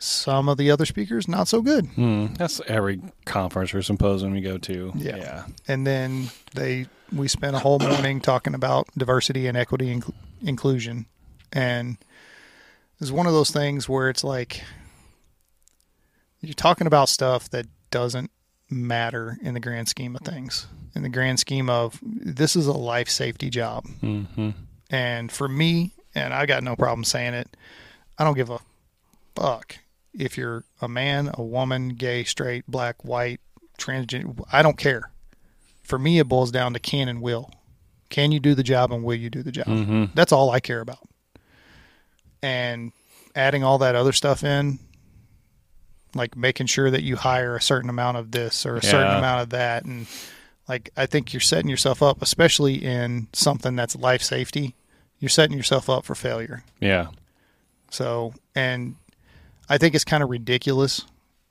[SPEAKER 1] Some of the other speakers not so good.
[SPEAKER 3] Mm, that's every conference or symposium you go to.
[SPEAKER 1] Yeah. And then they we spent a whole morning talking about diversity and equity and incl- inclusion, and it's one of those things where it's like you're talking about stuff that doesn't matter in the grand scheme of things. In the grand scheme of this is a life safety job.
[SPEAKER 3] Mm-hmm.
[SPEAKER 1] And for me, and I got no problem saying it, I don't give a fuck if you're a man, a woman, gay, straight, black, white, transgender. I don't care. For me, it boils down to can and will. Can you do the job and will you do the job? That's all I care about. And adding all that other stuff in, like making sure that you hire a certain amount of this or a certain
[SPEAKER 3] Yeah.
[SPEAKER 1] amount of that. And like, I think you're setting yourself up, especially in something that's life safety, you're setting yourself up for failure.
[SPEAKER 3] Yeah.
[SPEAKER 1] So, and I think it's kind of ridiculous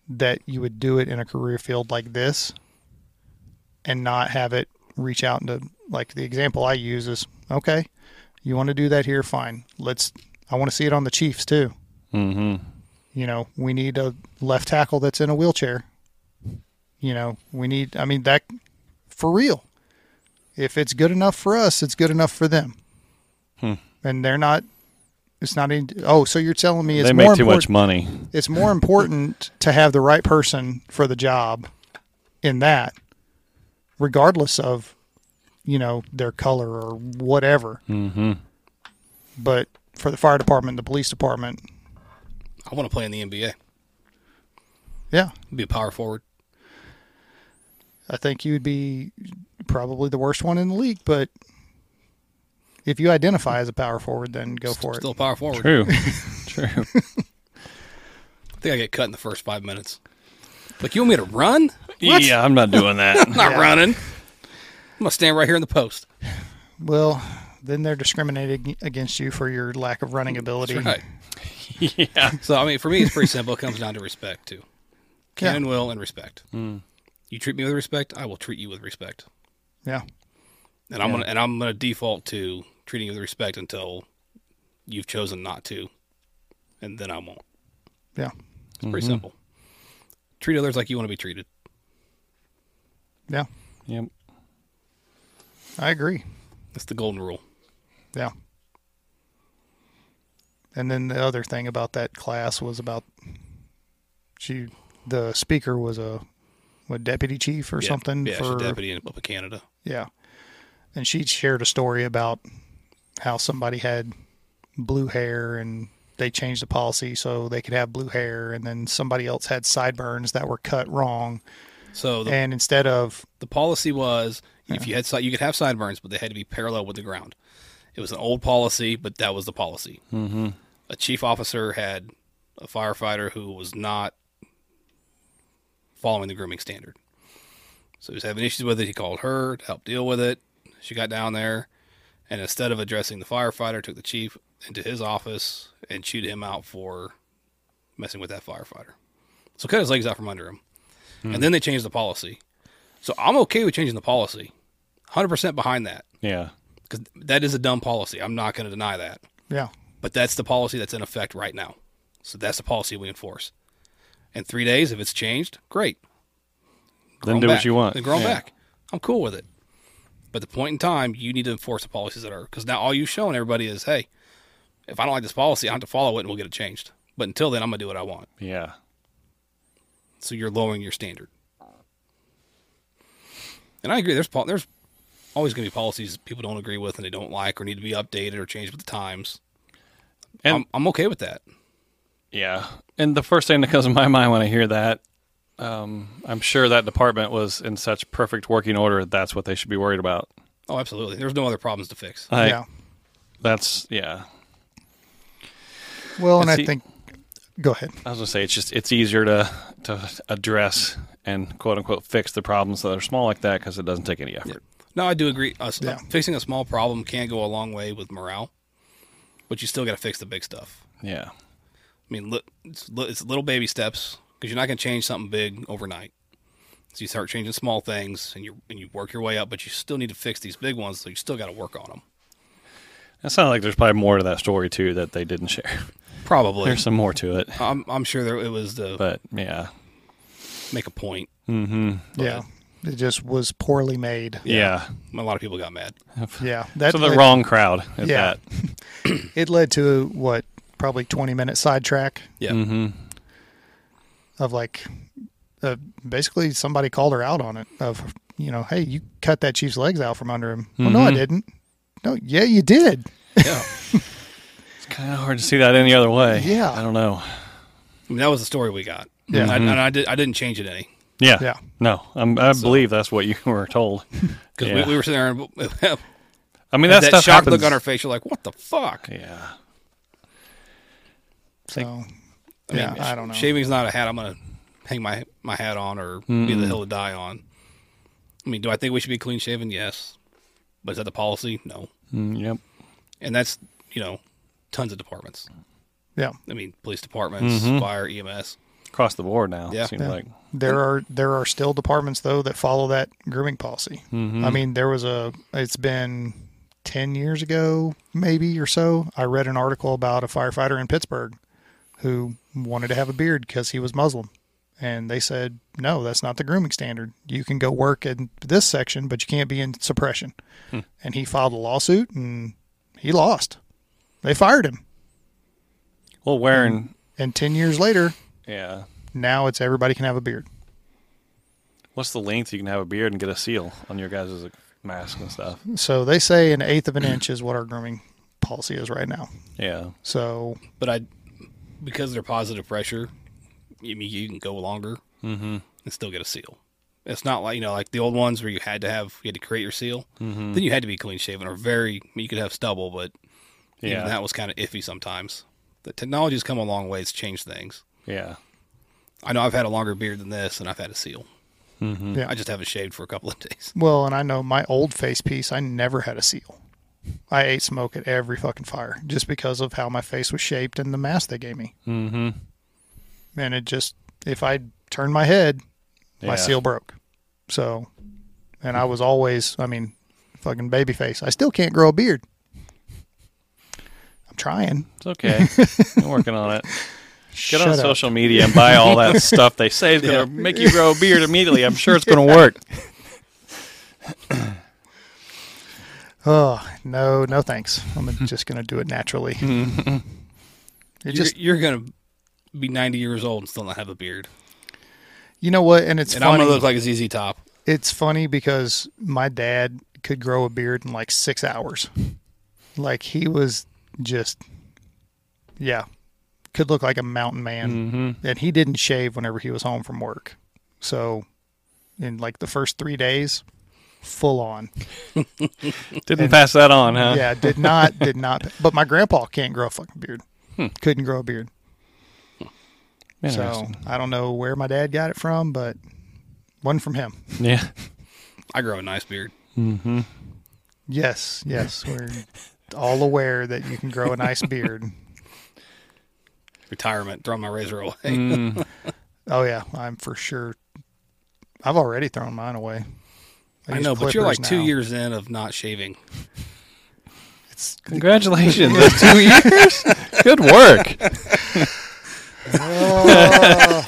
[SPEAKER 1] that you would do it in a career field like this and not have it reach out into like the example I use is okay, you want to do that here, fine. Let's, I want to see it on the Chiefs too.
[SPEAKER 3] Mm-hmm.
[SPEAKER 1] You know, we need a left tackle that's in a wheelchair. You know, we need, I mean, that for real. If it's good enough for us, it's good enough for them.
[SPEAKER 3] Hmm.
[SPEAKER 1] And they're not, it's not, any, oh, so you're telling me it's
[SPEAKER 3] They
[SPEAKER 1] more
[SPEAKER 3] make too
[SPEAKER 1] important,
[SPEAKER 3] much money.
[SPEAKER 1] it's more important to have the right person for the job in that regardless of you know their color or whatever mm-hmm. but for the fire department the police department
[SPEAKER 2] I want to play in the NBA.
[SPEAKER 1] yeah
[SPEAKER 2] Be a power forward.
[SPEAKER 1] i think you'd be probably the worst one in the league but if you identify as a power forward then go for it
[SPEAKER 2] Still a power forward.
[SPEAKER 3] True. True.
[SPEAKER 2] I think I get cut in the first five minutes. Like you want me to run? What?
[SPEAKER 4] Yeah, I'm not doing
[SPEAKER 2] I'm
[SPEAKER 4] that.
[SPEAKER 2] not
[SPEAKER 1] Yeah.
[SPEAKER 2] running. I'm gonna stand right here in the post.
[SPEAKER 1] well then they're discriminating against you for your lack of running ability
[SPEAKER 2] That's right.
[SPEAKER 4] yeah.
[SPEAKER 2] So I mean, for me, it's pretty simple. It comes down to respect too. Can
[SPEAKER 1] Yeah.
[SPEAKER 2] and will and respect. You treat me with respect, I will treat you with respect,
[SPEAKER 1] yeah
[SPEAKER 2] and I'm gonna and I'm gonna default to treating you with respect until you've chosen not to, and then I won't.
[SPEAKER 1] yeah
[SPEAKER 2] It's pretty simple. Treat others like you want to be treated.
[SPEAKER 1] yeah
[SPEAKER 3] yep.
[SPEAKER 1] i agree
[SPEAKER 2] That's the golden rule.
[SPEAKER 1] Yeah. And then the other thing about that class was about she the speaker was a what deputy chief or
[SPEAKER 2] Yeah.
[SPEAKER 1] something
[SPEAKER 2] Yeah, she's
[SPEAKER 1] for
[SPEAKER 2] deputy in Public Canada.
[SPEAKER 1] yeah. And she shared a story about how somebody had blue hair and they changed the policy so they could have blue hair and then somebody else had sideburns that were cut wrong
[SPEAKER 2] So the,
[SPEAKER 1] and instead of
[SPEAKER 2] the policy was if you had si- you could have sideburns, but they had to be parallel with the ground. It was an old policy, but that was the policy. Mm-hmm. A chief officer had a firefighter who was not following the grooming standard, so he was having issues with it. He called her to help deal with it. She got down there, and instead of addressing the firefighter, took the chief into his office and chewed him out for messing with that firefighter. So cut his legs out from under him, and then they changed the policy. So I'm okay with changing the policy. 100% behind that
[SPEAKER 3] Yeah.
[SPEAKER 2] because that is a dumb policy. I'm not going to deny that.
[SPEAKER 1] yeah,
[SPEAKER 2] But that's the policy that's in effect right now. So that's the policy we enforce. In three days, if it's changed, great.
[SPEAKER 3] Then
[SPEAKER 2] Grown
[SPEAKER 3] do
[SPEAKER 2] back.
[SPEAKER 3] what you want.
[SPEAKER 2] Then grow 'em
[SPEAKER 3] Yeah.
[SPEAKER 2] back. I'm cool with it. But the point in time, you need to enforce the policies that are because now all you've shown everybody is, hey, if I don't like this policy, I have to follow it and we'll get it changed. But until then, I'm going to do what I want.
[SPEAKER 3] Yeah.
[SPEAKER 2] So you're lowering your standard. And I agree. There's pol- there's always going to be policies people don't agree with and they don't like or need to be updated or changed with the times.
[SPEAKER 3] And-
[SPEAKER 2] I'm, I'm okay with that.
[SPEAKER 3] Yeah. And the first thing that comes to my mind when I hear that, um, I'm sure that department was in such perfect working order. That's what they should be worried about.
[SPEAKER 2] Oh, absolutely. There's no other problems to fix.
[SPEAKER 3] I,
[SPEAKER 1] yeah.
[SPEAKER 3] That's yeah.
[SPEAKER 1] Well, and
[SPEAKER 3] I
[SPEAKER 1] I
[SPEAKER 3] see-
[SPEAKER 1] think go ahead.
[SPEAKER 3] I was gonna say it's just it's easier to to address and quote unquote fix the problems that are small like that because it doesn't take any effort.
[SPEAKER 2] No, I do agree. Uh, s-
[SPEAKER 1] Yeah.
[SPEAKER 2] fixing a small problem can go a long way with morale, but you still got to fix the big stuff.
[SPEAKER 3] Yeah.
[SPEAKER 2] I mean, li- it's, li- it's little baby steps because you're not going to change something big overnight. So you start changing small things and you and you work your way up, but you still need to fix these big ones. So you still got to work on them.
[SPEAKER 3] It sounds like there's probably more to that story too that they didn't share.
[SPEAKER 2] Probably.
[SPEAKER 3] There's some more to it,
[SPEAKER 2] I'm, I'm sure there, it was to
[SPEAKER 3] but yeah,
[SPEAKER 2] make a point.
[SPEAKER 1] yeah. It just was poorly made.
[SPEAKER 3] yeah.
[SPEAKER 2] A lot of people got mad.
[SPEAKER 1] Yeah. That
[SPEAKER 3] So the
[SPEAKER 1] led-
[SPEAKER 3] wrong crowd at
[SPEAKER 1] Yeah.
[SPEAKER 3] that.
[SPEAKER 1] It led to what probably 20 minute sidetrack
[SPEAKER 2] Yeah.
[SPEAKER 1] of like uh, basically somebody called her out on it of you know, hey, you cut that chief's legs out from under him. Well, no, I didn't. No, yeah, you did.
[SPEAKER 2] Yeah.
[SPEAKER 3] It's kind of hard to see that any other way.
[SPEAKER 1] Yeah.
[SPEAKER 3] I don't know.
[SPEAKER 2] I mean, that was the story we got.
[SPEAKER 1] Yeah.
[SPEAKER 2] And I, and I, did, I didn't change it any.
[SPEAKER 3] Yeah,
[SPEAKER 1] Yeah.
[SPEAKER 3] No, I'm, I believe that's what you were told.
[SPEAKER 2] Because
[SPEAKER 3] Yeah.
[SPEAKER 2] we, we were sitting there and that,
[SPEAKER 3] I mean, that, stuff
[SPEAKER 2] shocked
[SPEAKER 3] happens.
[SPEAKER 2] look on her face. You're like, what the fuck?
[SPEAKER 3] yeah.
[SPEAKER 1] So
[SPEAKER 2] I mean,
[SPEAKER 1] yeah, I don't know.
[SPEAKER 2] Shaving's not a hat I'm going to hang my, my hat on or be the hill to die on. I mean, do I think we should be clean shaven? Yes. But is that the policy? No.
[SPEAKER 3] Mm, yep.
[SPEAKER 2] And that's, you know, tons of departments.
[SPEAKER 1] yeah.
[SPEAKER 2] I mean, police departments, fire, E EMS.
[SPEAKER 3] Across the board now.
[SPEAKER 2] Yeah.
[SPEAKER 3] It seems
[SPEAKER 1] Yeah.
[SPEAKER 3] like.
[SPEAKER 1] There are there are still departments though that follow that grooming policy. I mean, there was a it's been 10 years ago maybe or so, I read an article about a firefighter in Pittsburgh who wanted to have a beard cuz he was Muslim. And they said, "No, that's not the grooming standard. You can go work in this section, but you can't be in suppression." And he filed a lawsuit and he lost. They fired him.
[SPEAKER 3] Well, wearing.
[SPEAKER 1] And 10 years later,
[SPEAKER 3] Yeah.
[SPEAKER 1] now it's everybody can have a beard.
[SPEAKER 3] What's the length you can have a beard and get a seal on your guys' mask and stuff?
[SPEAKER 1] So they say an eighth of an inch is what our grooming policy is right now.
[SPEAKER 3] Yeah.
[SPEAKER 1] So
[SPEAKER 2] But I, because they're positive pressure, you mean you can go longer and still get a seal. It's not like you know, like the old ones where you had to have you had to create your seal. Then you had to be clean shaven or very. I mean, you could have stubble, but yeah,
[SPEAKER 3] Yeah.
[SPEAKER 2] that was kind of iffy sometimes. The technology's come a long way; it's changed things.
[SPEAKER 3] Yeah.
[SPEAKER 2] I know I've had a longer beard than this, and I've had a seal.
[SPEAKER 1] yeah.
[SPEAKER 2] I just haven't shaved for a couple of days.
[SPEAKER 1] well, and I know my old face piece, I never had a seal. I ate smoke at every fucking fire just because of how my face was shaped and the mask they gave me. Mm-hmm. And it just, if I turned my head, my
[SPEAKER 3] Yeah.
[SPEAKER 1] seal broke. So, and I was always, I mean, fucking baby face. I still can't grow a beard. I'm trying.
[SPEAKER 3] It's okay. I'm working on it. Get on
[SPEAKER 1] Shut up.
[SPEAKER 3] social media and buy all that stuff they say is going to make you grow a beard immediately. I'm sure it's going to work.
[SPEAKER 1] Oh no, no thanks. I'm just gonna do it naturally. it
[SPEAKER 2] You're,
[SPEAKER 1] just,
[SPEAKER 2] you're gonna be 90 years old and still not have a beard,
[SPEAKER 1] you know what, and it's
[SPEAKER 2] and I'm
[SPEAKER 1] funny.
[SPEAKER 2] gonna look like a ZZ Top.
[SPEAKER 1] it's funny because my dad could grow a beard in like six hours. Like he was just, yeah, could look like a mountain man,
[SPEAKER 3] Mm. Mm-hmm.
[SPEAKER 1] and he didn't shave whenever he was home from work. So, in like the first three days, full on.
[SPEAKER 3] Didn't pass that on, huh?
[SPEAKER 1] Yeah, did not, did not. But my grandpa can't grow a fucking beard. Couldn't grow a beard. So
[SPEAKER 3] Interesting.
[SPEAKER 1] I don't know where my dad got it from, but one from him.
[SPEAKER 3] Yeah.
[SPEAKER 2] I grow a nice beard.
[SPEAKER 1] Yes, yes, we're all aware that you can grow a nice beard.
[SPEAKER 2] Retirement, throw my razor away.
[SPEAKER 1] Oh yeah, I'm for sure. I've already thrown mine away.
[SPEAKER 2] I
[SPEAKER 1] use
[SPEAKER 2] know, but you're
[SPEAKER 1] clippers
[SPEAKER 2] like two
[SPEAKER 1] now.
[SPEAKER 2] years in of not shaving.
[SPEAKER 1] It's,
[SPEAKER 3] Congratulations. That's two years. Good work.
[SPEAKER 1] oh,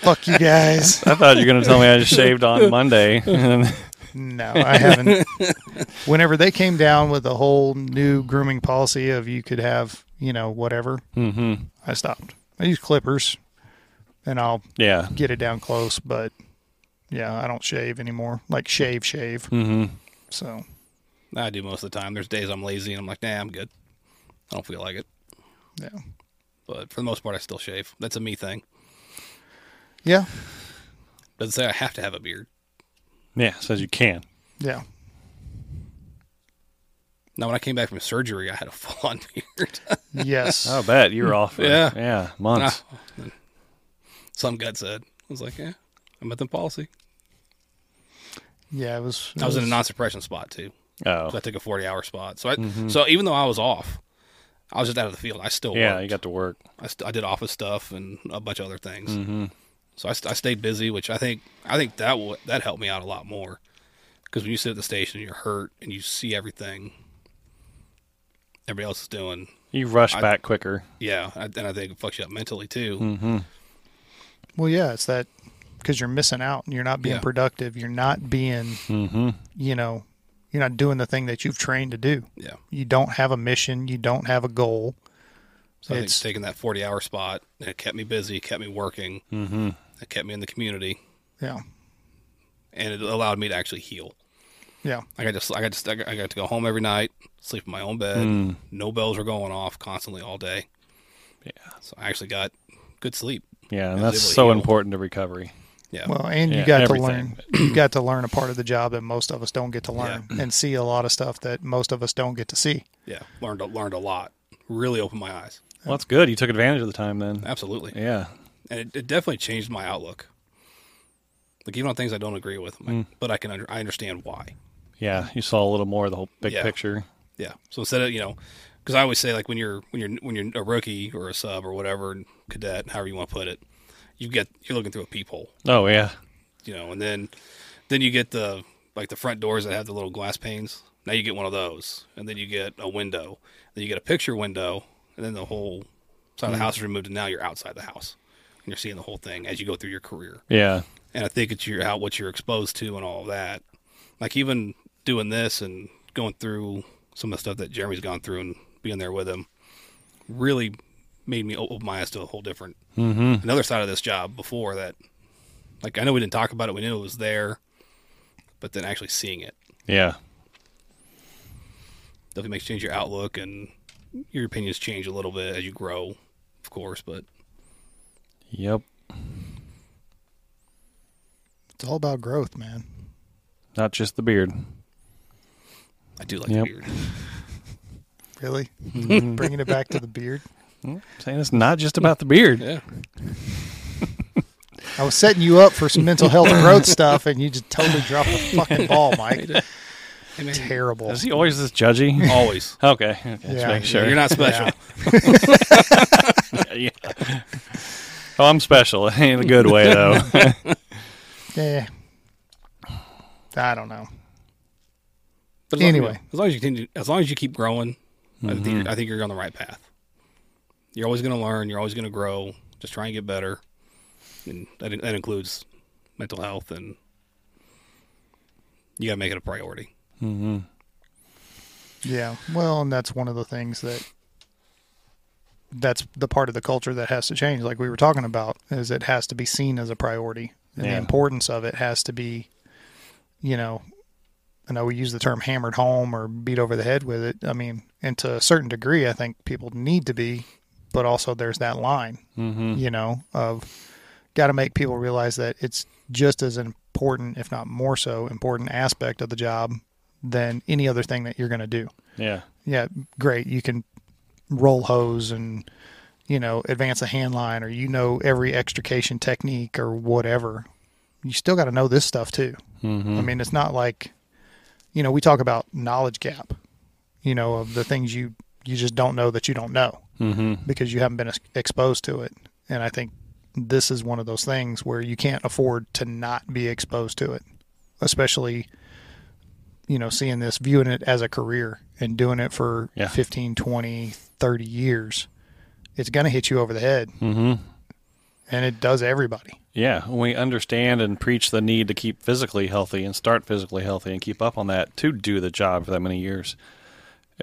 [SPEAKER 1] fuck you guys.
[SPEAKER 3] I thought you were going to tell me I just shaved on Monday. And
[SPEAKER 1] No, I haven't. Whenever they came down with the whole new grooming policy of you could have, you know, whatever, mm-hmm. I stopped. I use clippers, and I'll
[SPEAKER 3] yeah.
[SPEAKER 1] get it down close, but yeah, I don't shave anymore. Like shave, shave.
[SPEAKER 2] Hmm.
[SPEAKER 1] Mm-hmm. So
[SPEAKER 2] I do most of the time. There's days I'm lazy and I'm like, nah, I'm good. I don't feel like it.
[SPEAKER 1] yeah,
[SPEAKER 2] But for the most part, I still shave. That's a me thing.
[SPEAKER 1] yeah,
[SPEAKER 2] Doesn't say I have to have a beard.
[SPEAKER 3] Yeah. Says you can.
[SPEAKER 1] yeah.
[SPEAKER 2] Now, when I came back from surgery, I had a full on beard.
[SPEAKER 1] Yes.
[SPEAKER 2] Oh.
[SPEAKER 3] I bet you were off. For,
[SPEAKER 2] Yeah. Ah.
[SPEAKER 3] Yeah. Months.
[SPEAKER 2] Some gut said. I was like, yeah, I'm at the policy.
[SPEAKER 1] yeah, it was. it
[SPEAKER 2] I was in a non suppression spot, too. So I
[SPEAKER 3] Oh. Mm-hmm.
[SPEAKER 2] took a 40 hour spot. So I, so even though I was off, I was just out of the field. I still
[SPEAKER 3] Yeah.
[SPEAKER 2] worked.
[SPEAKER 3] You got to work.
[SPEAKER 2] I, st- I did office stuff and a bunch of other things. So I, st- I stayed busy, which I think I think that w- that helped me out a lot more. Because when you sit at the station, you're hurt and you see everything. everybody else is doing.
[SPEAKER 3] You rush
[SPEAKER 2] I-
[SPEAKER 3] back quicker.
[SPEAKER 2] Yeah, I, and I think it fucks you up mentally too.
[SPEAKER 1] Well, yeah, it's that because you're missing out. You're not being
[SPEAKER 2] Yeah. Mm-hmm.
[SPEAKER 1] productive. You're not being, you know, you're not doing the thing that you've trained to do.
[SPEAKER 2] Yeah,
[SPEAKER 1] You don't have a mission. You don't have a goal.
[SPEAKER 2] so I think
[SPEAKER 1] It's-
[SPEAKER 2] taking that forty-hour spot and it kept me busy, kept me working, mm-hmm. it kept me in the community,
[SPEAKER 1] Yeah.
[SPEAKER 2] and it allowed me to actually heal.
[SPEAKER 1] Yeah.
[SPEAKER 2] Like I just, like I just, I got- I got to go home every night, sleep in my own bed. No bells were going off constantly all day. Yeah, so I actually got good sleep.
[SPEAKER 3] Yeah,
[SPEAKER 2] It's
[SPEAKER 3] and that's
[SPEAKER 2] able to
[SPEAKER 3] so
[SPEAKER 2] heal.
[SPEAKER 3] important to recovery.
[SPEAKER 2] Yeah,
[SPEAKER 1] Well, and you
[SPEAKER 3] Yeah,
[SPEAKER 1] got
[SPEAKER 3] everything.
[SPEAKER 1] to learn. You got to learn a part of the job that most of us don't get to learn and see a lot of stuff that most of us don't get to see.
[SPEAKER 2] yeah, learned a- learned a lot. Really opened my eyes.
[SPEAKER 3] Well, that's good. You took advantage of the time then.
[SPEAKER 2] Absolutely.
[SPEAKER 3] Yeah.
[SPEAKER 2] and it, it definitely changed my outlook. Like even on things I don't agree with, I'm like, but I can under, I understand why.
[SPEAKER 3] Yeah. You saw a little more of the whole big
[SPEAKER 2] Yeah.
[SPEAKER 3] picture.
[SPEAKER 2] Yeah. So instead of you know, because I always say like when you're when you're when you're a rookie or a sub or whatever cadet, however you want to put it, you get you're looking through a peephole,
[SPEAKER 3] Oh, yeah.
[SPEAKER 2] you know, and then then you get the like the front doors that have the little glass panes. Now you get one of those, and then you get a window, then you get a picture window, and then the whole side of the house is removed, and now you're outside the house, and you're seeing the whole thing as you go through your career.
[SPEAKER 3] Yeah.
[SPEAKER 2] and I think it's your how what you're exposed to and all of that. Like even doing this and going through some of the stuff that Jeremy's gone through and being there with him really made me open my eyes to a whole different
[SPEAKER 3] Mm-hmm.
[SPEAKER 2] another side of this job before that. Like I know we didn't talk about it, we knew it was there, but then actually seeing it
[SPEAKER 3] Yeah.
[SPEAKER 2] definitely makes change your outlook and your opinions change a little bit as you grow, of course. But
[SPEAKER 3] Yep.
[SPEAKER 1] It's all about growth, man.
[SPEAKER 3] Not just the beard.
[SPEAKER 2] I do like
[SPEAKER 3] Yep.
[SPEAKER 2] the beard.
[SPEAKER 1] Really, bringing it back to the beard.
[SPEAKER 3] saying it's not just about the beard.
[SPEAKER 2] Yeah,
[SPEAKER 1] I was setting you up for some mental health growth stuff, and you just totally dropped the fucking ball, Mike.
[SPEAKER 2] I mean,
[SPEAKER 1] Terrible.
[SPEAKER 3] Is he always this judgy?
[SPEAKER 2] always.
[SPEAKER 3] okay. okay.
[SPEAKER 1] Yeah.
[SPEAKER 3] Just make sure.
[SPEAKER 2] You're not special.
[SPEAKER 3] yeah. Oh, I'm special in a good way though.
[SPEAKER 1] Yeah. I don't know.
[SPEAKER 2] But as long as you-
[SPEAKER 1] Anyway.
[SPEAKER 2] as long as you continue, as long as you keep growing, I, think you're, I think you're on the right path. You're always going to learn. You're always going to grow. Just try and get better, and that, that includes mental health, and you got to make it a priority.
[SPEAKER 1] Yeah. Well, and that's one of the things that that's the part of the culture that has to change like we were talking about is it has to be seen as a priority and the
[SPEAKER 3] Yeah.
[SPEAKER 1] importance of it has to be you know I know we use the term hammered home or beat over the head with it I mean and to a certain degree I think people need to be but also there's that line you know of got to make people realize that it's just as important if not more so important aspect of the job than any other thing that you're going to do
[SPEAKER 3] yeah.
[SPEAKER 1] yeah, great. You can roll hose and you know advance a hand line, or you know every extrication technique or whatever. You still got to know this stuff too. I mean, it's not like you know we talk about knowledge gap. You know of the things you you just don't know that you don't know because you haven't been ex- exposed to it. And I think this is one of those things where you can't afford to not be exposed to it, especially you know seeing this viewing it as a career and doing it for
[SPEAKER 3] Yeah.
[SPEAKER 1] fifteen, twenty, thirty 15 20 30 years it's going to hit you over the head mm-hmm. and it does everybody
[SPEAKER 3] Yeah, when we understand and preach the need to keep physically healthy and start physically healthy and keep up on that to do the job for that many years.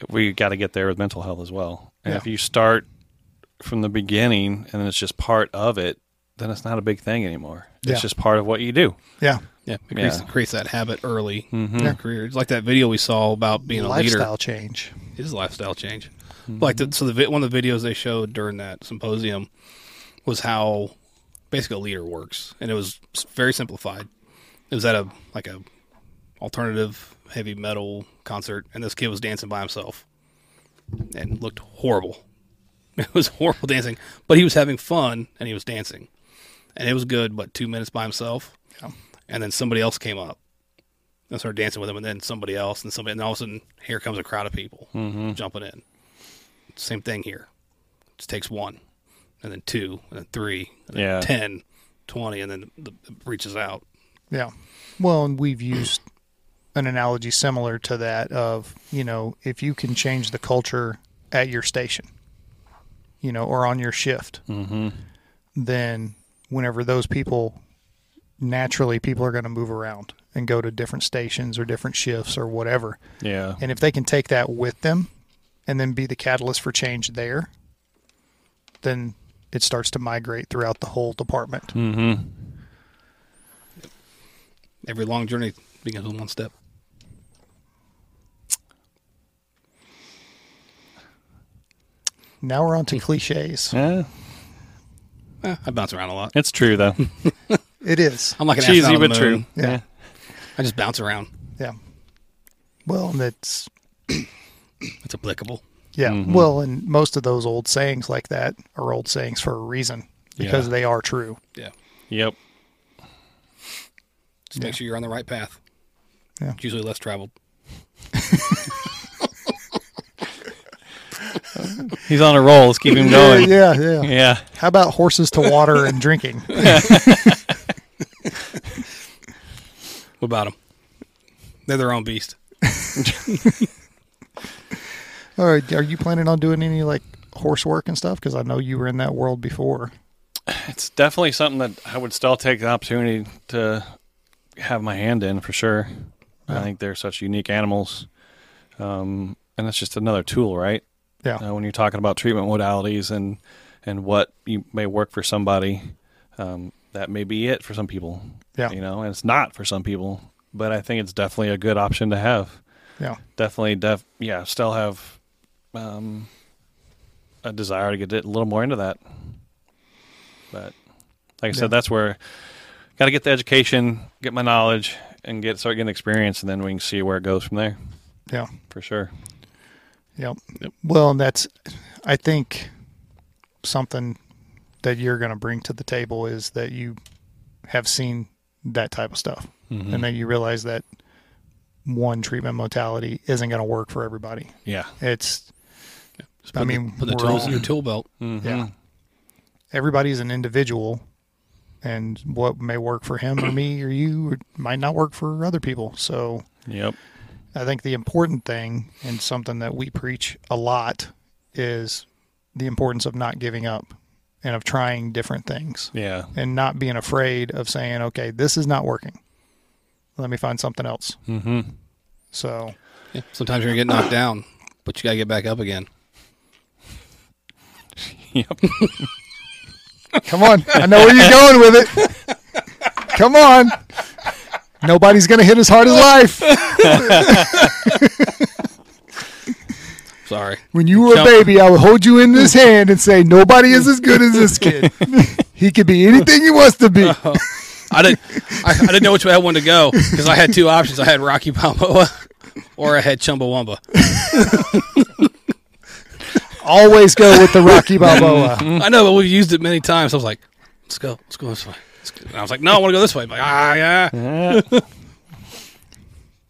[SPEAKER 3] We got to get there with mental health as well. And
[SPEAKER 1] Yeah.
[SPEAKER 3] if you start from the beginning and it's just part of it, then it's not a big thing anymore. It's
[SPEAKER 1] Yeah.
[SPEAKER 3] just part of what you do.
[SPEAKER 1] yeah
[SPEAKER 2] Yeah, creates,
[SPEAKER 3] Yeah.
[SPEAKER 2] creates that habit early in
[SPEAKER 1] Yeah.
[SPEAKER 2] your career. It's like that video we saw about being a leader.
[SPEAKER 1] lifestyle change
[SPEAKER 2] It is a lifestyle change. Like the, so, the vi- one of the videos they showed during that symposium was how basically a leader works, and it was s- very simplified. It was at a like a alternative heavy metal concert, and this kid was dancing by himself and looked horrible. It was horrible dancing, but he was having fun and he was dancing, and it was good. But two minutes by himself,
[SPEAKER 1] Yeah.
[SPEAKER 2] and then somebody else came up and started dancing with him, and then somebody else, and somebody, and all of a sudden, here comes a crowd of people jumping in. Same thing here. It just takes one, and then two, and then three, and then
[SPEAKER 3] Yeah.
[SPEAKER 2] 10, 20, and then the, it reaches out.
[SPEAKER 1] yeah well and we've used an analogy similar to that of you know if you can change the culture at your station, you know, or on your shift, then whenever those people naturally people are going to move around and go to different stations or different shifts or whatever.
[SPEAKER 3] Yeah.
[SPEAKER 1] And if they can take that with them and then be the catalyst for change there, then it starts to migrate throughout the whole department.
[SPEAKER 2] Every long journey begins with one step.
[SPEAKER 1] Now we're on to cliches.
[SPEAKER 3] Yeah.
[SPEAKER 2] Eh, I bounce around a lot.
[SPEAKER 3] It's true though.
[SPEAKER 1] It is.
[SPEAKER 2] I'm like an
[SPEAKER 3] Cheesy
[SPEAKER 2] astronaut on
[SPEAKER 3] but
[SPEAKER 2] the
[SPEAKER 3] true.
[SPEAKER 2] moon. I just bounce around.
[SPEAKER 1] Yeah. Well, and it's
[SPEAKER 2] It's applicable.
[SPEAKER 1] yeah. Well, and most of those old sayings like that are old sayings for a reason because
[SPEAKER 3] Yeah.
[SPEAKER 1] they are true.
[SPEAKER 2] Yeah.
[SPEAKER 3] Yep.
[SPEAKER 2] Just make sure you're on the right path.
[SPEAKER 1] Yeah.
[SPEAKER 2] It's usually less traveled.
[SPEAKER 3] He's on a roll. Let's keep him
[SPEAKER 1] Yeah,
[SPEAKER 3] going.
[SPEAKER 1] yeah, yeah.
[SPEAKER 3] Yeah.
[SPEAKER 1] How about horses to water and drinking?
[SPEAKER 2] What about them? They're their own beast.
[SPEAKER 1] All right, are you planning on doing any like horse work and stuff? Because I know you were in that world before.
[SPEAKER 3] It's definitely something that I would still take the opportunity to have my hand in for sure. I think they're such unique animals. Um, and it's just another tool, right?
[SPEAKER 1] Yeah,
[SPEAKER 3] uh, when you're talking about treatment modalities and and what you may work for somebody um, that may be it for some people
[SPEAKER 1] Yeah.
[SPEAKER 3] you know and it's not for some people but i think it's definitely a good option to have
[SPEAKER 1] yeah,
[SPEAKER 3] definitely def yeah still have um, a desire to get it a little more into that but like i
[SPEAKER 1] Yeah.
[SPEAKER 3] said that's where got to get the education get my knowledge and get start getting experience and then we can see where it goes from there
[SPEAKER 1] yeah,
[SPEAKER 3] for sure
[SPEAKER 1] yeah. Well, and that's I think something that you're going to bring to the table is that you have seen that type of stuff, and that you realize that one treatment modality isn't going to work for everybody.
[SPEAKER 3] yeah
[SPEAKER 1] It's
[SPEAKER 2] Just
[SPEAKER 1] I
[SPEAKER 2] put the-
[SPEAKER 1] mean,
[SPEAKER 2] put the
[SPEAKER 1] we're
[SPEAKER 2] tools
[SPEAKER 1] all-
[SPEAKER 2] in your tool belt.
[SPEAKER 1] yeah, everybody's an individual. And what may work for him or me or you might not work for other people. So,
[SPEAKER 3] yep
[SPEAKER 1] I think the important thing and something that we preach a lot is the importance of not giving up and of trying different things
[SPEAKER 3] yeah
[SPEAKER 1] and not being afraid of saying, okay, this is not working. Let me find something else. Mm-hmm. So,
[SPEAKER 2] Yeah. Sometimes you're gonna get knocked down, but you gotta get back up again.
[SPEAKER 3] yep
[SPEAKER 1] come on. I know where you're going with it. Come on. Nobody's going to hit as hard as life.
[SPEAKER 2] Sorry.
[SPEAKER 1] When you were a baby, I would hold you in this hand and say, nobody is as good as this kid. he could be anything he wants to be.
[SPEAKER 2] I didn't. I, I didn't know which way I wanted to go because I had two options. I had Rocky Balboa, or I had Chumbawamba.
[SPEAKER 1] always go with the Rocky Balboa.
[SPEAKER 2] I know, but we've used it many times. I was like, "Let's go, let's go this way." Let's go. And I was like, "No, I want to go this way." I'm like, ah, yeah.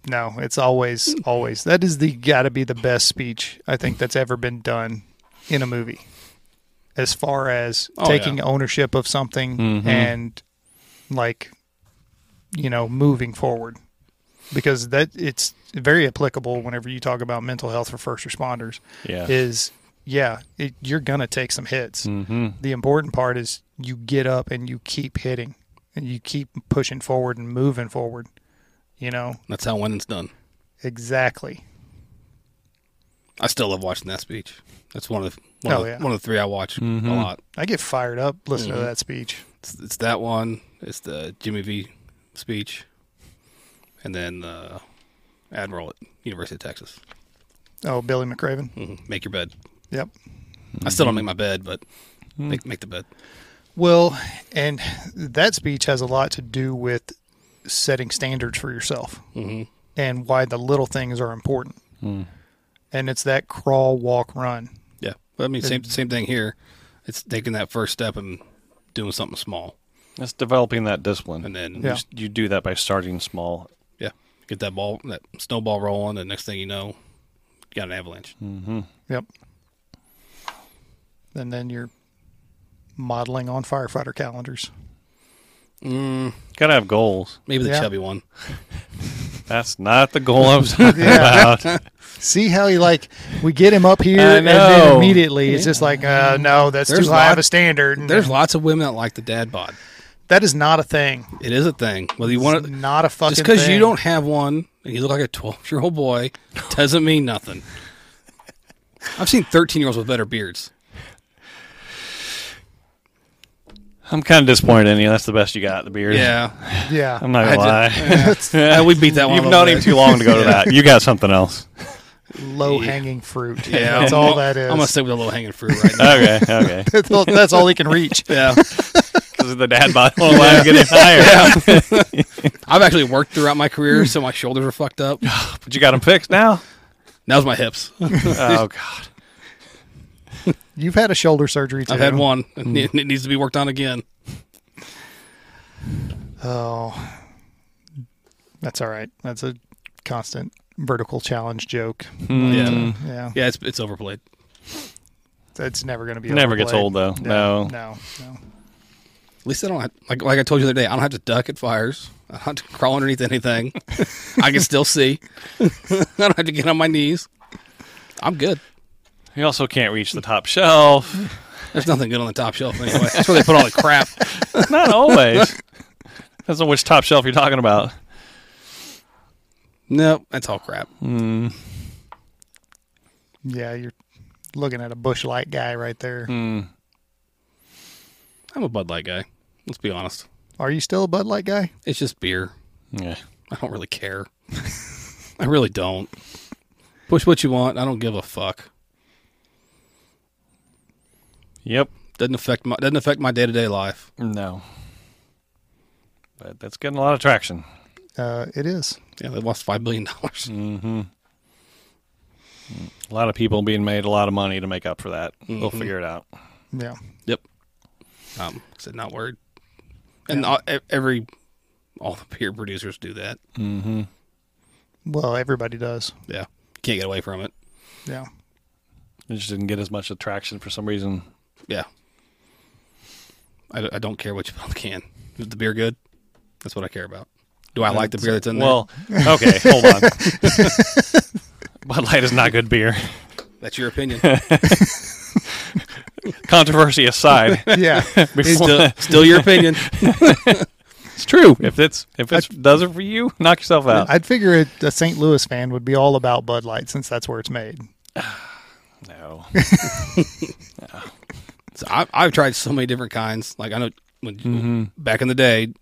[SPEAKER 1] no, it's always always that is the got to be the best speech I think that's ever been done in a movie. As far as
[SPEAKER 2] Oh,
[SPEAKER 1] taking
[SPEAKER 2] yeah. Mm-hmm.
[SPEAKER 1] ownership of something and like you know moving forward because that it's very applicable whenever you talk about mental health for first responders
[SPEAKER 3] Yeah.
[SPEAKER 1] is yeah it, you're gonna take some hits
[SPEAKER 2] Mm-hmm.
[SPEAKER 3] Mm-hmm.
[SPEAKER 1] the important part is you get up and you keep hitting and you keep pushing forward and moving forward you know
[SPEAKER 2] That's how winning's done.
[SPEAKER 1] exactly
[SPEAKER 2] I still love watching that speech. That's one of the, one,
[SPEAKER 1] Oh,
[SPEAKER 2] of, the-
[SPEAKER 1] yeah. Mm-hmm.
[SPEAKER 2] one of the three I watch a lot.
[SPEAKER 1] i get fired up listening to that speech
[SPEAKER 2] It's, it's that one. It's the Jimmy V speech, and then uh, Admiral at University of Texas.
[SPEAKER 1] oh billy mcraven
[SPEAKER 2] Mhm. Make your bed.
[SPEAKER 1] yep
[SPEAKER 2] I still don't
[SPEAKER 1] Mm-hmm.
[SPEAKER 2] make my bed, but
[SPEAKER 1] Mm.
[SPEAKER 2] make make the bed.
[SPEAKER 1] well and that speech has a lot to do with setting standards for yourself
[SPEAKER 2] Mm-hmm.
[SPEAKER 1] and why the little things are important and it's that crawl walk run
[SPEAKER 2] Yeah, but I mean, same same thing here. It's taking that first step and doing something small,
[SPEAKER 3] It's developing that discipline,
[SPEAKER 2] and then
[SPEAKER 1] Yeah.
[SPEAKER 2] just-
[SPEAKER 3] you do that by starting small.
[SPEAKER 2] yeah, get that ball, that snowball rolling, and next thing you know, you got an avalanche.
[SPEAKER 1] Hmm. Yep. And then you're modeling on firefighter calendars.
[SPEAKER 3] Gotta have goals.
[SPEAKER 2] Maybe the
[SPEAKER 1] Yeah.
[SPEAKER 2] chubby one.
[SPEAKER 3] That's not the goal I was talking
[SPEAKER 1] Yeah.
[SPEAKER 3] about.
[SPEAKER 1] See how he like we get him up here
[SPEAKER 3] I
[SPEAKER 1] and then
[SPEAKER 3] know.
[SPEAKER 1] immediately it's just like uh, no, that's
[SPEAKER 2] There's
[SPEAKER 1] too high of
[SPEAKER 2] lot-
[SPEAKER 1] a standard. And
[SPEAKER 2] There's lots of women that like the dad bod.
[SPEAKER 1] that is not a thing.
[SPEAKER 2] It is a thing. Whether you want
[SPEAKER 1] It's
[SPEAKER 2] to,
[SPEAKER 1] not a fucking
[SPEAKER 2] just because you
[SPEAKER 1] thing.
[SPEAKER 2] don't have one and you look like a 12 year old boy doesn't mean nothing. I've seen 13 year olds with better beards.
[SPEAKER 3] I'm kind of disappointed in you. That's the best you got, the beard.
[SPEAKER 2] Yeah.
[SPEAKER 1] Yeah.
[SPEAKER 3] I'm not gonna
[SPEAKER 2] I
[SPEAKER 3] lie.
[SPEAKER 2] Uh, we beat that one. a
[SPEAKER 3] You've
[SPEAKER 2] little
[SPEAKER 3] known him
[SPEAKER 2] bit.
[SPEAKER 3] too long to go to that. You got something else.
[SPEAKER 1] Low hanging fruit.
[SPEAKER 2] Yeah.
[SPEAKER 1] That's
[SPEAKER 2] I'm-
[SPEAKER 1] all that is.
[SPEAKER 2] I'm going to stick with a low hanging fruit right now.
[SPEAKER 3] Okay, okay.
[SPEAKER 1] that's, all, that's all he can reach.
[SPEAKER 2] yeah.
[SPEAKER 3] Because the dad bod won't let him get any higher.
[SPEAKER 2] I've actually worked throughout my career, so my shoulders are fucked up. That
[SPEAKER 3] But you got him fixed now.
[SPEAKER 2] was my hips.
[SPEAKER 3] Oh God.
[SPEAKER 1] You've had a shoulder surgery too.
[SPEAKER 2] I've had one, and it it needs to be worked on again.
[SPEAKER 1] Oh, that's all right. That's a constant vertical challenge joke.
[SPEAKER 2] Yeah.
[SPEAKER 1] Yeah,
[SPEAKER 2] Yeah, it's, it's overplayed.
[SPEAKER 1] that's never going to be.
[SPEAKER 3] Never gets
[SPEAKER 1] overplayed.
[SPEAKER 3] old though.
[SPEAKER 1] No,
[SPEAKER 3] No.
[SPEAKER 1] no, no.
[SPEAKER 2] At least I don't have, like like I told you the other day. I don't have to duck at fires. I don't have to crawl underneath anything. I can still see. I don't have to get on my knees. I'm good.
[SPEAKER 3] You also can't reach the top shelf.
[SPEAKER 2] There's nothing good on the top shelf anyway. That's where they put all the crap.
[SPEAKER 3] Not always. Depends on which top shelf you're talking about.
[SPEAKER 2] Nope, that's all crap.
[SPEAKER 1] Yeah, you're looking at a bush light guy right there.
[SPEAKER 2] I'm a Bud Light guy. Let's be honest.
[SPEAKER 1] Are you still a Bud Light guy?
[SPEAKER 2] It's just beer.
[SPEAKER 3] Yeah.
[SPEAKER 2] I don't really care. I really don't. Push what you want. I don't give a fuck.
[SPEAKER 3] Yep.
[SPEAKER 2] Doesn't affect my doesn't affect my day to day life.
[SPEAKER 3] No. But that's getting a lot of traction.
[SPEAKER 1] Uh, it is.
[SPEAKER 2] Yeah, they lost five billion dollars.
[SPEAKER 3] A lot of people being made a lot of money to make up for that. They'll figure it out.
[SPEAKER 1] Yeah,
[SPEAKER 2] Yep. Um, I said not word. And all, e- every all the beer producers do that.
[SPEAKER 1] well, everybody does.
[SPEAKER 2] Yeah, can't get away from it.
[SPEAKER 1] Yeah,
[SPEAKER 3] They just didn't get as much attraction for some reason.
[SPEAKER 2] Yeah. I, d- I don't care what you put on the can. Is the beer good? That's what I care about. Do I like the beer that's in
[SPEAKER 3] Well, okay, hold on. Bud Light is not good beer.
[SPEAKER 2] there? That's your opinion.
[SPEAKER 3] Controversy aside,
[SPEAKER 1] yeah.
[SPEAKER 2] still, still your opinion.
[SPEAKER 3] it's true. If it's if it does it for you, knock yourself out.
[SPEAKER 1] I'd figure it, a St. Louis fan would be all about Bud Light since that's where it's made.
[SPEAKER 3] no.
[SPEAKER 2] So I, I've tried so many different kinds. Like I know when
[SPEAKER 3] Mm-hmm.
[SPEAKER 2] back in the day,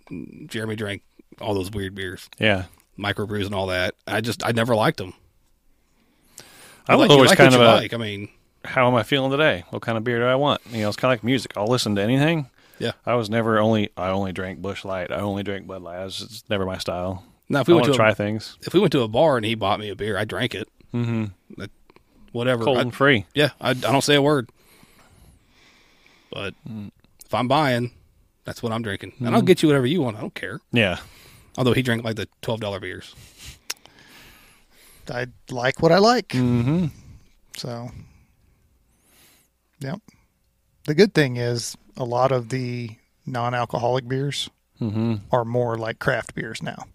[SPEAKER 2] Jeremy drank all those weird beers,
[SPEAKER 3] Yeah.
[SPEAKER 2] microbrews and all that. I just I never liked them.
[SPEAKER 3] I was
[SPEAKER 2] like,
[SPEAKER 3] always
[SPEAKER 2] like
[SPEAKER 3] kind
[SPEAKER 2] what you
[SPEAKER 3] of a
[SPEAKER 2] like. I mean,
[SPEAKER 3] how am I feeling today? What kind of beer do I want? You know, it's kind of like music. I'll listen to anything.
[SPEAKER 2] yeah.
[SPEAKER 3] I was never only I only drank Bush Light. I only drank Bud Light. I was it's never my style.
[SPEAKER 2] Now if
[SPEAKER 3] I
[SPEAKER 2] we
[SPEAKER 3] want
[SPEAKER 2] went to
[SPEAKER 3] to
[SPEAKER 2] a-
[SPEAKER 3] try things
[SPEAKER 2] if we went to a bar and he bought me a beer, I drank it. Mm-hmm. whatever.
[SPEAKER 3] cold
[SPEAKER 2] I-
[SPEAKER 3] and free.
[SPEAKER 2] yeah, I, I don't say a word. But if I'm buying, that's what I'm drinking, and I'll get you whatever you want. I don't care.
[SPEAKER 3] Yeah,
[SPEAKER 2] Although he drank like the twelve dollar beers.
[SPEAKER 1] I like what I like.
[SPEAKER 3] Mm.
[SPEAKER 1] Mm-hmm. So, yep. The good thing is a lot of the non-alcoholic beers are more like craft beers now.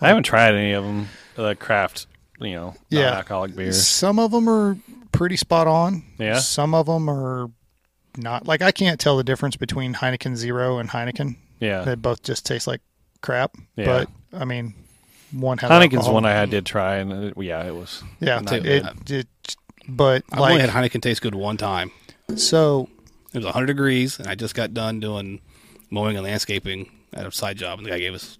[SPEAKER 3] I haven't tried any of them. The craft, you know,
[SPEAKER 1] Yeah.
[SPEAKER 3] non-alcoholic beers.
[SPEAKER 1] Some of them are pretty spot on.
[SPEAKER 3] Yeah.
[SPEAKER 1] Some of them are not. Like I can't tell the difference between Heineken Zero and Heineken.
[SPEAKER 3] Yeah.
[SPEAKER 1] They both just taste like crap.
[SPEAKER 3] Yeah.
[SPEAKER 1] But I mean, one has
[SPEAKER 3] Heineken's
[SPEAKER 1] alcohol.
[SPEAKER 3] one I had did try, and it, yeah, it was.
[SPEAKER 1] Yeah.
[SPEAKER 3] not
[SPEAKER 1] It,
[SPEAKER 3] good.
[SPEAKER 1] it, but
[SPEAKER 2] I've
[SPEAKER 1] like
[SPEAKER 2] only had Heineken taste good one time.
[SPEAKER 1] so
[SPEAKER 2] It was 100 degrees, and I just got done doing mowing and landscaping at a side job, and the guy gave us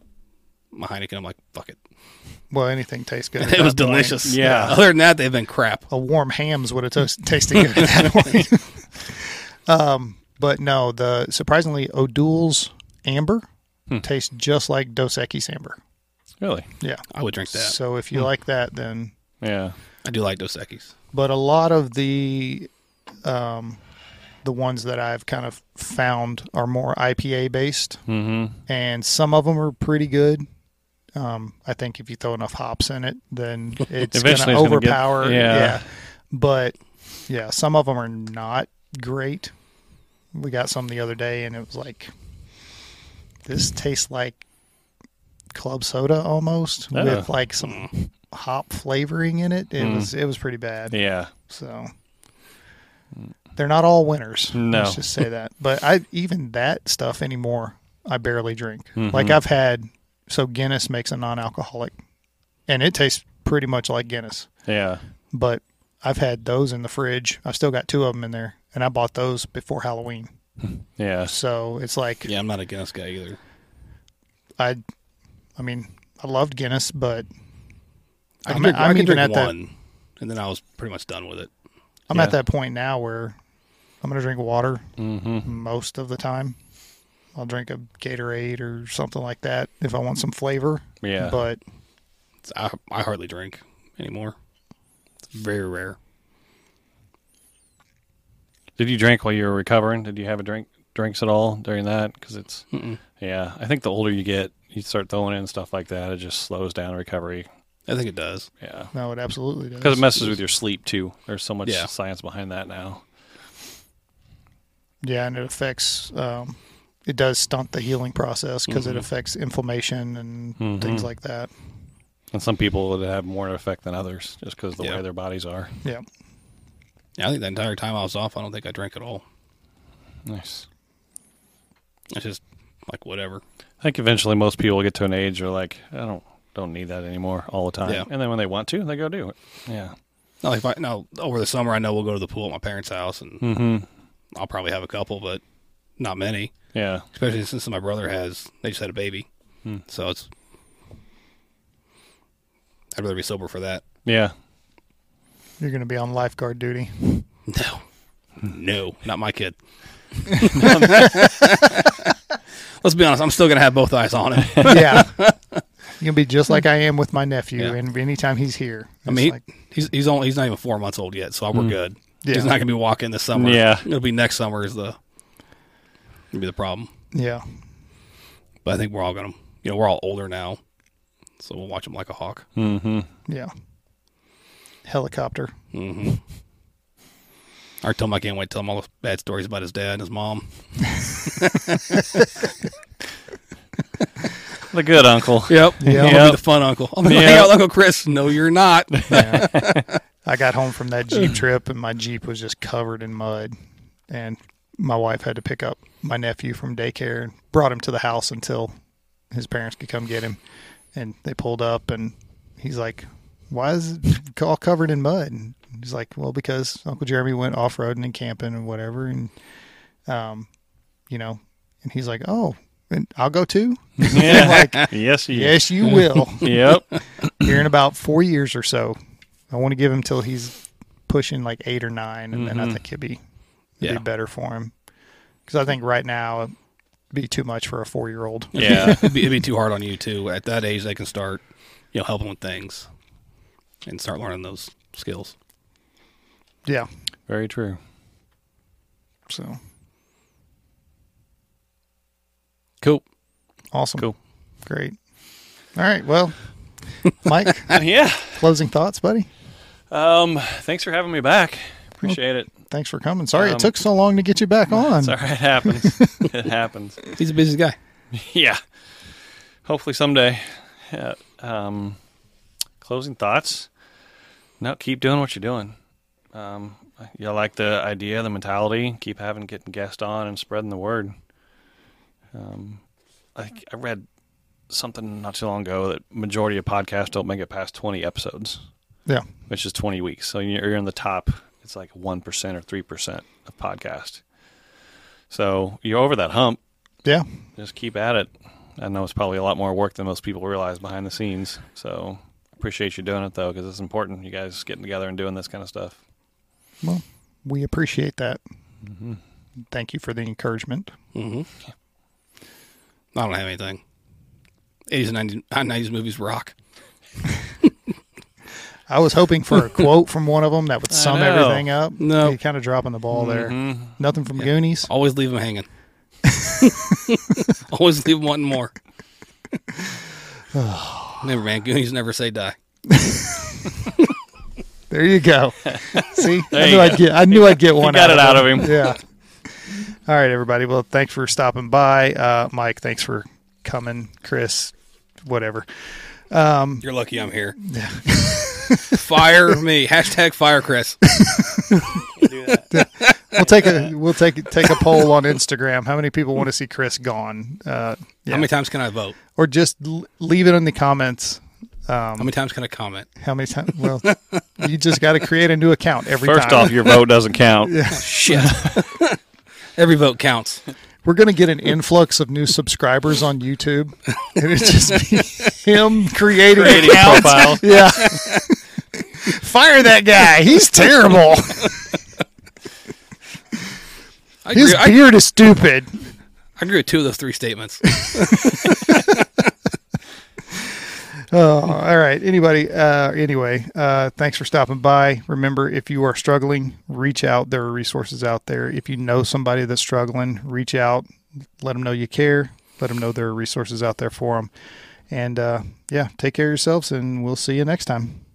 [SPEAKER 2] my Heineken. I'm like, fuck it.
[SPEAKER 1] well anything tastes good. at
[SPEAKER 2] It was
[SPEAKER 1] that point.
[SPEAKER 2] delicious.
[SPEAKER 3] Yeah.
[SPEAKER 2] Other than that, they've been crap.
[SPEAKER 1] a warm hams would have toast tasted good at that point. um, but no, the surprisingly O'Doul's amber
[SPEAKER 3] Hmm.
[SPEAKER 1] tastes just like Dos Equis amber.
[SPEAKER 3] Really?
[SPEAKER 1] Yeah.
[SPEAKER 2] I would drink that.
[SPEAKER 1] So if you
[SPEAKER 3] Hmm.
[SPEAKER 1] like that, then.
[SPEAKER 3] Yeah.
[SPEAKER 2] I do like Dos Equis.
[SPEAKER 1] But a lot of the, um, the ones that I've kind of found are more IPA based, mm-hmm. and some of them are pretty good. Um, I think if you throw enough hops in it, then it's going
[SPEAKER 3] Eventually
[SPEAKER 1] to
[SPEAKER 3] it's gonna get-
[SPEAKER 1] overpower.
[SPEAKER 3] yeah.
[SPEAKER 1] But yeah, some of them are not great. We got some the other day, and it was like, this tastes like club soda almost
[SPEAKER 3] Oh. Mm.
[SPEAKER 1] with like some hop flavoring in it. It was it was pretty bad.
[SPEAKER 3] Yeah.
[SPEAKER 1] So they're not all winners.
[SPEAKER 3] No.
[SPEAKER 1] Let's just say that. But I even that stuff anymore, I barely drink. Like I've had so Guinness makes a non-alcoholic, and it tastes pretty much like Guinness.
[SPEAKER 3] Yeah.
[SPEAKER 1] But I've had those in the fridge. I've still got two of them in there, and I bought those before Halloween.
[SPEAKER 3] Yeah.
[SPEAKER 1] So it's like
[SPEAKER 2] Yeah, I'm not a Guinness guy either.
[SPEAKER 1] I, I mean, I loved Guinness, but
[SPEAKER 2] I
[SPEAKER 1] I'm-
[SPEAKER 2] can drink,
[SPEAKER 1] I'm
[SPEAKER 2] I can
[SPEAKER 1] even
[SPEAKER 2] drink
[SPEAKER 1] at that-
[SPEAKER 2] one, and then I was pretty much done with it.
[SPEAKER 1] I'm at
[SPEAKER 3] Yeah.
[SPEAKER 1] that point now where I'm going to drink water
[SPEAKER 3] Mm-hmm.
[SPEAKER 1] most of the time. I'll drink a Gatorade or something like that if I want some flavor.
[SPEAKER 3] Yeah.
[SPEAKER 1] But
[SPEAKER 2] It's- I, I hardly drink anymore. It's very rare.
[SPEAKER 3] Did you drink while you were recovering? Did you have a drink drinks at all during that? Because it's yeah. I think the older you get, you start throwing in stuff like that. It just slows down recovery.
[SPEAKER 2] I think it does.
[SPEAKER 3] Yeah.
[SPEAKER 1] no, it absolutely does.
[SPEAKER 3] Because it messes with your sleep too. There's so much
[SPEAKER 2] Yeah.
[SPEAKER 3] science behind that now.
[SPEAKER 1] yeah, and it affects. Um, it does stunt the healing process because
[SPEAKER 3] Mm-hmm.
[SPEAKER 1] it affects inflammation and things like that.
[SPEAKER 3] And some people would have more effect than others just because the
[SPEAKER 2] Yeah.
[SPEAKER 3] way their bodies are.
[SPEAKER 1] Yeah.
[SPEAKER 2] Yeah, I think the entire time I was off, I don't think I drank at all.
[SPEAKER 3] Nice.
[SPEAKER 2] It's just like whatever.
[SPEAKER 3] I think eventually most people get to an age where like I don't don't need that anymore all the time.
[SPEAKER 2] Yeah.
[SPEAKER 3] And then when they want to, they go do it. Yeah.
[SPEAKER 2] Not like if I, no, over the summer, I know we'll go to the pool at my parents' house, and
[SPEAKER 1] Hmm.
[SPEAKER 3] Mm-hmm.
[SPEAKER 2] I'll probably have a couple, but not many.
[SPEAKER 3] Yeah.
[SPEAKER 2] Especially since my brother has, they just had a baby,
[SPEAKER 1] Hmm.
[SPEAKER 2] so it's. I'd rather be sober for that.
[SPEAKER 3] Yeah.
[SPEAKER 1] You're going to be on lifeguard duty.
[SPEAKER 2] No, no, not my kid. Let's be honest. I'm still gonna have both eyes on him.
[SPEAKER 1] yeah. You're going to be just like I am with my nephew.
[SPEAKER 2] Yeah.
[SPEAKER 1] And anytime he's here,
[SPEAKER 2] I
[SPEAKER 1] it's
[SPEAKER 2] mean,
[SPEAKER 1] like,
[SPEAKER 2] he's he's only he's not even four months old yet, so we're good.
[SPEAKER 1] Yeah.
[SPEAKER 2] He's not gonna be walking this summer.
[SPEAKER 3] Yeah.
[SPEAKER 2] it'll be next summer is the it'll be the problem.
[SPEAKER 1] yeah.
[SPEAKER 2] But I think we're all gonna you know we're all older now, so we'll watch him like a hawk.
[SPEAKER 1] Yeah. Helicopter.
[SPEAKER 2] I tell him I can't wait to tell him all the bad stories about his dad and his mom.
[SPEAKER 3] The good uncle.
[SPEAKER 2] Yep,
[SPEAKER 1] Yeah.
[SPEAKER 2] I'll be the fun uncle. I'll be like,
[SPEAKER 3] Yep.
[SPEAKER 2] "Hey, Uncle Chris, no, you're not.
[SPEAKER 1] I got home from that Jeep trip and my Jeep was just covered in mud. And my wife had to pick up my nephew from daycare and brought him to the house until his parents could come get him. And they pulled up and he's like, Why is it all covered in mud? And he's like, Well, because Uncle Jeremy went off roading and camping and whatever. And, um, you know, and he's like, Oh, and I'll go too.
[SPEAKER 3] Yeah. yes, you.
[SPEAKER 1] Yes, you will.
[SPEAKER 3] Yep.
[SPEAKER 1] here in about four years or so. I want to give him till he's pushing like eight or nine, and then I think it'd be it'd
[SPEAKER 2] Yeah.
[SPEAKER 1] be better for him. Because I think right now it'd be too much for a four year old.
[SPEAKER 3] Yeah.
[SPEAKER 2] it'd, be, it'd be too hard on you too. At that age, they can start, you know, helping with things, and start learning those skills.
[SPEAKER 1] Yeah.
[SPEAKER 3] Very true.
[SPEAKER 1] So
[SPEAKER 2] Cool.
[SPEAKER 1] awesome.
[SPEAKER 3] Cool.
[SPEAKER 1] Great. All right. Well, Mike,
[SPEAKER 3] yeah.
[SPEAKER 1] closing thoughts, buddy.
[SPEAKER 3] Um, thanks for having me back. Appreciate it.
[SPEAKER 1] Thanks for coming. Sorry
[SPEAKER 3] Um,
[SPEAKER 1] it took so long to get you back on.
[SPEAKER 3] It's all right. It happens. it happens.
[SPEAKER 2] He's a busy guy.
[SPEAKER 3] Yeah. Hopefully someday. Yeah. Um, closing thoughts. No, keep doing what you're doing. Um, you like the idea, the mentality. Keep having getting guests on and spreading the word. Um, I, I read something not too long ago that majority of podcasts don't make it past 20 episodes.
[SPEAKER 1] Yeah.
[SPEAKER 3] which is 20 weeks. So you're in the top, it's like 1% or 3% of podcast. So you're over that hump.
[SPEAKER 1] Yeah.
[SPEAKER 3] Just keep at it. I know it's probably a lot more work than most people realize behind the scenes. So appreciate you doing it though, because it's important. You guys getting together and doing this kind of stuff.
[SPEAKER 1] Well, we appreciate that. Thank you for the encouragement.
[SPEAKER 2] hmm I don't have anything. 80s and 90s, 90s movies rock.
[SPEAKER 1] I was hoping for a quote from one of them that would sum
[SPEAKER 3] know. Mm-hmm.
[SPEAKER 1] everything up.
[SPEAKER 2] No.
[SPEAKER 1] you're kind of dropping the ball there. Nothing from Goonies.
[SPEAKER 2] Always leave them hanging. Always leave them wanting more. never, man. Goonies never say die.
[SPEAKER 1] There you go. See, I
[SPEAKER 3] you
[SPEAKER 1] knew I'd get. I knew I'd get one.
[SPEAKER 3] got it out of
[SPEAKER 1] them.
[SPEAKER 3] him.
[SPEAKER 1] Yeah. All right, everybody. Well, thanks for stopping by, uh, Mike. Thanks for coming, Chris. Whatever.
[SPEAKER 2] You're lucky I'm here. fire me. Hashtag fire Chris.
[SPEAKER 1] We'll take a we'll take take a poll on Instagram. How many people want to see Chris gone? Uh,
[SPEAKER 2] How many times can I vote?
[SPEAKER 1] or just l- leave it in the comments.
[SPEAKER 2] How many times can I comment?
[SPEAKER 1] How many times? Well, you just got to create a new account every
[SPEAKER 3] First
[SPEAKER 1] time.
[SPEAKER 3] off, your vote doesn't count.
[SPEAKER 2] Shit. Every vote counts.
[SPEAKER 1] We're going to get an influx of new subscribers on YouTube, and it just be him creating,
[SPEAKER 3] Creating
[SPEAKER 1] accounts.
[SPEAKER 3] profile.
[SPEAKER 1] Yeah, fire that guy. He's terrible.
[SPEAKER 2] I agree,
[SPEAKER 1] His
[SPEAKER 2] I,
[SPEAKER 1] beard is stupid.
[SPEAKER 2] I agree with two of those three statements.
[SPEAKER 1] Oh, all right. Anybody, uh, anyway, uh, thanks for stopping by. Remember, if you are struggling, reach out. There are resources out there. If you know somebody that's struggling, reach out. Let them know you care. Let them know there are resources out there for them. And uh, yeah, take care of yourselves, and we'll see you next time.